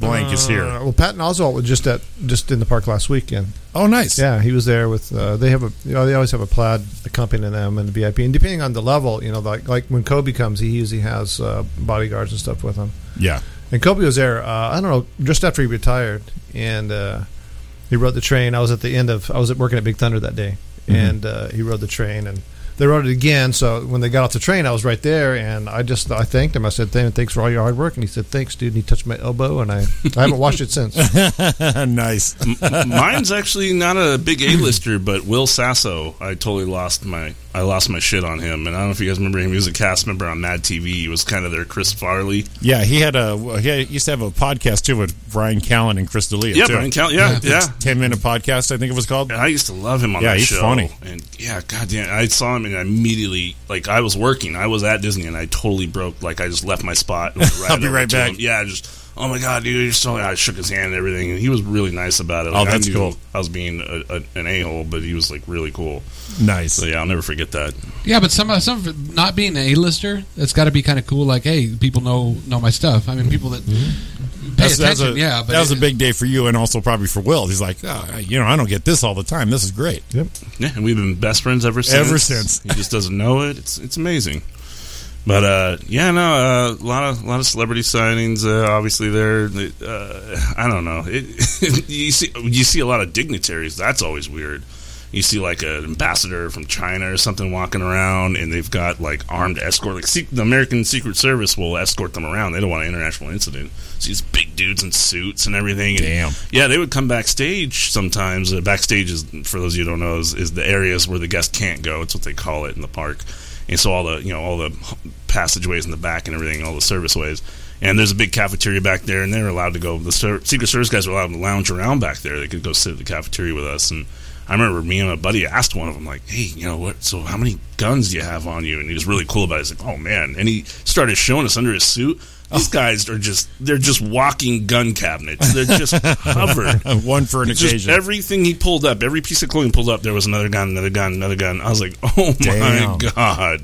[SPEAKER 3] blank is
[SPEAKER 4] Uh,
[SPEAKER 3] here.
[SPEAKER 4] well, Patton Oswalt was just at just in the park last weekend.
[SPEAKER 3] Oh, nice.
[SPEAKER 4] Yeah, he was there with. Uh, they have a. You know, they always have a plaid accompanying them and VIP. And depending on the level, you know, like like when Kobe comes, he usually has uh, bodyguards and stuff with him.
[SPEAKER 3] yeah.
[SPEAKER 4] And Kobe was there. Uh, I don't know, just after he retired, and uh, he rode the train. I was at the end of. I was at working at Big Thunder that day, and uh, he rode the train, and they rode it again. So when they got off the train, I was right there, and I just I thanked him. I said, "Thank- "Thanks for all your hard work," and he said, "Thanks, dude." And he touched my elbow, and I I haven't washed it since.
[SPEAKER 3] nice.
[SPEAKER 5] M- mine's actually not a big A-lister, but Will Sasso. I totally lost my I lost my shit on him, and I don't know if you guys remember him. He was a cast member on Mad TV. He was kind of their Chris Farley.
[SPEAKER 3] Yeah, he had a he had- he used to have a podcast too with Brian Callen and Chris D'Elia.
[SPEAKER 5] Yeah,
[SPEAKER 3] too.
[SPEAKER 5] Brian Cal- yeah, yeah.
[SPEAKER 3] ten minute podcast I think it was called.
[SPEAKER 5] And I used to love him on
[SPEAKER 3] Yeah,
[SPEAKER 5] that
[SPEAKER 3] he's
[SPEAKER 5] show.
[SPEAKER 3] funny.
[SPEAKER 5] And yeah, goddamn, I saw him and I immediately like I was working. I was at Disney and I totally broke. Like I just left my spot. and went
[SPEAKER 3] I'll be
[SPEAKER 5] over
[SPEAKER 3] right
[SPEAKER 5] to
[SPEAKER 3] back.
[SPEAKER 5] him. Yeah, just oh my god, dude, you're so. I shook his hand and everything, and he was really nice about it.
[SPEAKER 3] Oh,
[SPEAKER 5] Like, I
[SPEAKER 3] that's
[SPEAKER 5] knew
[SPEAKER 3] cool.
[SPEAKER 5] I was being a, a, an a hole, but he was like really cool.
[SPEAKER 3] Nice.
[SPEAKER 5] So yeah, I'll never forget that.
[SPEAKER 2] Yeah, but some some for not being an A-lister, that's got to be kind of cool. Like, hey, people know know my stuff. I mean, people that pay
[SPEAKER 3] Mm-hmm. That's-
[SPEAKER 2] attention.
[SPEAKER 3] that's a-
[SPEAKER 2] yeah, but
[SPEAKER 3] that was
[SPEAKER 2] it-
[SPEAKER 3] a big day for you, and also probably for Will. He's like, "Ah, you know, I don't get this all the time. This is great.
[SPEAKER 5] Yeah, and we've been best friends ever since.
[SPEAKER 3] Ever since.
[SPEAKER 5] he just doesn't know it. It's it's amazing. But uh, yeah, no, a lot of lot of celebrity signings. Uh, obviously, there. Uh, I don't know. It, you see, you see a lot of dignitaries. That's always weird. You see like an ambassador from China or something walking around, and they've got like armed escort. Like sec- the American Secret Service will escort them around. They don't want an international incident. See these big dudes in suits and everything. And
[SPEAKER 3] Damn.
[SPEAKER 5] yeah, they would come backstage sometimes. Uh, backstage is, for those of you who don't know, is, is the areas where the guests can't go. It's what they call it in the park. And so all the you know all the passageways in the back and everything, all the serviceways. And there's a big cafeteria back there, and they were allowed to go. The ser- Secret Service guys were allowed to lounge around back there. They could go sit at the cafeteria with us. And I remember me and my buddy asked one of them, like, "Hey, you know what? So how many guns do you have on you?" And he was really cool about it. He's like, "Oh man!" And he started showing us under his suit. These
[SPEAKER 3] Oh.
[SPEAKER 5] guys are just—they're just walking gun cabinets. They're just covered.
[SPEAKER 3] One for an
[SPEAKER 5] Just
[SPEAKER 3] occasion.
[SPEAKER 5] everything he pulled up, every piece of clothing he pulled up, there was another gun, another gun, another gun. I was like, oh
[SPEAKER 3] Damn.
[SPEAKER 5] my god,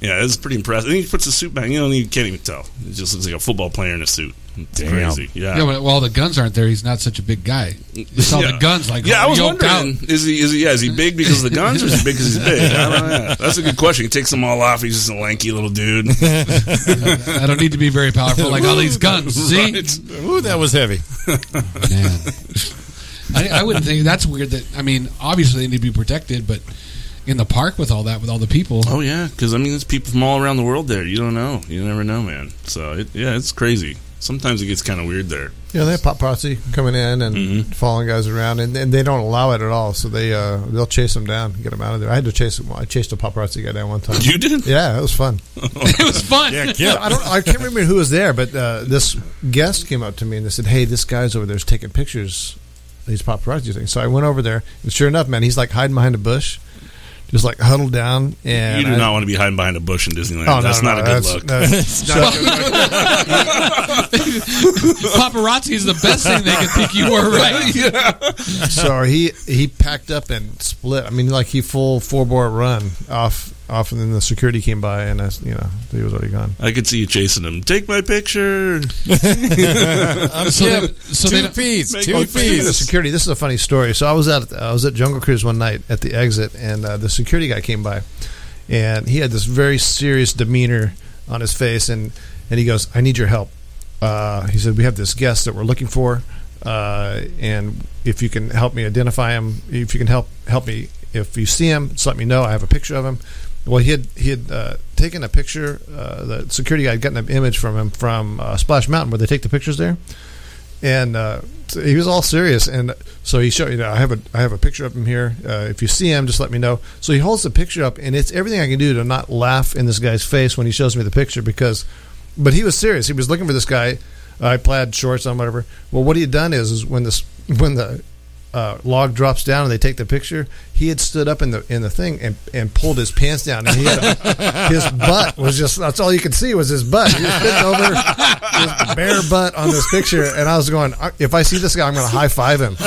[SPEAKER 5] yeah, this is pretty impressive. And he puts the suit back, you know, and you can't even tell. It just looks like a football player in a suit. It's
[SPEAKER 3] Damn.
[SPEAKER 5] crazy. Yeah.
[SPEAKER 2] Yeah, but while the guns aren't there, he's not such a big guy. You saw
[SPEAKER 5] Yeah.
[SPEAKER 2] the guns like
[SPEAKER 5] yeah,
[SPEAKER 4] oh,
[SPEAKER 5] I
[SPEAKER 2] all
[SPEAKER 5] was
[SPEAKER 2] yoked
[SPEAKER 5] wondering,
[SPEAKER 2] out.
[SPEAKER 5] is he is he yeah, is he big because of the guns or is he big because he's big? I don't know. That's a good question. He takes them all off. He's just a lanky little dude.
[SPEAKER 2] I don't need to be very powerful like all these guns. See,
[SPEAKER 5] Right.
[SPEAKER 3] Ooh, that was heavy.
[SPEAKER 2] man, I, I wouldn't think that's weird. That I mean, obviously they need to be protected, but in the park with all that, with all the people,
[SPEAKER 5] Oh yeah, because I mean, there's people from all around the world there. You don't know. You never know, man. So it, yeah, it's crazy. Sometimes it gets kind of weird there.
[SPEAKER 4] Yeah, they have paparazzi coming in and
[SPEAKER 5] Mm-hmm.
[SPEAKER 4] following guys around, and, and they don't allow it at all. So they uh, they'll chase them down, and get them out of there. I had to chase them. I chased a paparazzi guy down one time.
[SPEAKER 5] You did?
[SPEAKER 4] Yeah, it was fun.
[SPEAKER 2] it was fun.
[SPEAKER 4] Yeah, I don't. I can't remember who was there, but uh, this guest came up to me and they said, "Hey, this guy's over there's taking pictures. of These paparazzi things." So I went over there, and sure enough, man, he's like hiding behind a bush, just like huddled down. And
[SPEAKER 5] you do
[SPEAKER 4] I-
[SPEAKER 5] not want to be hiding behind a bush in Disneyland.
[SPEAKER 4] Oh, no,
[SPEAKER 5] that's
[SPEAKER 4] no,
[SPEAKER 5] not a
[SPEAKER 4] no,
[SPEAKER 5] good
[SPEAKER 4] that's-
[SPEAKER 5] look.
[SPEAKER 4] that's-
[SPEAKER 2] Paparazzi is the best thing they could think you were, right?
[SPEAKER 4] so he he packed up and split. I mean, like he full four bore run off off, and then the security came by, and I, s- you know he was already gone.
[SPEAKER 5] I could see you chasing him. Take my picture.
[SPEAKER 2] So, they, so they
[SPEAKER 3] two
[SPEAKER 2] don't-
[SPEAKER 3] peas.
[SPEAKER 5] Make-
[SPEAKER 3] Two
[SPEAKER 4] Speaking
[SPEAKER 5] Oh,
[SPEAKER 4] of the
[SPEAKER 3] peas.
[SPEAKER 4] security, this is a funny story. So I was at I was at Jungle Cruise one night at the exit, and uh, the security guy came by, and he had this very serious demeanor on his face, and and he goes, "I need your help." Uh, he said, "We have this guest that we're looking for, uh, and if you can help me identify him, if you can help help me, if you see him, just let me know. I have a picture of him." Well, he had he had uh, taken a picture. Uh, the security guy had gotten an image from him from uh, Splash Mountain, where they take the pictures there and uh, so he was all serious. And so he showed, you know, I have a I have a picture of him here. Uh, if you see him, just let me know. So he holds the picture up, and it's everything I can do to not laugh in this guy's face when he shows me the picture because, but he was serious. He was looking for this guy. uh, I plaid shorts on whatever. Well, what he had done is, is when this when the uh, log drops down and they take the picture. He had stood up in the in the thing and, and pulled his pants down, and he had a, his butt was just that's all you could see was his butt. He was bent over, his bare butt on this picture, and I was going, "I- if I see this guy, I'm going to high five him.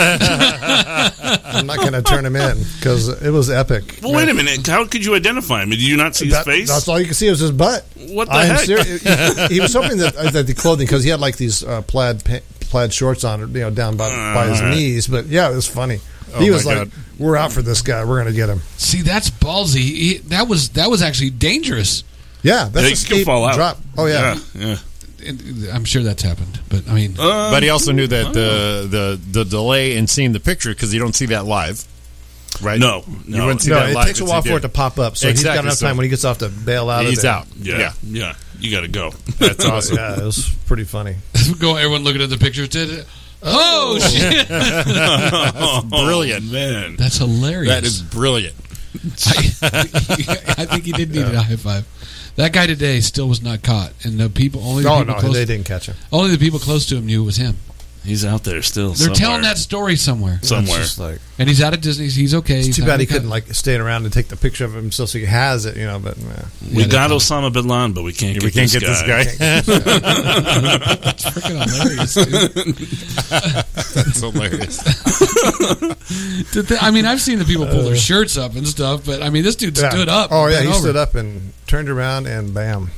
[SPEAKER 4] I'm not going to turn him in because it was epic.
[SPEAKER 5] Well, wait a minute. How could you identify him? Did you not see his
[SPEAKER 4] That-
[SPEAKER 5] face?
[SPEAKER 4] That's all you could see was his butt.
[SPEAKER 5] What the
[SPEAKER 4] I
[SPEAKER 5] heck?
[SPEAKER 4] serious. He, he was hoping that, uh, that the clothing because he had like these uh, plaid pa- plaid shorts on, you know, down by,
[SPEAKER 5] Ah,
[SPEAKER 4] by his
[SPEAKER 5] Alright.
[SPEAKER 4] knees. But yeah, it was funny.
[SPEAKER 5] Oh
[SPEAKER 4] he was
[SPEAKER 3] my
[SPEAKER 4] like,
[SPEAKER 3] God.
[SPEAKER 4] "We're out for this guy. We're gonna get him."
[SPEAKER 2] see, that's ballsy. He- that was that was actually dangerous.
[SPEAKER 4] Yeah, that's
[SPEAKER 5] Yeah,
[SPEAKER 4] a
[SPEAKER 5] you can
[SPEAKER 4] steep
[SPEAKER 5] fall out.
[SPEAKER 4] drop. Oh yeah.
[SPEAKER 5] yeah. yeah.
[SPEAKER 2] And I'm sure that's happened, but I mean,
[SPEAKER 5] Uh,
[SPEAKER 3] But he also knew that the the the delay in seeing the picture because you don't see that live, right?
[SPEAKER 5] Uh, No, no.
[SPEAKER 3] you wouldn't see
[SPEAKER 4] No,
[SPEAKER 3] that
[SPEAKER 4] it
[SPEAKER 3] live.
[SPEAKER 4] takes a
[SPEAKER 3] if
[SPEAKER 4] while
[SPEAKER 3] you
[SPEAKER 4] for it
[SPEAKER 3] did.
[SPEAKER 4] to pop up, so he's got
[SPEAKER 3] Exactly,
[SPEAKER 4] enough
[SPEAKER 3] so-
[SPEAKER 4] time when he gets off to bail out.
[SPEAKER 3] He's
[SPEAKER 4] of there.
[SPEAKER 3] out.
[SPEAKER 5] yeah, yeah,
[SPEAKER 3] yeah.
[SPEAKER 5] You got to go.
[SPEAKER 3] That's awesome.
[SPEAKER 4] Yeah, it was pretty funny.
[SPEAKER 2] go everyone looking at the pictures. Did it? Oh, shit!
[SPEAKER 5] That's
[SPEAKER 3] brilliant.
[SPEAKER 5] Oh, man.
[SPEAKER 2] That's hilarious.
[SPEAKER 3] That is brilliant.
[SPEAKER 2] I, I think he did need a high five. That guy today still was not caught, and the people only the
[SPEAKER 4] Oh
[SPEAKER 2] people
[SPEAKER 4] no,
[SPEAKER 2] close,
[SPEAKER 4] they didn't catch him.
[SPEAKER 2] only the people close to him knew it was him.
[SPEAKER 5] He's out there still.
[SPEAKER 2] They're telling that story somewhere,
[SPEAKER 5] somewhere.
[SPEAKER 4] It's just like
[SPEAKER 2] and he's out at Disney's. He's okay.
[SPEAKER 4] it's
[SPEAKER 2] He's
[SPEAKER 4] too
[SPEAKER 2] not
[SPEAKER 4] bad he
[SPEAKER 2] in the-
[SPEAKER 4] couldn't like stay around and take the picture of himself so he has it, you know. But yeah.
[SPEAKER 5] we
[SPEAKER 2] Yeah,
[SPEAKER 5] got Osama bin Laden, but we can't.
[SPEAKER 3] we can't get this guy.
[SPEAKER 2] That's freaking hilarious. Dude.
[SPEAKER 3] That's hilarious.
[SPEAKER 2] Did they- I mean, I've seen the people pull their shirts up and stuff, but I mean, this dude
[SPEAKER 4] Uh. Yeah.
[SPEAKER 2] stood up.
[SPEAKER 4] Oh
[SPEAKER 2] and
[SPEAKER 4] yeah,
[SPEAKER 2] bent
[SPEAKER 4] he
[SPEAKER 2] over.
[SPEAKER 4] stood up and turned around and bam.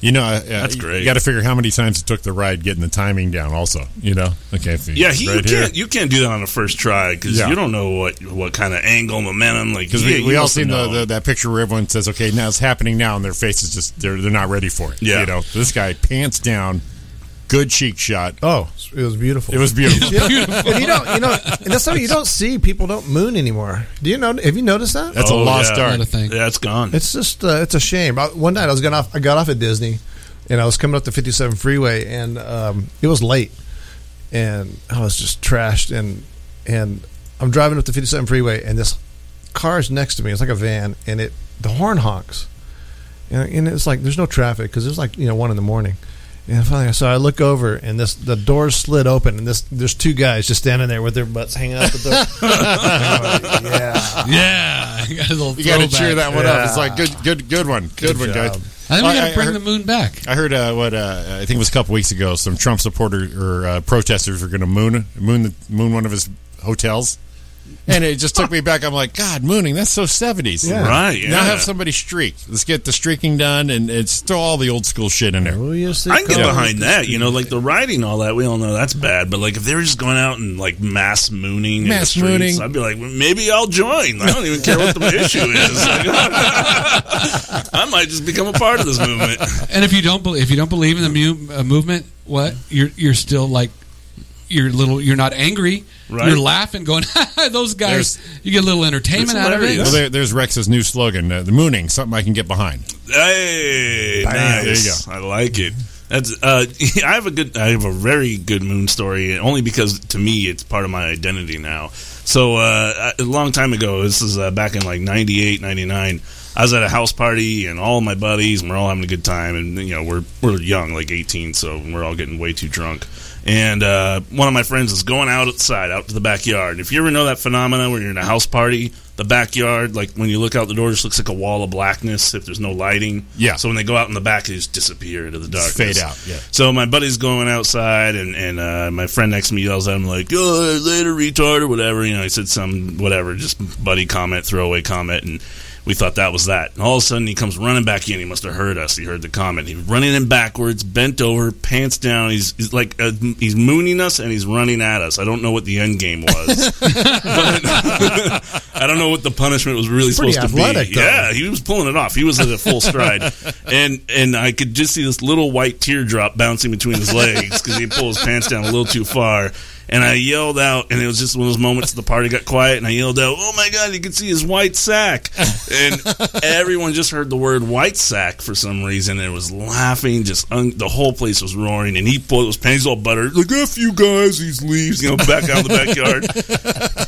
[SPEAKER 3] You know, uh, that's
[SPEAKER 5] great.
[SPEAKER 3] You got to figure how many times it took the ride getting the timing down. Also, you know, okay. if
[SPEAKER 5] Yeah,
[SPEAKER 3] it's
[SPEAKER 5] he, you
[SPEAKER 3] right
[SPEAKER 5] can't. You can't do that on the first try because
[SPEAKER 3] Yeah.
[SPEAKER 5] you don't know what what kind of angle, momentum, like
[SPEAKER 3] Because
[SPEAKER 5] yeah,
[SPEAKER 3] we,
[SPEAKER 5] you
[SPEAKER 3] we all
[SPEAKER 5] must
[SPEAKER 3] seen the,
[SPEAKER 5] know.
[SPEAKER 3] the, that picture where everyone says, "Okay, now it's happening now," and their faces just they're they're not ready for it.
[SPEAKER 5] Yeah.
[SPEAKER 3] you know, this guy pants down, good cheek shot.
[SPEAKER 4] Oh, it was beautiful.
[SPEAKER 3] It was beautiful.
[SPEAKER 2] Beautiful.
[SPEAKER 4] And you don't, you know, and that's something you don't see. People don't moon anymore. Do you know? Have you noticed that?
[SPEAKER 3] That's a
[SPEAKER 5] Oh,
[SPEAKER 3] lost
[SPEAKER 5] yeah.
[SPEAKER 2] Not a
[SPEAKER 3] art.
[SPEAKER 2] thing.
[SPEAKER 5] Yeah, it's gone.
[SPEAKER 4] It's just uh, it's a shame. I, one night I was going off. I got off at Disney, and I was coming up the 57 freeway, and um, it was late, and I was just trashed, and and I'm driving up the 57 freeway, and this car is next to me. It's like a van, and it the horn honks, and, and it's like there's no traffic because it's like you know one in the morning, And finally, so I look over, and this the doors slid open, and this there's two guys just standing there with their butts hanging out the door. I'm like, yeah,
[SPEAKER 2] Yeah, I got a little
[SPEAKER 3] You got to
[SPEAKER 2] throwback.
[SPEAKER 3] cheer that one up. It's
[SPEAKER 4] Yeah.
[SPEAKER 3] like good, good, good one, good, one,
[SPEAKER 4] job.
[SPEAKER 3] guys.
[SPEAKER 2] I think we
[SPEAKER 3] I-
[SPEAKER 2] got
[SPEAKER 3] I
[SPEAKER 2] to bring
[SPEAKER 3] heard-
[SPEAKER 2] the moon back.
[SPEAKER 3] I heard uh, what uh, I think it was a couple weeks ago. Some Trump supporter or uh, protesters were going to moon moon the, moon one of his hotels, and it just took me back. I'm like, God, mooning that's so seventies,
[SPEAKER 4] Yeah.
[SPEAKER 5] Right, yeah.
[SPEAKER 3] Now have somebody streak. Let's get the streaking done, and it's throw all the old school shit in there.
[SPEAKER 4] Oh, yes, they
[SPEAKER 5] I can get
[SPEAKER 4] come.
[SPEAKER 5] behind that, you know, like the riding, all that. We all know that's bad, but like if they're just going out and like mass mooning, in the
[SPEAKER 3] Mass
[SPEAKER 5] streets,
[SPEAKER 3] mooning.
[SPEAKER 5] I'd be like, well, maybe I'll join. I don't even care what the issue is. Like, I might just become a part of this movement.
[SPEAKER 2] And if you don't believe, if you don't believe in the mu- uh, movement, what you're you're still like you're little. You're not angry.
[SPEAKER 5] Right.
[SPEAKER 2] You're laughing, going those guys. you get a little entertainment
[SPEAKER 5] It's
[SPEAKER 2] out of
[SPEAKER 3] Well,
[SPEAKER 2] it.
[SPEAKER 5] hilarious.
[SPEAKER 3] there, there's Rex's new slogan: uh, "The mooning, something I can get behind."
[SPEAKER 5] Hey, nice. There you go. I like it. That's. Uh, I have a good. I have a very good moon story, only because to me it's part of my identity now. So uh, a long time ago, this is uh, back in like 98, 99, I was at a house party and all my buddies, and we're all having a good time, and you know we're we're young, like eighteen, so we're all getting way too drunk. And uh, one of my friends is going out outside, out to the backyard. And if you ever know that phenomena where you're in a house party, the backyard, like when you look out the door, just looks like a wall of blackness if there's no lighting.
[SPEAKER 3] Yeah.
[SPEAKER 5] So when they go out in the back, they just disappear into the darkness.
[SPEAKER 3] Fade out, yeah.
[SPEAKER 5] So my buddy's going outside, and and uh, my friend next to me yells at him like, "Oh, later, retard," or whatever. You know, he said some whatever, just buddy comment, throwaway comment, and we thought that was that. And all of a sudden, he comes running back in. He must have heard us. He heard the comment. He's running in backwards, bent over, pants down. He's, he's like uh, he's mooning us, and he's running at us. I don't know what the end game was. I don't know what the punishment was really
[SPEAKER 4] Pretty
[SPEAKER 5] supposed to
[SPEAKER 4] athletic,
[SPEAKER 5] be.
[SPEAKER 4] though.
[SPEAKER 5] Yeah, he was pulling it off. He was at a full stride, and and I could just see this little white teardrop bouncing between his legs because he pulled his pants down a little too far. And I yelled out, and it was just one of those moments the party got quiet, and I yelled out, "Oh my god, you can see his white sack!" And everyone just heard the word "white sack" for some reason, and was laughing. Just un- the whole place was roaring, and he pulled his pants all buttered, like "F you guys, these leaves," you know, back out in the backyard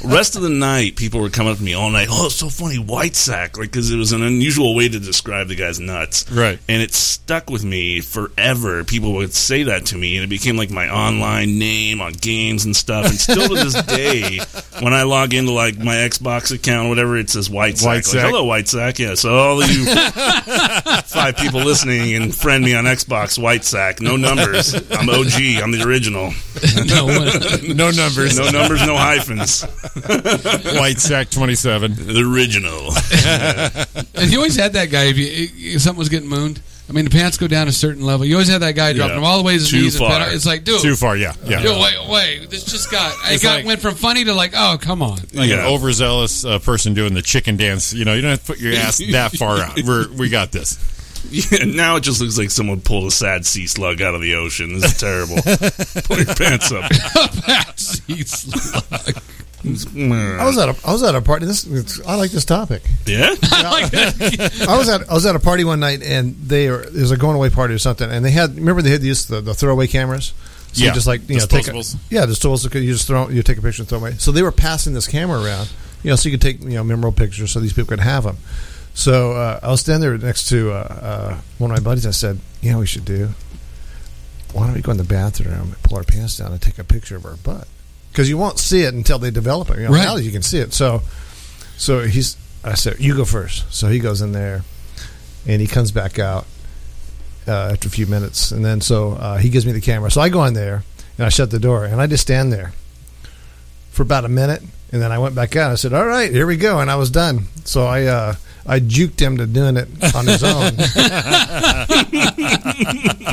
[SPEAKER 5] rest of the night, people were coming up to me all night. Oh, it's so funny, white sack, like because it was an unusual way to describe the guy's nuts,
[SPEAKER 3] Right.
[SPEAKER 5] And it stuck with me forever. People would say that to me, and it became like my online name on games and stuff. And still to this day, when I log into like my Xbox account, or whatever, it says white sack.
[SPEAKER 3] White
[SPEAKER 5] like,
[SPEAKER 3] sack.
[SPEAKER 5] Hello, white sack. Yeah. So all of you five people listening and friend me on Xbox, white sack. No numbers. I'm OG. I'm the original.
[SPEAKER 2] no, one-
[SPEAKER 3] No numbers,
[SPEAKER 5] No numbers. No hyphens.
[SPEAKER 3] white sack twenty seven.
[SPEAKER 5] The original.
[SPEAKER 2] and you always had that guy. If, you, if something was getting mooned, I mean, the pants go down a certain level. You always had that guy dropping
[SPEAKER 5] Yeah.
[SPEAKER 2] them all the way to his
[SPEAKER 5] Too
[SPEAKER 2] knees. and
[SPEAKER 5] far.
[SPEAKER 2] pedal- It's like, dude,
[SPEAKER 3] Too far, yeah, yeah.
[SPEAKER 2] yo, wait, wait, this just got. It
[SPEAKER 3] It's
[SPEAKER 2] got
[SPEAKER 3] like-
[SPEAKER 2] went from funny to like, oh, come on.
[SPEAKER 3] like an
[SPEAKER 5] Yeah.
[SPEAKER 3] overzealous uh, person doing the chicken dance. You know, you don't have to put your ass that far out. We're, we got this.
[SPEAKER 5] Yeah, now it just looks like someone pulled a sad sea slug out of the ocean. This is terrible. Pull your pants up.
[SPEAKER 4] I was at a I was at a party. This it's, I like this topic.
[SPEAKER 5] Yeah?
[SPEAKER 4] I was at I was at a party one night and they are it was a going away party or something and they had remember they had these the, the throwaway cameras. So
[SPEAKER 3] Yeah,
[SPEAKER 4] you just like you know, take a,
[SPEAKER 3] disposables.
[SPEAKER 4] yeah, disposables. that could- You just throw you take a picture and throw away. So they were passing this camera around, you know, so you could take you know memorable pictures so these people could have them. So uh, I was standing there next to uh, uh, one of my buddies. I said, "You know, what we should do. Why don't we go in the bathroom, pull our pants down, and take a picture of our butt? Because you won't see it until they develop it. You know,
[SPEAKER 2] Right.
[SPEAKER 4] Now you can see it. So, so he's. I said, "You go first. So he goes in there, and he comes back out uh, after a few minutes, and then so uh, he gives me the camera. So I go in there and I shut the door, and I just stand there for about a minute, and then I went back out. I said, "All right, here we go," and I was done. So I uh, I juked him to doing it on his own.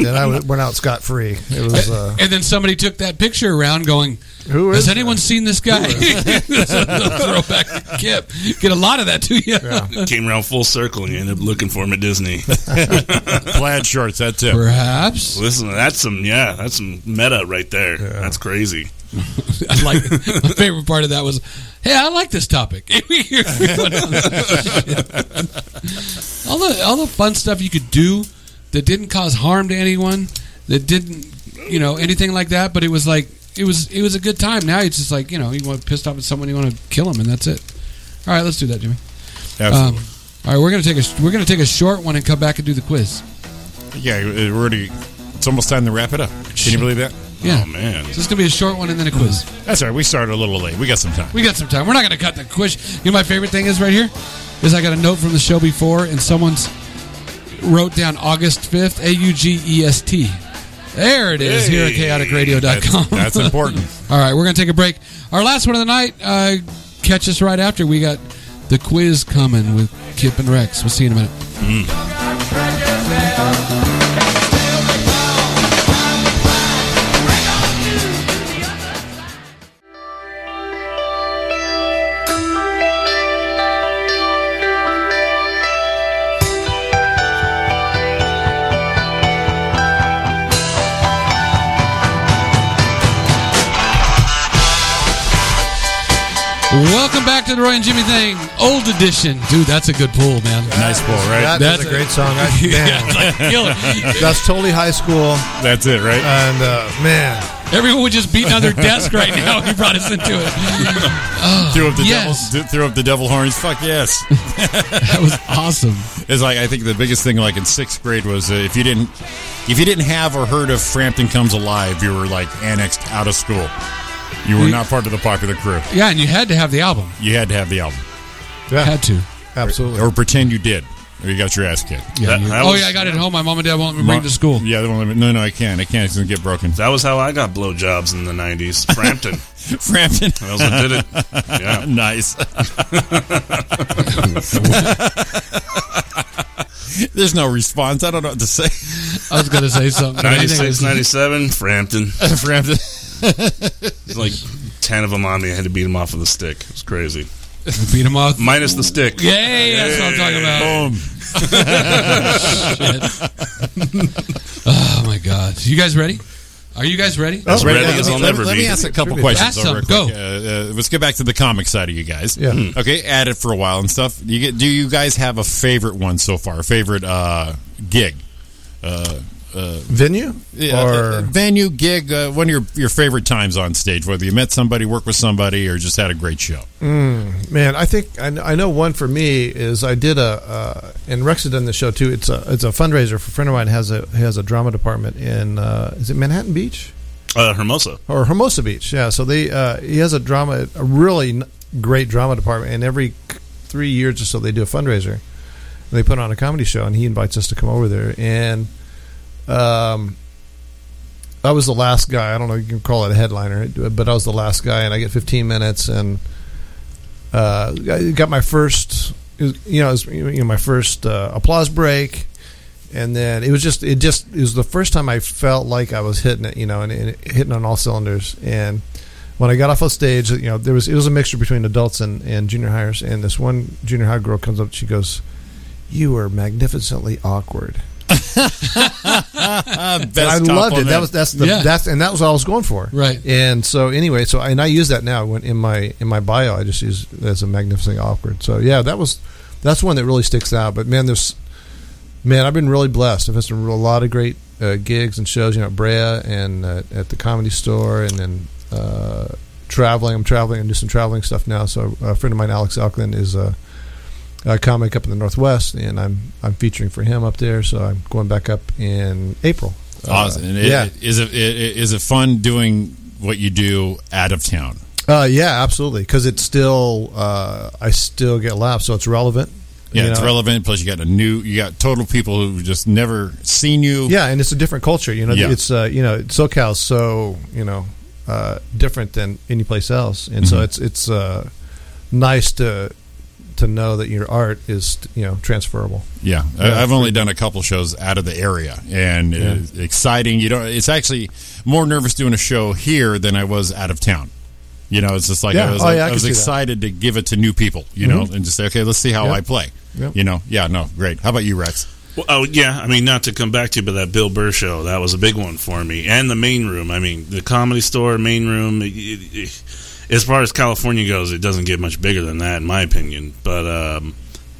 [SPEAKER 4] then I went out scot free. It was uh,
[SPEAKER 2] And then somebody took that picture around, going,
[SPEAKER 4] who is
[SPEAKER 2] Has anyone seen this guy? Throw back to Kip. Get a lot of that to you.
[SPEAKER 5] Came around full circle and you ended up looking for him at Disney.
[SPEAKER 3] Plaid shorts, that's it.
[SPEAKER 2] Perhaps.
[SPEAKER 5] Listen, that's some, yeah, that's some meta right there. That's crazy.
[SPEAKER 2] I like my favorite part of that was, hey, I like this topic. all the all the fun stuff you could do that didn't cause harm to anyone, that didn't you know anything like that. But it was like it was it was a good time. Now it's just like you know you want pissed off at someone, you want to kill them, and that's it. All right, let's do that, Jimmy. Um,
[SPEAKER 3] Absolutely.
[SPEAKER 2] all right, we're gonna take a we're gonna take a short one and come back and do the quiz.
[SPEAKER 3] yeah, we're already It's almost time to wrap it up. Can you believe that?
[SPEAKER 2] Yeah.
[SPEAKER 5] Oh man.
[SPEAKER 2] So it's gonna be a short one and then a quiz.
[SPEAKER 3] That's all right. We started a little late. We got some time.
[SPEAKER 2] We got some time. We're not gonna cut the quiz. You know, my favorite thing is right here is I got a note from the show before, and someone's wrote down August fifth, A U G E S T. There it is here at chaoticradio.com.
[SPEAKER 3] That's, that's important.
[SPEAKER 2] All right, we're going to take a break. Our last one of the night. Uh, catch us right after. We got the quiz coming with Kip and Rex. We'll see you in a minute. Welcome back to the Roy and Jimmy thing, old edition. Dude, that's a good pull, man.
[SPEAKER 3] nice pull, right?
[SPEAKER 4] That is a great song. I, man, that's totally high school,
[SPEAKER 3] that's it, right?
[SPEAKER 4] and uh, man,
[SPEAKER 2] Everyone would just beating on their desk right now if you brought us into it.
[SPEAKER 3] threw up the
[SPEAKER 2] yes.
[SPEAKER 3] devil, threw up the devil horns. Fuck yes.
[SPEAKER 2] That was awesome.
[SPEAKER 3] It's like I think the biggest thing, like in sixth grade, was uh, if you didn't if you didn't have or heard of Frampton Comes Alive, you were like annexed out of school. You were
[SPEAKER 2] We-
[SPEAKER 3] not part of the popular crew.
[SPEAKER 2] Yeah, and you had to have the album.
[SPEAKER 3] You had to have the album,
[SPEAKER 4] yeah,
[SPEAKER 2] Had to.
[SPEAKER 4] absolutely.
[SPEAKER 3] or pretend you did, or you got your ass kicked.
[SPEAKER 2] Yeah.
[SPEAKER 5] That-
[SPEAKER 2] you-
[SPEAKER 5] that
[SPEAKER 2] oh,
[SPEAKER 5] was-
[SPEAKER 2] yeah, I got it at home. My mom and dad won't let me bring it to school.
[SPEAKER 3] Yeah, they won't let me- no, no, I can't. I can't. It's gonna get broken.
[SPEAKER 5] That was how I got blowjobs in the '90s. Frampton.
[SPEAKER 3] Frampton.
[SPEAKER 5] that was what did it. Yeah.
[SPEAKER 3] nice. There's no response. I don't know what to say.
[SPEAKER 2] I was going to say something. but I think it's-
[SPEAKER 5] 96, 97, Frampton.
[SPEAKER 3] Frampton.
[SPEAKER 5] There's Like 10 of them on me. I had to beat them off with a stick. It was crazy.
[SPEAKER 2] Beat them up.
[SPEAKER 5] Minus the stick.
[SPEAKER 2] Yay, that's what I'm talking about.
[SPEAKER 3] Boom.
[SPEAKER 2] Oh my God! You guys ready? Are you guys ready?
[SPEAKER 4] That's
[SPEAKER 5] ready
[SPEAKER 4] right.
[SPEAKER 5] as
[SPEAKER 4] Yeah,
[SPEAKER 5] I'll
[SPEAKER 3] Oh, let,
[SPEAKER 5] never
[SPEAKER 3] let me
[SPEAKER 5] be.
[SPEAKER 3] ask a couple
[SPEAKER 4] Trivia.
[SPEAKER 3] questions.
[SPEAKER 2] Ask
[SPEAKER 3] though,
[SPEAKER 2] some.
[SPEAKER 3] real quick.
[SPEAKER 2] Go.
[SPEAKER 3] Uh, uh, let's get back to the comic side of you guys.
[SPEAKER 4] Yeah. Hmm.
[SPEAKER 3] Okay, at it for a while and stuff. You get, do you guys have a favorite one so far? Favorite uh, gig? Uh, uh,
[SPEAKER 4] Venue
[SPEAKER 3] yeah, uh,
[SPEAKER 4] or
[SPEAKER 3] venue gig? Uh, one of your your favorite times on stage? Whether you met somebody, worked with somebody, or just had a great show.
[SPEAKER 4] man, I think I, kn- I know one for me is I did a uh, and Rex has done this show too. It's a it's a fundraiser for a friend of mine has a has a drama department in uh, is it Manhattan Beach?
[SPEAKER 5] Uh, Hermosa.
[SPEAKER 4] or Hermosa Beach. Yeah, so they uh, he has a drama, a really n- great drama department, and every c- three years or so they do a fundraiser. And they put on a comedy show, and he invites us to come over there. And um, I was the last guy. I don't know. You can call it a headliner, but I was the last guy, and I get 15 minutes, and uh, I got my first, it was- you know, it was, you know, my first uh, applause break and then it was just it just it was the first time I felt like I was hitting it, you know, and, and hitting on all cylinders. And when I got off of stage, you know, there was it was a mixture between adults and, and junior hires. And this one junior high girl comes up, she goes, "You were magnificently awkward."
[SPEAKER 3] Uh,
[SPEAKER 4] And I loved it. That was that's the
[SPEAKER 2] Yeah.
[SPEAKER 4] that's and that was all I was going for.
[SPEAKER 2] Right.
[SPEAKER 4] And so anyway, so and I use that now when in my in my bio. I just use as a magnificently awkward. So yeah, that was that's one that really sticks out. But man, there's man, I've been really blessed. I've had some real- a lot of great uh, gigs and shows. You know, at Brea and uh, at the Comedy Store, and then uh, traveling. I'm traveling and do some traveling stuff now. So a friend of mine, Alex Alkland, is a, a comic up in the Northwest, and I'm I'm featuring for him up there. So I'm going back up in April.
[SPEAKER 3] awesome.
[SPEAKER 4] Uh,
[SPEAKER 3] And it-
[SPEAKER 4] yeah.
[SPEAKER 3] it- Is it, it is it fun doing what you do out of town?
[SPEAKER 4] Uh, yeah, absolutely. Because it's still, uh, I still get laughs, so it's relevant.
[SPEAKER 3] Yeah,
[SPEAKER 4] you
[SPEAKER 3] it's
[SPEAKER 4] know?
[SPEAKER 3] relevant. Plus, you got a new, you got total people who just never seen you.
[SPEAKER 4] Yeah, and it's a different culture. You know,
[SPEAKER 3] Yeah.
[SPEAKER 4] it's uh, you know, SoCal's so you know uh, different than any place else, and
[SPEAKER 3] Mm-hmm.
[SPEAKER 4] so it's it's uh, nice to to know that your art is you know transferable.
[SPEAKER 3] Yeah,
[SPEAKER 4] Yeah.
[SPEAKER 3] I, I've only done a couple shows out of the area, and it's exciting. You don't. It's actually more nervous doing a show here than I was out of town. You know, it's just like
[SPEAKER 4] Yeah.
[SPEAKER 3] I was,
[SPEAKER 4] Oh, yeah, I
[SPEAKER 3] I
[SPEAKER 4] can
[SPEAKER 3] was
[SPEAKER 4] see that. Mm-hmm.
[SPEAKER 3] excited to give it to new people. You know, and just say, okay, let's see how
[SPEAKER 4] Yeah.
[SPEAKER 3] I play.
[SPEAKER 4] Yeah.
[SPEAKER 3] You know, yeah, no, great. How about you, Rex?
[SPEAKER 5] Well, oh, yeah. I mean, not to come back to you, but that Bill Burr show, that was a big one for me. And the main room. I mean, the comedy store, main room. it- it- it- as far as California goes, it doesn't get much bigger than that, in my opinion. But um,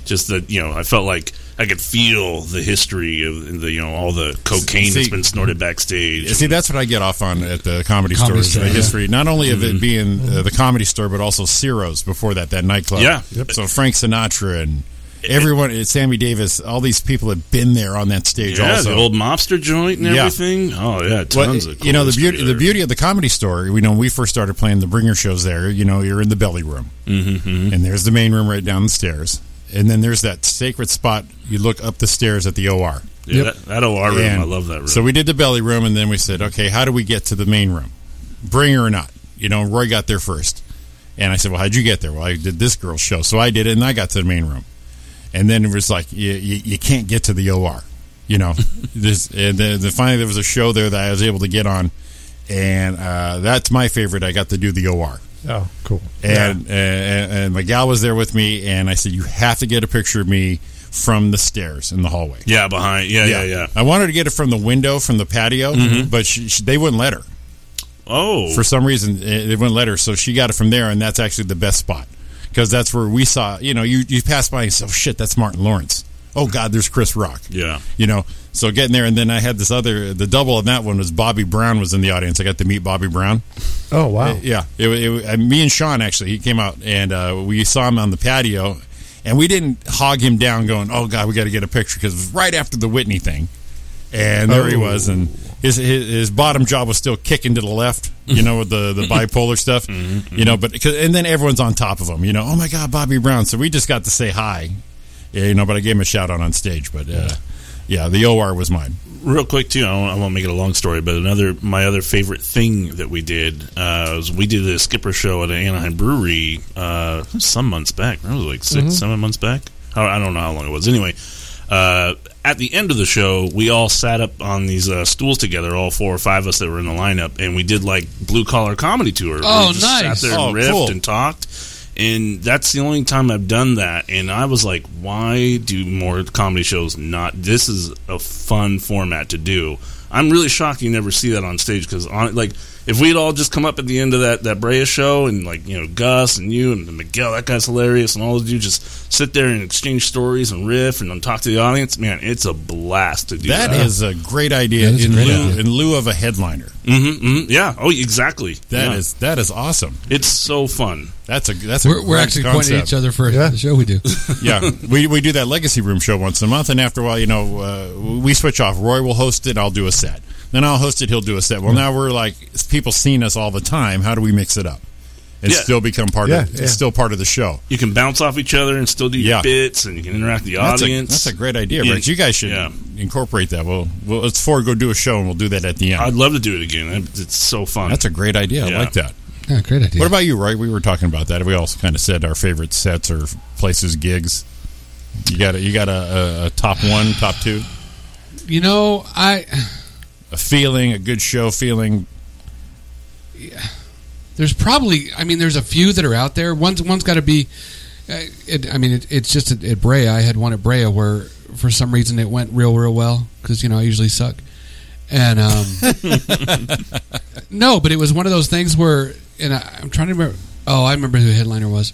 [SPEAKER 5] just that, you know, I felt like I could feel the history of the, you know, all the cocaine that's
[SPEAKER 3] See-
[SPEAKER 5] been snorted backstage.
[SPEAKER 3] See, that's what I get off on at the
[SPEAKER 2] Comedy
[SPEAKER 3] comedy, stores.
[SPEAKER 2] Store,
[SPEAKER 3] the
[SPEAKER 2] yeah.
[SPEAKER 3] history, not only of
[SPEAKER 4] Mm-hmm.
[SPEAKER 3] it being uh, the comedy store, but also Ciro's before that, that nightclub.
[SPEAKER 5] Yeah.
[SPEAKER 3] So Frank Sinatra and everyone, it's Sammy Davis, all these people have been there on that stage.
[SPEAKER 5] yeah,
[SPEAKER 3] also,
[SPEAKER 5] the old mobster joint and
[SPEAKER 3] Yeah.
[SPEAKER 5] everything. Oh yeah,
[SPEAKER 3] Well,
[SPEAKER 5] tons of cool
[SPEAKER 3] you know the
[SPEAKER 5] history
[SPEAKER 3] beauty. The
[SPEAKER 5] there.
[SPEAKER 3] beauty of the comedy store. We know when we first started playing the bringer shows there. You know, you're in the belly room, mm-hmm. and there's the main room right down the stairs, and then there's that sacred spot. You look up the stairs at the OR.
[SPEAKER 5] Yeah, that, that OR room.
[SPEAKER 3] And
[SPEAKER 5] I love that room.
[SPEAKER 3] So we did the belly room, and then we said, okay, how do we get to the main room? Bringer or not? You know, Roy got there first. And I said, well, how'd you get there? Well, I did this girl's show. So I did it, and I got to the main room. And then it was like, you, you, you can't get to the OR. You know, this, and then, then finally there was a show there that I was able to get on. And uh, that's my favorite. I got to do the OR.
[SPEAKER 4] Oh, cool.
[SPEAKER 3] And, and and my gal was there with me, and I said, "You have to get a picture of me from the stairs in the hallway."
[SPEAKER 5] yeah, behind. Yeah, yeah, yeah.
[SPEAKER 3] I wanted to get it from the window from the patio, but she, she, they wouldn't let her
[SPEAKER 5] Oh,
[SPEAKER 3] for some reason. eh, They wouldn't let her, so she got it from there, and that's actually the best spot because that's where we saw. You know, you you pass by and say, "Oh shit, that's Martin Lawrence." Oh God, there's Chris Rock.
[SPEAKER 5] yeah.
[SPEAKER 3] You know, so getting there, and then I had this other. The double on that one was Bobby Brown was in the audience. I got to meet Bobby Brown.
[SPEAKER 4] Oh, wow.
[SPEAKER 3] Yeah, it, wa- it, wa- uh, me and Sean actually he came out and uh, we saw him on the patio, and we didn't hog him down going, "Oh God, we got to get a picture," because it was right after the Whitney thing, and there he was, and
[SPEAKER 4] Oh.
[SPEAKER 3] his, his his bottom jaw was still kicking to the left, you know, with the the bipolar stuff, you know, but 'cause- and then everyone's on top of him, you know, oh my God, Bobby Brown, so we just got to say hi, yeah, you know, but I gave him a shout out on stage, but uh, yeah, the OR was mine.
[SPEAKER 5] real quick too. I won't, I won't make it a long story, but another my other favorite thing that we did uh, was we did a skipper show at an Anaheim brewery uh, some months back. That was like 6 seven months back. I I don't know how long it was. Anyway, uh, at the end of the show, we all sat up on these uh, stools together, all four or five of us that were in the lineup, and we did like blue collar comedy tour.
[SPEAKER 2] Oh,
[SPEAKER 5] we
[SPEAKER 2] nice.
[SPEAKER 5] Sat there and
[SPEAKER 3] Oh,
[SPEAKER 5] riffed
[SPEAKER 3] cool.
[SPEAKER 5] and talked. And that's the only time I've done that. And I was like, why do more comedy shows not? This is a fun format to do. I'm really shocked you never see that on stage because, on like, if we'd all just come up at the end of that that Brea show and like you know Gus and you and Miguel, that guy's hilarious, and all of you just sit there and exchange stories and riff and then talk to the audience, man, it's a blast to do. That,
[SPEAKER 3] That is a great idea
[SPEAKER 9] That is a
[SPEAKER 3] in
[SPEAKER 9] great
[SPEAKER 3] lieu
[SPEAKER 9] idea.
[SPEAKER 3] in lieu of a headliner.
[SPEAKER 5] Mhm, mhm, yeah. Oh, exactly.
[SPEAKER 3] That is
[SPEAKER 5] Yeah.
[SPEAKER 3] that is awesome.
[SPEAKER 5] It's so fun.
[SPEAKER 3] That's a that's a
[SPEAKER 2] We're, we're
[SPEAKER 3] great
[SPEAKER 2] actually pointing at
[SPEAKER 3] concept.
[SPEAKER 2] each other for
[SPEAKER 4] Yeah.
[SPEAKER 2] the show we do.
[SPEAKER 3] yeah, we, we do that legacy room show once a month, and after a while, you know, uh, we switch off. Roy will host it, I'll do a set. Then I'll host it, he'll do a set. Well, now we're like people seeing us all the time. How do we mix it up and
[SPEAKER 5] Yeah.
[SPEAKER 3] still become part
[SPEAKER 4] Yeah,
[SPEAKER 3] of
[SPEAKER 4] yeah.
[SPEAKER 3] it's still part of the show?
[SPEAKER 5] You can bounce off each other and still do your
[SPEAKER 3] Yeah.
[SPEAKER 5] bits, and you can interact with the
[SPEAKER 3] That's a-
[SPEAKER 5] audience.
[SPEAKER 3] That's a, great idea,
[SPEAKER 5] Yeah.
[SPEAKER 3] Rick. You guys should
[SPEAKER 5] Yeah.
[SPEAKER 3] incorporate that. Well, well, let's four go do a show, and we'll do that at the end.
[SPEAKER 5] I'd love to do it again. That- It's so fun.
[SPEAKER 3] that's a great idea.
[SPEAKER 5] Yeah.
[SPEAKER 3] I like that.
[SPEAKER 2] Yeah, great idea.
[SPEAKER 3] What about you, Roy? We were talking about that. We also kind of said our favorite sets or places, gigs. You got a, you got a, a, a top one, top two.
[SPEAKER 2] you know, I
[SPEAKER 3] a feeling, a good show feeling.
[SPEAKER 2] there's probably I mean there's a few that are out there. One's one's got to be. Uh, it, I mean it, it's just at, at Brea. I had one at Brea where for some reason it went real real well because you know I usually suck. And um, no, but it was one of those things where and I, I'm trying to remember. Oh, I remember who the headliner was.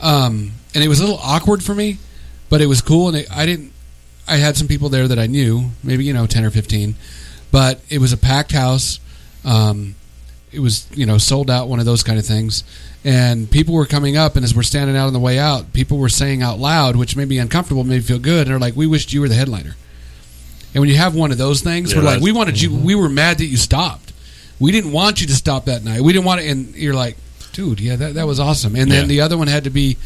[SPEAKER 2] Um, and it was a little awkward for me, but it was cool. And it, I didn't. I had some people there that I knew, maybe you know ten or fifteen, but it was a packed house. Um, it was you know sold out one of those kind of things and people were coming up and as we're standing out on the way out people were saying out loud which made me uncomfortable made me feel good and they're like we wished you were the headliner and when you have one of those things
[SPEAKER 5] Yeah,
[SPEAKER 2] we're like
[SPEAKER 5] that's- Mm-hmm.
[SPEAKER 2] we wanted you we were mad that you stopped we didn't want you to stop that night we didn't want to and you're like dude yeah that, that was awesome and then
[SPEAKER 3] Yeah.
[SPEAKER 2] the other one had to be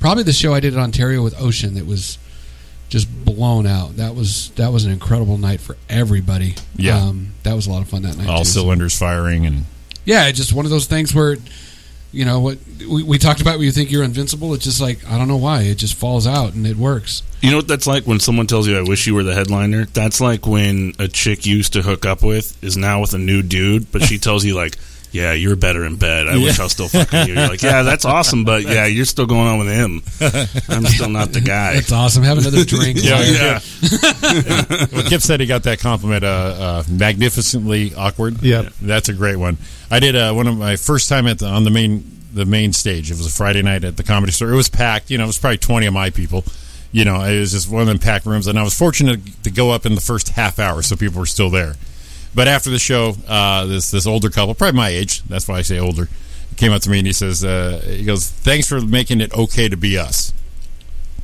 [SPEAKER 2] probably the show i did in ontario with ocean that was just blown out that was that was an incredible night for everybody
[SPEAKER 3] Yeah.
[SPEAKER 2] um, that was a lot of fun that night
[SPEAKER 3] All
[SPEAKER 2] too, so-
[SPEAKER 3] cylinders firing, and
[SPEAKER 2] yeah, it's just one of those things where, you know, what we, we talked about, where you think you're invincible. It's just like I don't know why it just falls out and it works.
[SPEAKER 5] You know what that's like when someone tells you, "I wish you were the headliner." That's like when a chick you used to hook up with is now with a new dude, but she tells you like, "Yeah, you're better in bed. I wish I was still fucking you." You're like, "Yeah, that's awesome, but yeah, you're still going on with him. I'm still not the guy."
[SPEAKER 2] That's awesome. Have another drink.
[SPEAKER 3] Yeah,
[SPEAKER 2] Like,
[SPEAKER 5] yeah.
[SPEAKER 3] well, Kip said he got that compliment uh, uh, magnificently awkward.
[SPEAKER 4] Yeah.
[SPEAKER 3] that's a great one. I did uh, one of my first time at the, on the main the main stage. It was a Friday night at the comedy store. It was packed. You know, it was probably twenty of my people. You know, it was just one of them packed rooms, and I was fortunate to go up in the first half hour, so people were still there. But after the show, uh, this this older couple, probably my age, that's why I say older, came up to me and he says, uh, he goes, "Thanks for making it okay to be us."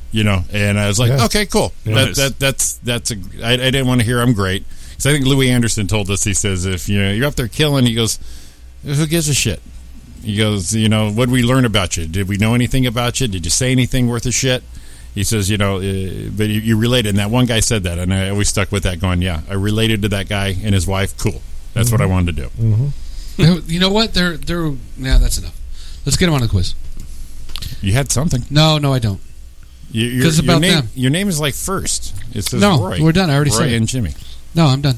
[SPEAKER 3] you know. And I was like,
[SPEAKER 4] Yeah.
[SPEAKER 3] okay, cool. That,
[SPEAKER 5] Nice.
[SPEAKER 3] that that's that's a. I, I didn't want to hear I'm great because I think Louis Anderson told us. He says if you know you're up there killing, he goes, who gives a shit? He goes, you know, what did we learn about you? Did we know anything about you? Did you say anything worth a shit? He says, you know, uh, but you, you related. And that one guy said that, and I always stuck with that, going, yeah, I related to that guy and his wife. Cool. That's
[SPEAKER 2] Mm-hmm.
[SPEAKER 3] what I wanted to do.
[SPEAKER 2] you know what? They're they're now that's enough. Let's get him on the quiz.
[SPEAKER 3] You had something.
[SPEAKER 2] No, no, I don't.
[SPEAKER 3] You, your,
[SPEAKER 2] 'Cause
[SPEAKER 3] your
[SPEAKER 2] about
[SPEAKER 3] name,
[SPEAKER 2] them.
[SPEAKER 3] Your name is like first. It says
[SPEAKER 2] No,
[SPEAKER 3] Roy.
[SPEAKER 2] we're done. I already
[SPEAKER 3] Roy
[SPEAKER 2] said it.
[SPEAKER 3] and Jimmy.
[SPEAKER 2] No, I'm done.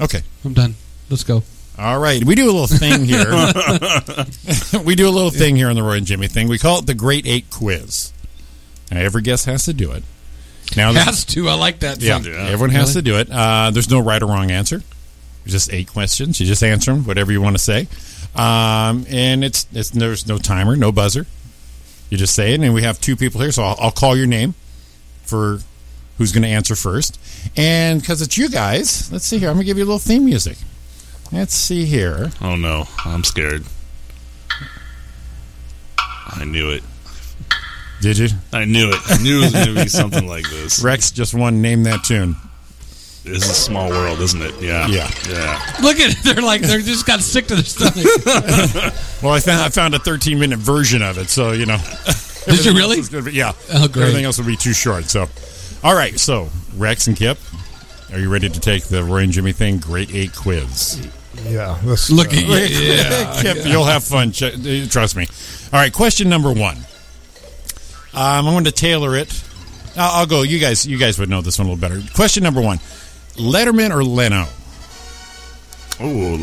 [SPEAKER 3] Okay.
[SPEAKER 2] I'm done. Let's go.
[SPEAKER 3] All right. We do a little thing here. we do a little thing here on the Roy and Jimmy thing. We call it the Great Eight Quiz. Now, every guest has to do it. Now, this-
[SPEAKER 2] Has to. I like that.
[SPEAKER 3] yeah,
[SPEAKER 2] Fun.
[SPEAKER 3] everyone has to do it. Uh, there's no right or wrong answer. There's just eight questions. You just answer them, whatever you want to say. Um, and it's, it's there's no timer, no buzzer. You just say it, and we have two people here, so I'll, I'll call your name for who's going to answer first. And because it's you guys, let's see here. I'm going to give you a little theme music. Let's see here.
[SPEAKER 5] Oh no, I'm scared. I knew it.
[SPEAKER 3] Did you?
[SPEAKER 5] I knew it. I knew it was going to be something like this.
[SPEAKER 3] Rex just one. Name that tune.
[SPEAKER 5] This is a small world, isn't it? Yeah.
[SPEAKER 3] Yeah.
[SPEAKER 5] Yeah.
[SPEAKER 2] Look at it. They're like they just got sick to their stomach.
[SPEAKER 3] Well, I found I found a 13 minute version of it, so you know.
[SPEAKER 2] Did you really?
[SPEAKER 3] It's gonna be- yeah.
[SPEAKER 2] Oh, great.
[SPEAKER 3] Everything else would be too short. So, all right. So, Rex and Kip, are you ready to take the Roy and Jimmy thing Great Eight quiz?
[SPEAKER 4] Yeah. Let's,
[SPEAKER 2] Look at
[SPEAKER 4] uh,
[SPEAKER 2] you.
[SPEAKER 3] Kip, you'll have fun. Ch- uh, Trust me. All right. Question number one. Um, I'm going to tailor it. I'll, I'll go. You guys, you guys would know this one a little better. Question number one: Letterman or Leno?
[SPEAKER 5] Oh,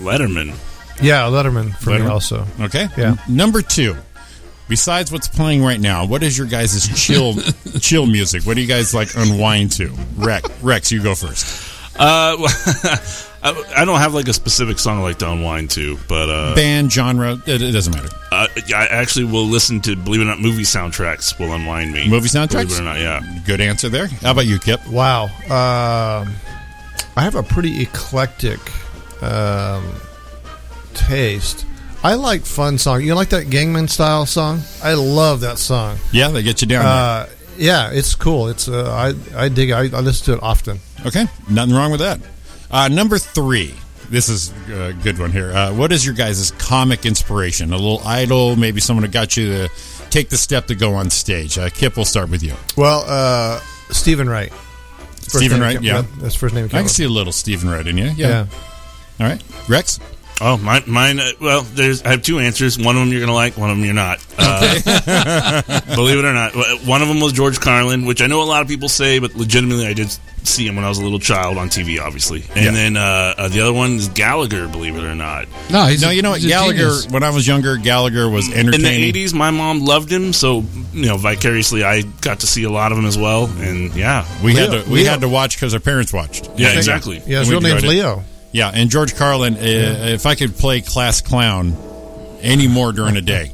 [SPEAKER 5] Letterman.
[SPEAKER 4] yeah, Letterman for me
[SPEAKER 3] Letterman?
[SPEAKER 4] also.
[SPEAKER 3] Okay.
[SPEAKER 4] Yeah.
[SPEAKER 3] N- Number two. Besides what's playing right now, what is your guys' chill chill music? What do you guys like unwind to? Rex, Rex, you go first.
[SPEAKER 5] Uh, I I don't have like a specific song I like to unwind to, but uh,
[SPEAKER 3] Band genre, it, it doesn't matter.
[SPEAKER 5] uh, I actually will listen to believe it or not movie soundtracks will unwind me.
[SPEAKER 3] Movie soundtracks?
[SPEAKER 5] Believe it or not, yeah.
[SPEAKER 3] Good answer there. How about you, Kip?
[SPEAKER 4] Wow. Um, I have a pretty eclectic um, taste. I like fun song. You like that Gangman style song? I love that song.
[SPEAKER 3] Yeah, they get you down.
[SPEAKER 4] Uh, yeah, it's cool. It's uh, I I dig. It. I, I listen to it often.
[SPEAKER 3] there. Uh, Okay, nothing wrong with that. Uh, number three. This is a good one here. Uh, what is your guys' comic inspiration? A little idol, maybe someone who got you to take the step to go on stage. Uh, Kip, we'll start with you.
[SPEAKER 4] Well, uh, Stephen Wright. First
[SPEAKER 3] Stephen
[SPEAKER 4] name
[SPEAKER 3] Wright,
[SPEAKER 4] came-
[SPEAKER 3] yeah.
[SPEAKER 4] that's first name.
[SPEAKER 3] I
[SPEAKER 4] came
[SPEAKER 3] can
[SPEAKER 4] up.
[SPEAKER 3] see a little Stephen Wright in you. yeah.
[SPEAKER 4] Yeah.
[SPEAKER 3] All right. Rex?
[SPEAKER 5] Oh, mine. mine uh, well, there's. I have two answers. One of them you're gonna like. One of them you're not. Uh, believe it or not, w- one of them was George Carlin, which I know a lot of people say, but legitimately, I did see him when I was a little child on TV, obviously. And
[SPEAKER 3] Yeah.
[SPEAKER 5] then uh, uh, the other one is Gallagher. Believe it or not,
[SPEAKER 2] No, he's
[SPEAKER 3] No,
[SPEAKER 2] a-
[SPEAKER 3] you know what?
[SPEAKER 2] he's a
[SPEAKER 3] Gallagher,
[SPEAKER 2] genius.
[SPEAKER 3] when I was younger, Gallagher was
[SPEAKER 5] in the
[SPEAKER 3] entertaining.
[SPEAKER 5] '80s, my mom loved him, so you know, vicariously, I got to see a lot of him as well. And yeah,
[SPEAKER 3] We had
[SPEAKER 4] Leo-
[SPEAKER 3] to we
[SPEAKER 4] Leo.
[SPEAKER 3] had to watch because our parents watched.
[SPEAKER 5] yeah, exactly.
[SPEAKER 4] Yeah, his
[SPEAKER 3] We
[SPEAKER 4] real name's
[SPEAKER 3] enjoyed it.
[SPEAKER 4] Leo.
[SPEAKER 3] Yeah, and George Carlin. Uh, If I could play class clown any more during a day,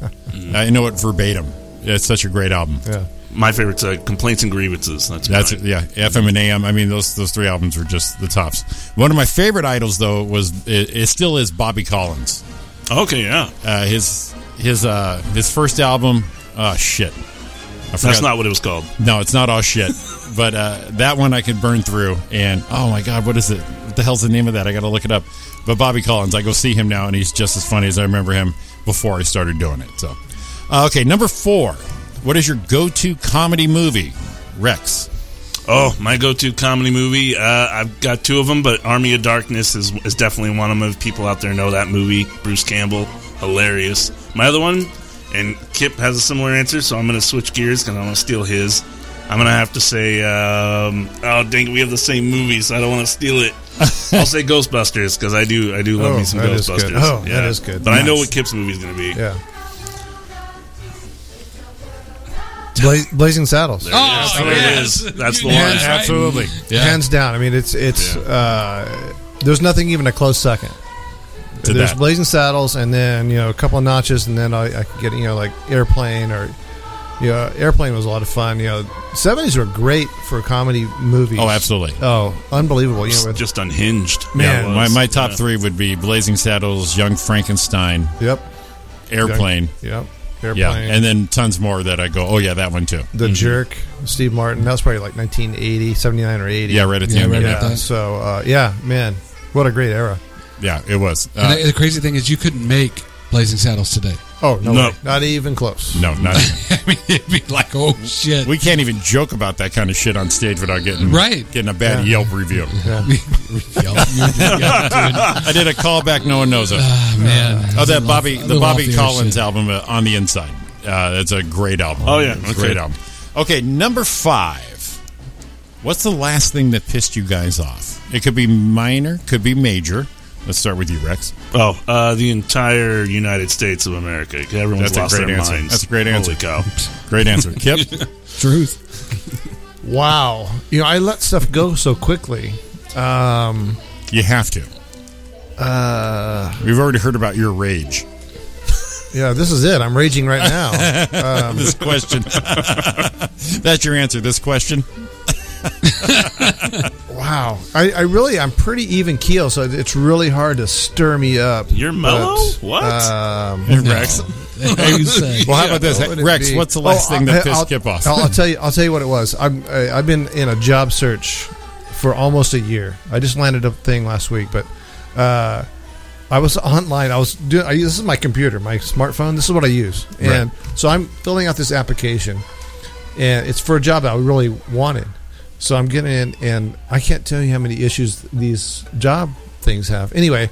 [SPEAKER 3] I know it verbatim. It's such a great album.
[SPEAKER 4] Yeah.
[SPEAKER 5] My favorite's uh, Complaints and Grievances. That's
[SPEAKER 3] That's
[SPEAKER 5] mine.
[SPEAKER 3] it. Yeah, FM and AM. I mean, those those three albums were just the tops. One of my favorite idols, though, was it, it still is Bobby Collins.
[SPEAKER 5] Okay, yeah,
[SPEAKER 3] Uh, his his uh, his first album. Oh shit! I
[SPEAKER 5] that's
[SPEAKER 3] forgot-
[SPEAKER 5] not what it was called.
[SPEAKER 3] No, it's not all shit. but uh, that one I could burn through. And oh my God, what is it? What the hell's the name of that? I got to look it up. But Bobby Collins, I go see him now, and he's just as funny as I remember him before I started doing it. So, uh, okay, number four. What is your go-to comedy movie, Rex?
[SPEAKER 5] Oh, my go-to comedy movie. Uh, I've got two of them, but Army of Darkness is, is definitely one of them. If people out there know that movie, Bruce Campbell, hilarious. My other one, and Kip has a similar answer, so I'm going to switch gears because I'm going to steal his. I'm going to have to say, um, oh dang, it, we have the same movie, so I don't want to steal it. I'll say Ghostbusters because I do, I do love
[SPEAKER 4] Oh,
[SPEAKER 5] me some
[SPEAKER 4] that is
[SPEAKER 5] Ghostbusters.
[SPEAKER 4] good. Oh, that is good.
[SPEAKER 5] But I know
[SPEAKER 4] Nice.
[SPEAKER 5] what Kip's movie is going to be.
[SPEAKER 4] Yeah. Bla- Blazing Saddles.
[SPEAKER 2] Oh,
[SPEAKER 5] There it
[SPEAKER 2] yes.
[SPEAKER 5] is. That's the
[SPEAKER 2] Yeah,
[SPEAKER 5] one.
[SPEAKER 2] that's right.
[SPEAKER 3] Absolutely.
[SPEAKER 4] Hands down. I mean, it's it's. Uh, there's nothing even a close second.
[SPEAKER 3] To
[SPEAKER 4] there's
[SPEAKER 3] that.
[SPEAKER 4] Blazing Saddles, and then you know a couple of notches, and then I, I could get you know like Airplane or. Yeah, Airplane was a lot of fun. You know, seventies were great for comedy movies.
[SPEAKER 3] Oh, absolutely.
[SPEAKER 4] Oh, unbelievable! You know,
[SPEAKER 5] Just,
[SPEAKER 4] with,
[SPEAKER 5] just unhinged.
[SPEAKER 4] Man,
[SPEAKER 5] That
[SPEAKER 3] My,
[SPEAKER 5] was.
[SPEAKER 3] my top
[SPEAKER 5] Yeah.
[SPEAKER 3] three would be Blazing Saddles, Young Frankenstein,
[SPEAKER 4] yep,
[SPEAKER 3] Airplane,
[SPEAKER 4] yep. Airplane.
[SPEAKER 3] Yeah, and then tons more that I go, oh yeah, that one too.
[SPEAKER 4] The Jerk, Steve Martin. That was probably like 1980, 79 or 80.
[SPEAKER 3] Yeah, right at the
[SPEAKER 2] Yeah,
[SPEAKER 3] end.
[SPEAKER 2] right
[SPEAKER 3] of
[SPEAKER 2] at
[SPEAKER 3] it.
[SPEAKER 2] the-
[SPEAKER 4] Yeah, so, uh, yeah, man, what a great era.
[SPEAKER 3] yeah, it was.
[SPEAKER 2] And
[SPEAKER 3] Uh,
[SPEAKER 2] the, the crazy thing is, you couldn't make Blazing Saddles today.
[SPEAKER 4] Oh, no,
[SPEAKER 5] No.
[SPEAKER 4] way. not even close.
[SPEAKER 3] no, not. even.
[SPEAKER 2] I mean, it'd be like, oh shit.
[SPEAKER 3] We can't even joke about that kind of shit on stage without getting
[SPEAKER 2] Right.
[SPEAKER 3] getting a bad Yelp review.
[SPEAKER 2] Yup, you- yup, dude.
[SPEAKER 3] I did a callback, no one knows it.
[SPEAKER 2] Ah, man.
[SPEAKER 3] Oh, that Bobby,
[SPEAKER 2] I
[SPEAKER 3] the
[SPEAKER 2] love
[SPEAKER 3] Bobby
[SPEAKER 2] theater
[SPEAKER 3] Collins
[SPEAKER 2] shit.
[SPEAKER 3] album uh, on the inside. Uh, that's a great album.
[SPEAKER 5] Oh, yeah.
[SPEAKER 3] It's a
[SPEAKER 5] Okay.
[SPEAKER 3] great album. Okay, number five. What's the last thing that pissed you guys off? It could be minor, could be major. Let's start with you, Rex.
[SPEAKER 5] Oh, uh, the entire United States of America. Everyone's
[SPEAKER 3] That's a
[SPEAKER 5] lost
[SPEAKER 3] great
[SPEAKER 5] their
[SPEAKER 3] answer.
[SPEAKER 5] minds.
[SPEAKER 3] That's a great answer.
[SPEAKER 5] Holy cow!
[SPEAKER 3] Great answer, Kip.
[SPEAKER 2] Truth.
[SPEAKER 4] Wow. You know, I let stuff go so quickly. Um,
[SPEAKER 3] You have to.
[SPEAKER 4] uh,
[SPEAKER 3] We've already heard about your rage.
[SPEAKER 4] yeah, this is it. I'm raging right now.
[SPEAKER 5] um,
[SPEAKER 3] This question. That's your answer. This question.
[SPEAKER 4] wow. I, I really, I'm pretty even keel, so it's really hard to stir me up. uh,
[SPEAKER 5] You're mellow? What? Uh,
[SPEAKER 4] Um,
[SPEAKER 3] Rex.
[SPEAKER 2] You say.
[SPEAKER 3] Well, how about this,
[SPEAKER 4] What would it
[SPEAKER 3] Rex?
[SPEAKER 4] be?
[SPEAKER 3] What's the last
[SPEAKER 4] Oh,
[SPEAKER 3] thing
[SPEAKER 4] I-
[SPEAKER 3] that pissed
[SPEAKER 4] I'll-
[SPEAKER 3] Kip off?
[SPEAKER 4] I'll, I'll tell you. I'll tell you what it was. I'm, I, I've been in a job search for almost a year. I just landed a thing last week, but uh, I was online. I was doing. I, this is my computer, my smartphone. This is what I use, and so I'm filling out this application, and it's for a job that I really wanted. So I'm getting in, and I can't tell you how many issues these job things have. Anyway,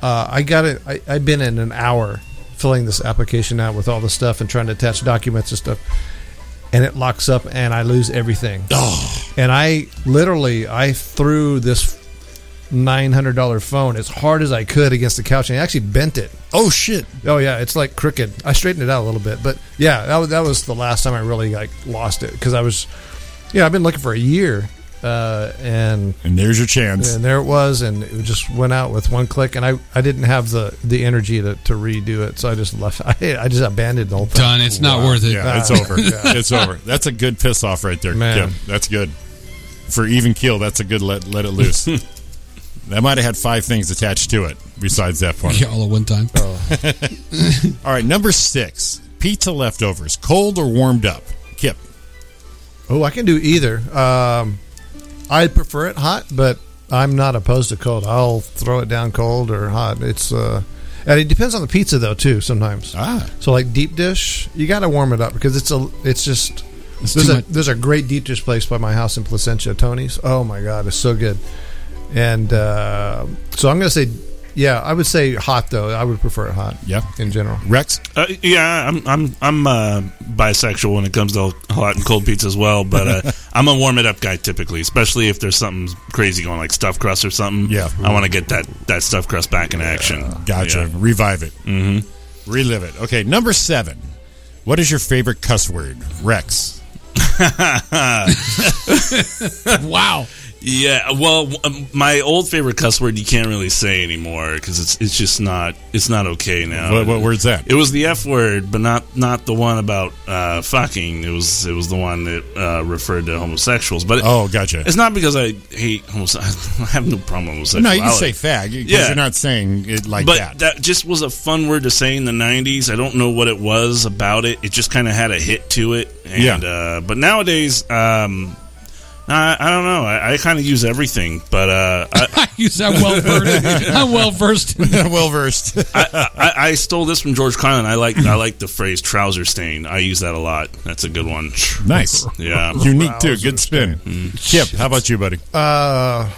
[SPEAKER 4] uh, I got it. I, I've been in an hour filling this application out with all the stuff and trying to attach documents and stuff, and it locks up, and I lose everything. And I literally I threw this nine hundred dollar phone as hard as I could against the couch, and I actually bent it.
[SPEAKER 3] oh shit!
[SPEAKER 4] Oh yeah, it's like crooked. I straightened it out a little bit, but yeah, that was that was the last time I really like lost it because I was, yeah, I've been looking for a year, uh, and
[SPEAKER 3] And there's your chance.
[SPEAKER 4] and there it was, and it just went out with one click, and I, I didn't have the, the energy to, to redo it, so I just left. I, I just abandoned the whole thing.
[SPEAKER 2] Done. It's not worth it.
[SPEAKER 3] Yeah, it's
[SPEAKER 4] Nah.
[SPEAKER 3] over. It's over. That's a good piss off right there,
[SPEAKER 4] Man.
[SPEAKER 3] Kip. That's good. For even keel, that's a good let let it loose. that might have had five things attached to it besides that one.
[SPEAKER 2] Yeah, all at one time.
[SPEAKER 3] All right, number six: pizza leftovers, cold or warmed up. Kip,
[SPEAKER 4] Oh, I can do either. Um, I prefer it hot, but I'm not opposed to cold. I'll throw it down cold or hot. It's uh, and it depends on the pizza though too. Sometimes
[SPEAKER 3] Ah.
[SPEAKER 4] so like deep dish, you got to warm it up because it's a it's just
[SPEAKER 2] It's
[SPEAKER 4] there's
[SPEAKER 2] too
[SPEAKER 4] a
[SPEAKER 2] much-
[SPEAKER 4] there's a great deep dish place by my house in Placentia, Tony's. Oh my god, it's so good. And uh, so I'm gonna say, yeah, I would say hot though. I would prefer it hot.
[SPEAKER 3] Yeah.
[SPEAKER 4] in general.
[SPEAKER 3] Rex,
[SPEAKER 5] Uh, yeah, I'm I'm I'm uh, bisexual when it comes to hot and cold pizza as well, but uh, I'm a warm it up guy typically, especially if there's something crazy going like stuffed crust or something.
[SPEAKER 3] Yeah.
[SPEAKER 5] I want to get that that stuffed crust back in action.
[SPEAKER 3] gotcha.
[SPEAKER 5] Yeah.
[SPEAKER 3] Revive it, mm-hmm. relive it. Okay, number seven: what is your favorite cuss word, Rex?
[SPEAKER 2] Wow.
[SPEAKER 5] Yeah, well, w- um, my old favorite cuss word you can't really say anymore because it's it's just not it's not okay now.
[SPEAKER 3] What, what word's that?
[SPEAKER 5] It was the F word, but not not the one about uh, fucking. It was it was the one that uh, referred to homosexuals. But
[SPEAKER 3] Oh, gotcha.
[SPEAKER 5] it's not because I hate homosexuals. I have no problem with homosexuality.
[SPEAKER 3] No, you can say fag. 'cause
[SPEAKER 5] Yeah.
[SPEAKER 3] you're not saying it like
[SPEAKER 5] but
[SPEAKER 3] that.
[SPEAKER 5] just was a fun word to say in the '90s. I don't know what it was about it. It just kind of had a hit to it. And,
[SPEAKER 3] Yeah.
[SPEAKER 5] Uh, but nowadays, um, I, I don't know. I, I kind of use everything, but uh, I,
[SPEAKER 2] I use that well versed. I'm well versed. in-
[SPEAKER 3] well versed.
[SPEAKER 5] I, I, I stole this from George Carlin. I like I like the phrase trouser stain. I use that a lot. That's a good one.
[SPEAKER 3] nice.
[SPEAKER 5] Yeah.
[SPEAKER 3] Unique too. Good spin. Kip, how about you, buddy?
[SPEAKER 4] Uh,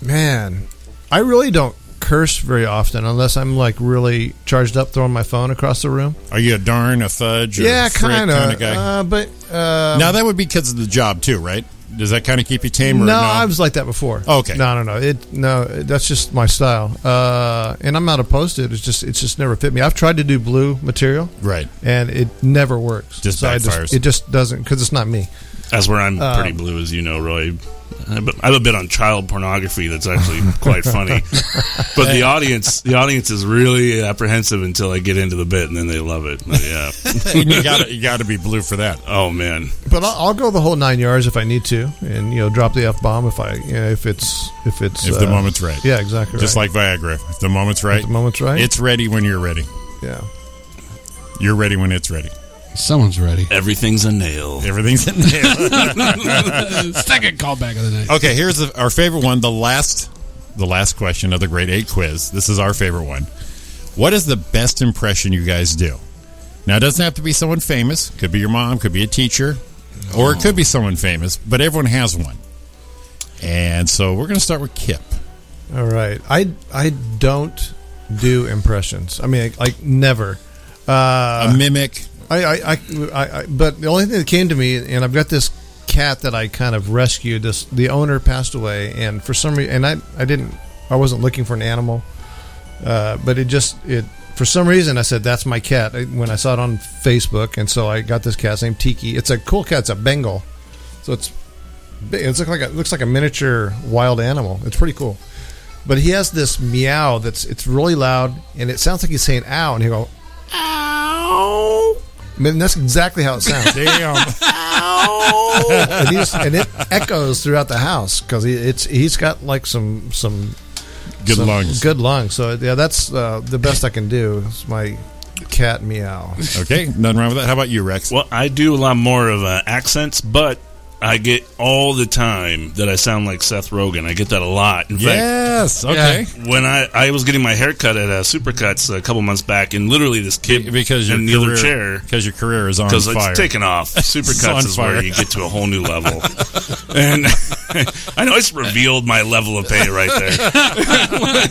[SPEAKER 4] man, I really don't curse very often unless I'm like really charged up, throwing my phone across the room.
[SPEAKER 3] Are you a darn, a fudge, or
[SPEAKER 4] yeah,
[SPEAKER 3] a frick
[SPEAKER 4] kind
[SPEAKER 3] kinda
[SPEAKER 4] of.
[SPEAKER 3] guy?
[SPEAKER 4] Uh, but uh,
[SPEAKER 3] now that would be because of the job too, right? Does that kind of keep you tame? Or
[SPEAKER 4] no,
[SPEAKER 3] no, Oh,
[SPEAKER 4] I was like that before.
[SPEAKER 3] Okay.
[SPEAKER 4] No, no, no. It no. That's just my style. Uh, and I'm not opposed to it. It's just it's just never fit me. I've tried to do blue material,
[SPEAKER 3] right.
[SPEAKER 4] and it never works.
[SPEAKER 3] Just
[SPEAKER 4] I
[SPEAKER 3] backfires.
[SPEAKER 4] it just doesn't because it's not me.
[SPEAKER 5] That's where I'm
[SPEAKER 3] Uh,
[SPEAKER 5] pretty blue, as you know, Roy. I have a- I have a bit on child pornography that's actually quite funny, but the audience the audience is really apprehensive until I get into the bit, and then they love it. But yeah.
[SPEAKER 3] And you got you got to be blue for that.
[SPEAKER 5] Oh man.
[SPEAKER 4] But I'll, I'll go the whole nine yards if I need to, and you know, drop the f bomb if I you know, if it's if it's uh,
[SPEAKER 3] If the moment's right.
[SPEAKER 4] Yeah, exactly.
[SPEAKER 3] Just
[SPEAKER 4] right.
[SPEAKER 3] like Viagra, if the moment's right,
[SPEAKER 4] the moment's right.
[SPEAKER 3] it's ready when you're ready.
[SPEAKER 4] yeah.
[SPEAKER 3] You're ready when it's ready.
[SPEAKER 2] Someone's ready.
[SPEAKER 5] Everything's a nail.
[SPEAKER 3] Everything's in there.
[SPEAKER 2] Second callback of the night.
[SPEAKER 3] okay, here's the, our favorite one. The last, the last question of the grade eight quiz. This is our favorite one. What is the best impression you guys do? Now, it doesn't have to be someone famous. Could be your mom. Could be a teacher, or it could be someone famous. But everyone has one. And so we're going to start with Kip.
[SPEAKER 4] All right. I I don't do impressions. I mean, like never. Uh,
[SPEAKER 3] a mimic.
[SPEAKER 4] I, I, I, I, I, but the only thing that came to me, and I've got this cat that I kind of rescued. This the owner passed away, and for some reason, and I, I didn't, I wasn't looking for an animal, uh, but it just it for some reason I said that's my cat I- when I saw it on Facebook, and so I got this cat's name Tiki. It's a cool cat. It's a Bengal, so it's big. it's look like a, looks like a miniature wild animal. It's pretty cool. But he has this meow that's it's really loud and it sounds like he's saying ow and he go ow. I mean, that's exactly how it sounds.
[SPEAKER 3] Damn.
[SPEAKER 4] and, he's, and it echoes throughout the house because he, it's he's got like some some
[SPEAKER 3] Good
[SPEAKER 4] some
[SPEAKER 3] lungs.
[SPEAKER 4] good lungs. So yeah, that's uh, the best I can do. It's my cat meow.
[SPEAKER 3] Okay, nothing wrong with that. How about you, Rex?
[SPEAKER 5] Well, I do a lot more of uh, accents, but I get all the time that I sound like Seth Rogen. I get that a lot. In fact,
[SPEAKER 3] Yes. Okay.
[SPEAKER 5] when I, I was getting my hair cut at uh, Supercuts a couple months back, and literally this kid
[SPEAKER 3] Because your
[SPEAKER 5] in the
[SPEAKER 3] career,
[SPEAKER 5] other chair
[SPEAKER 3] Because your career is on
[SPEAKER 5] because
[SPEAKER 3] fire.
[SPEAKER 5] it's taken off.
[SPEAKER 3] on
[SPEAKER 5] Supercuts is
[SPEAKER 3] fire.
[SPEAKER 5] where you get to a whole new level, and I know it's revealed my level of pay right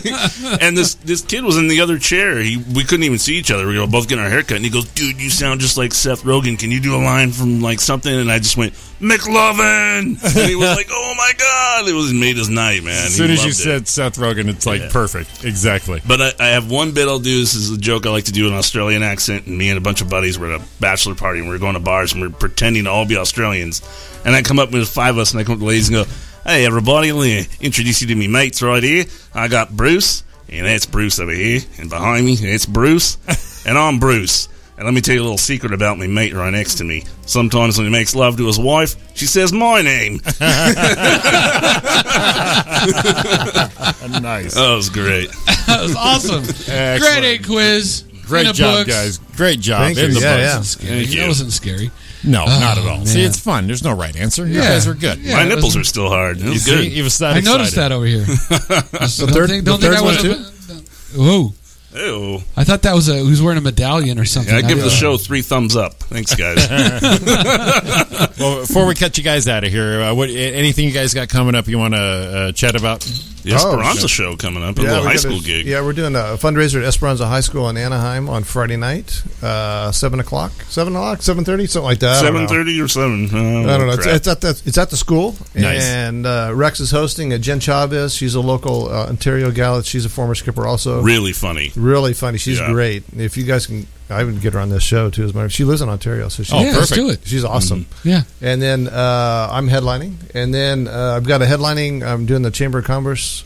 [SPEAKER 5] there. and this this kid was in the other chair. He, we couldn't even see each other. We were both getting our haircut, and he goes, "Dude, you sound just like Seth Rogen. Can you do a line from like something?" And I just went, "McLovin," and he was like, "Oh my god!" It was it made his night, man.
[SPEAKER 3] as
[SPEAKER 5] He
[SPEAKER 3] soon as you
[SPEAKER 5] loved
[SPEAKER 3] said
[SPEAKER 5] it.
[SPEAKER 3] Seth Rogen, it's like
[SPEAKER 5] Yeah.
[SPEAKER 3] perfect. Exactly.
[SPEAKER 5] But I, I have one bit I'll do. This is a joke I like to do in an Australian accent. And me and a bunch of buddies were at a bachelor party and we were going to bars and we were pretending to all be Australians. And I come up with five of us and I come up to the ladies and go, Hey, everybody, let me introduce you to me mates right here. I got Bruce, and that's Bruce over here. And behind me, it's Bruce, and I'm Bruce. And let me tell you a little secret about me mate right next to me. Sometimes when he makes love to his wife, she says my name.
[SPEAKER 3] nice.
[SPEAKER 5] That was great.
[SPEAKER 2] That was awesome.
[SPEAKER 3] Excellent.
[SPEAKER 2] Grade A quiz. in
[SPEAKER 3] Great
[SPEAKER 2] the
[SPEAKER 3] job,
[SPEAKER 2] books.
[SPEAKER 3] guys. Great job.
[SPEAKER 4] Thank
[SPEAKER 3] in
[SPEAKER 4] you.
[SPEAKER 3] the
[SPEAKER 4] Yeah,
[SPEAKER 3] books.
[SPEAKER 4] yeah.
[SPEAKER 2] Scary.
[SPEAKER 5] you.
[SPEAKER 2] That wasn't scary.
[SPEAKER 3] No, not at all.
[SPEAKER 2] Oh,
[SPEAKER 3] See,
[SPEAKER 2] man.
[SPEAKER 3] it's fun. There's no right answer. You
[SPEAKER 2] Yeah.
[SPEAKER 3] guys are good.
[SPEAKER 2] Yeah.
[SPEAKER 5] My
[SPEAKER 2] it
[SPEAKER 5] nipples
[SPEAKER 2] was-
[SPEAKER 5] are still hard. It
[SPEAKER 3] You
[SPEAKER 5] was
[SPEAKER 3] see,
[SPEAKER 5] good.
[SPEAKER 3] he was that
[SPEAKER 2] I
[SPEAKER 3] excited.
[SPEAKER 2] noticed that over here. the
[SPEAKER 4] third- the third one
[SPEAKER 2] Whoa!
[SPEAKER 5] Ew.
[SPEAKER 2] Oh, I thought that was a who's wearing a medallion or something.
[SPEAKER 5] Yeah, I give the
[SPEAKER 2] don't know.
[SPEAKER 5] show three thumbs up. Thanks, guys.
[SPEAKER 3] Well, before we cut you guys out of here, uh, what anything you guys got coming up you want to uh, chat about?
[SPEAKER 5] the Esperanza show coming up, a little
[SPEAKER 4] Oh, we
[SPEAKER 5] high
[SPEAKER 4] got
[SPEAKER 5] school
[SPEAKER 4] a-
[SPEAKER 5] gig.
[SPEAKER 4] Yeah, we're doing a fundraiser at Esperanza High School in Anaheim on Friday night, uh, seven o'clock, seven o'clock, seven thirty, something like that. I don't know.
[SPEAKER 5] Seven thirty or seven. Oh,
[SPEAKER 4] I don't know. It's, it's at the it's at the school,
[SPEAKER 3] Nice.
[SPEAKER 4] and uh, Rex is hosting. Uh, Jen Chavez, she's a local uh, Ontario gal. She's a former skipper, also.
[SPEAKER 5] really funny.
[SPEAKER 4] Really funny. She's
[SPEAKER 5] Yeah.
[SPEAKER 4] great. If you guys can, I would get her on this show too. As much she lives in Ontario, so she's
[SPEAKER 3] Oh, Mm-hmm.
[SPEAKER 2] yeah, let's do it.
[SPEAKER 4] she's awesome.
[SPEAKER 2] Yeah.
[SPEAKER 4] And then uh, I'm headlining, and then uh, I've got a headlining. I'm doing the Chamber of Commerce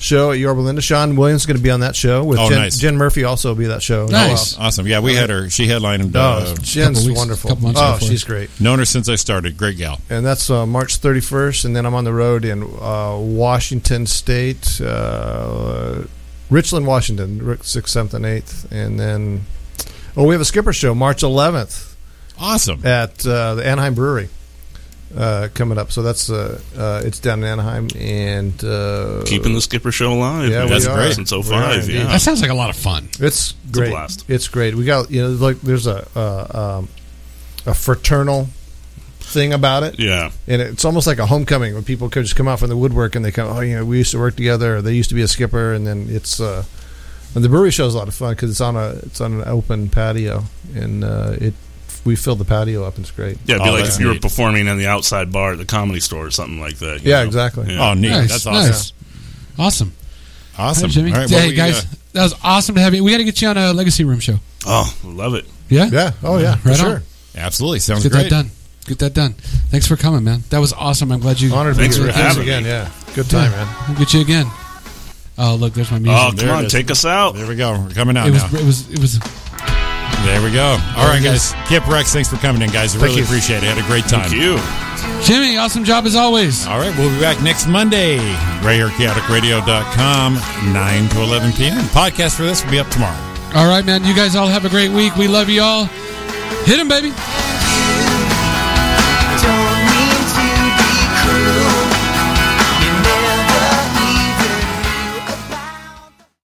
[SPEAKER 4] show at Yorba Linda. Sean Williams is going to be on that show with
[SPEAKER 3] Oh,
[SPEAKER 4] Jen,
[SPEAKER 3] nice.
[SPEAKER 4] Jen Murphy. Also will be that show.
[SPEAKER 2] Nice.
[SPEAKER 3] Oh, Awesome. Yeah, we had her. She headlined.
[SPEAKER 4] Oh,
[SPEAKER 3] Uh,
[SPEAKER 4] Jen's
[SPEAKER 2] Couple weeks-
[SPEAKER 4] wonderful.
[SPEAKER 2] couple months
[SPEAKER 4] oh,
[SPEAKER 2] before.
[SPEAKER 4] she's great.
[SPEAKER 3] known her since I started. Great gal.
[SPEAKER 4] and that's uh, March 31st. And then I'm on the road in uh, Washington State, uh, Richland, Washington, Ri- 6th, 7th, and 8th. And then, oh, we have a skipper show March 11th
[SPEAKER 3] Awesome.
[SPEAKER 4] at uh, the Anaheim Brewery. Uh, coming up, so that's uh, uh, it's down in Anaheim, and uh,
[SPEAKER 5] Keeping the Skipper show alive.
[SPEAKER 4] yeah,
[SPEAKER 5] man.
[SPEAKER 4] we
[SPEAKER 5] That's
[SPEAKER 4] are.
[SPEAKER 5] great. Since
[SPEAKER 4] We are
[SPEAKER 5] 05,
[SPEAKER 4] indeed.
[SPEAKER 5] yeah.
[SPEAKER 2] That sounds like a lot of fun.
[SPEAKER 4] it's great.
[SPEAKER 5] blast.
[SPEAKER 4] It's great. We got you know like there's a uh, um, a fraternal thing about it.
[SPEAKER 5] Yeah.
[SPEAKER 4] and it's almost like a homecoming when people could just come out from the woodwork and they come, oh, you know, we used to work together, or they used to be a skipper, and then it's. Uh, and the brewery show is a lot of fun because it's on a it's on an open patio, and uh, it we filled the patio up, and it's great.
[SPEAKER 5] Yeah, it'd be
[SPEAKER 3] Oh,
[SPEAKER 5] like
[SPEAKER 3] that's
[SPEAKER 5] if you were
[SPEAKER 3] neat.
[SPEAKER 5] performing in the outside bar at the comedy store or something like that. you
[SPEAKER 4] Yeah,
[SPEAKER 5] know?
[SPEAKER 4] exactly.
[SPEAKER 5] Yeah.
[SPEAKER 3] Oh, neat.
[SPEAKER 2] Nice.
[SPEAKER 3] That's awesome.
[SPEAKER 2] nice. Awesome.
[SPEAKER 3] Awesome.
[SPEAKER 2] All right, Jimmy.
[SPEAKER 3] All right, what
[SPEAKER 2] hey,
[SPEAKER 3] we,
[SPEAKER 2] guys.
[SPEAKER 3] uh,
[SPEAKER 2] that was awesome to have you. We got to get you on a Legacy Room show.
[SPEAKER 5] Oh, love it.
[SPEAKER 2] Yeah?
[SPEAKER 4] Yeah. Oh yeah. For
[SPEAKER 2] Right on.
[SPEAKER 4] sure.
[SPEAKER 3] absolutely. Sounds
[SPEAKER 2] Get
[SPEAKER 3] great.
[SPEAKER 2] that done. Get that done. Thanks for coming, man. That was awesome. I'm glad you.
[SPEAKER 4] Honored to be
[SPEAKER 5] Thanks
[SPEAKER 4] here.
[SPEAKER 5] for
[SPEAKER 4] Thanks
[SPEAKER 5] having
[SPEAKER 4] again.
[SPEAKER 5] me.
[SPEAKER 4] Yeah. Good time, man.
[SPEAKER 2] We'll get you again. Oh, look, there's my music.
[SPEAKER 5] Oh,
[SPEAKER 3] there
[SPEAKER 5] come
[SPEAKER 3] it
[SPEAKER 5] on,
[SPEAKER 3] is.
[SPEAKER 5] take us out.
[SPEAKER 3] There we go. We're coming out
[SPEAKER 2] it was.
[SPEAKER 3] Oh, now.
[SPEAKER 2] It was. It was.
[SPEAKER 3] There we go. All right, guys. Kip Rex, thanks for coming in, guys. I really
[SPEAKER 4] you.
[SPEAKER 3] appreciate it. Had a great time.
[SPEAKER 5] Thank you.
[SPEAKER 2] Jimmy, awesome job as always.
[SPEAKER 3] All right, we'll be back next Monday, right here at chaoticradio.com, 9 to 11 p.m. Podcast for this will be up tomorrow.
[SPEAKER 2] All right, man. You guys all have a great week. We love you all. Hit him, baby.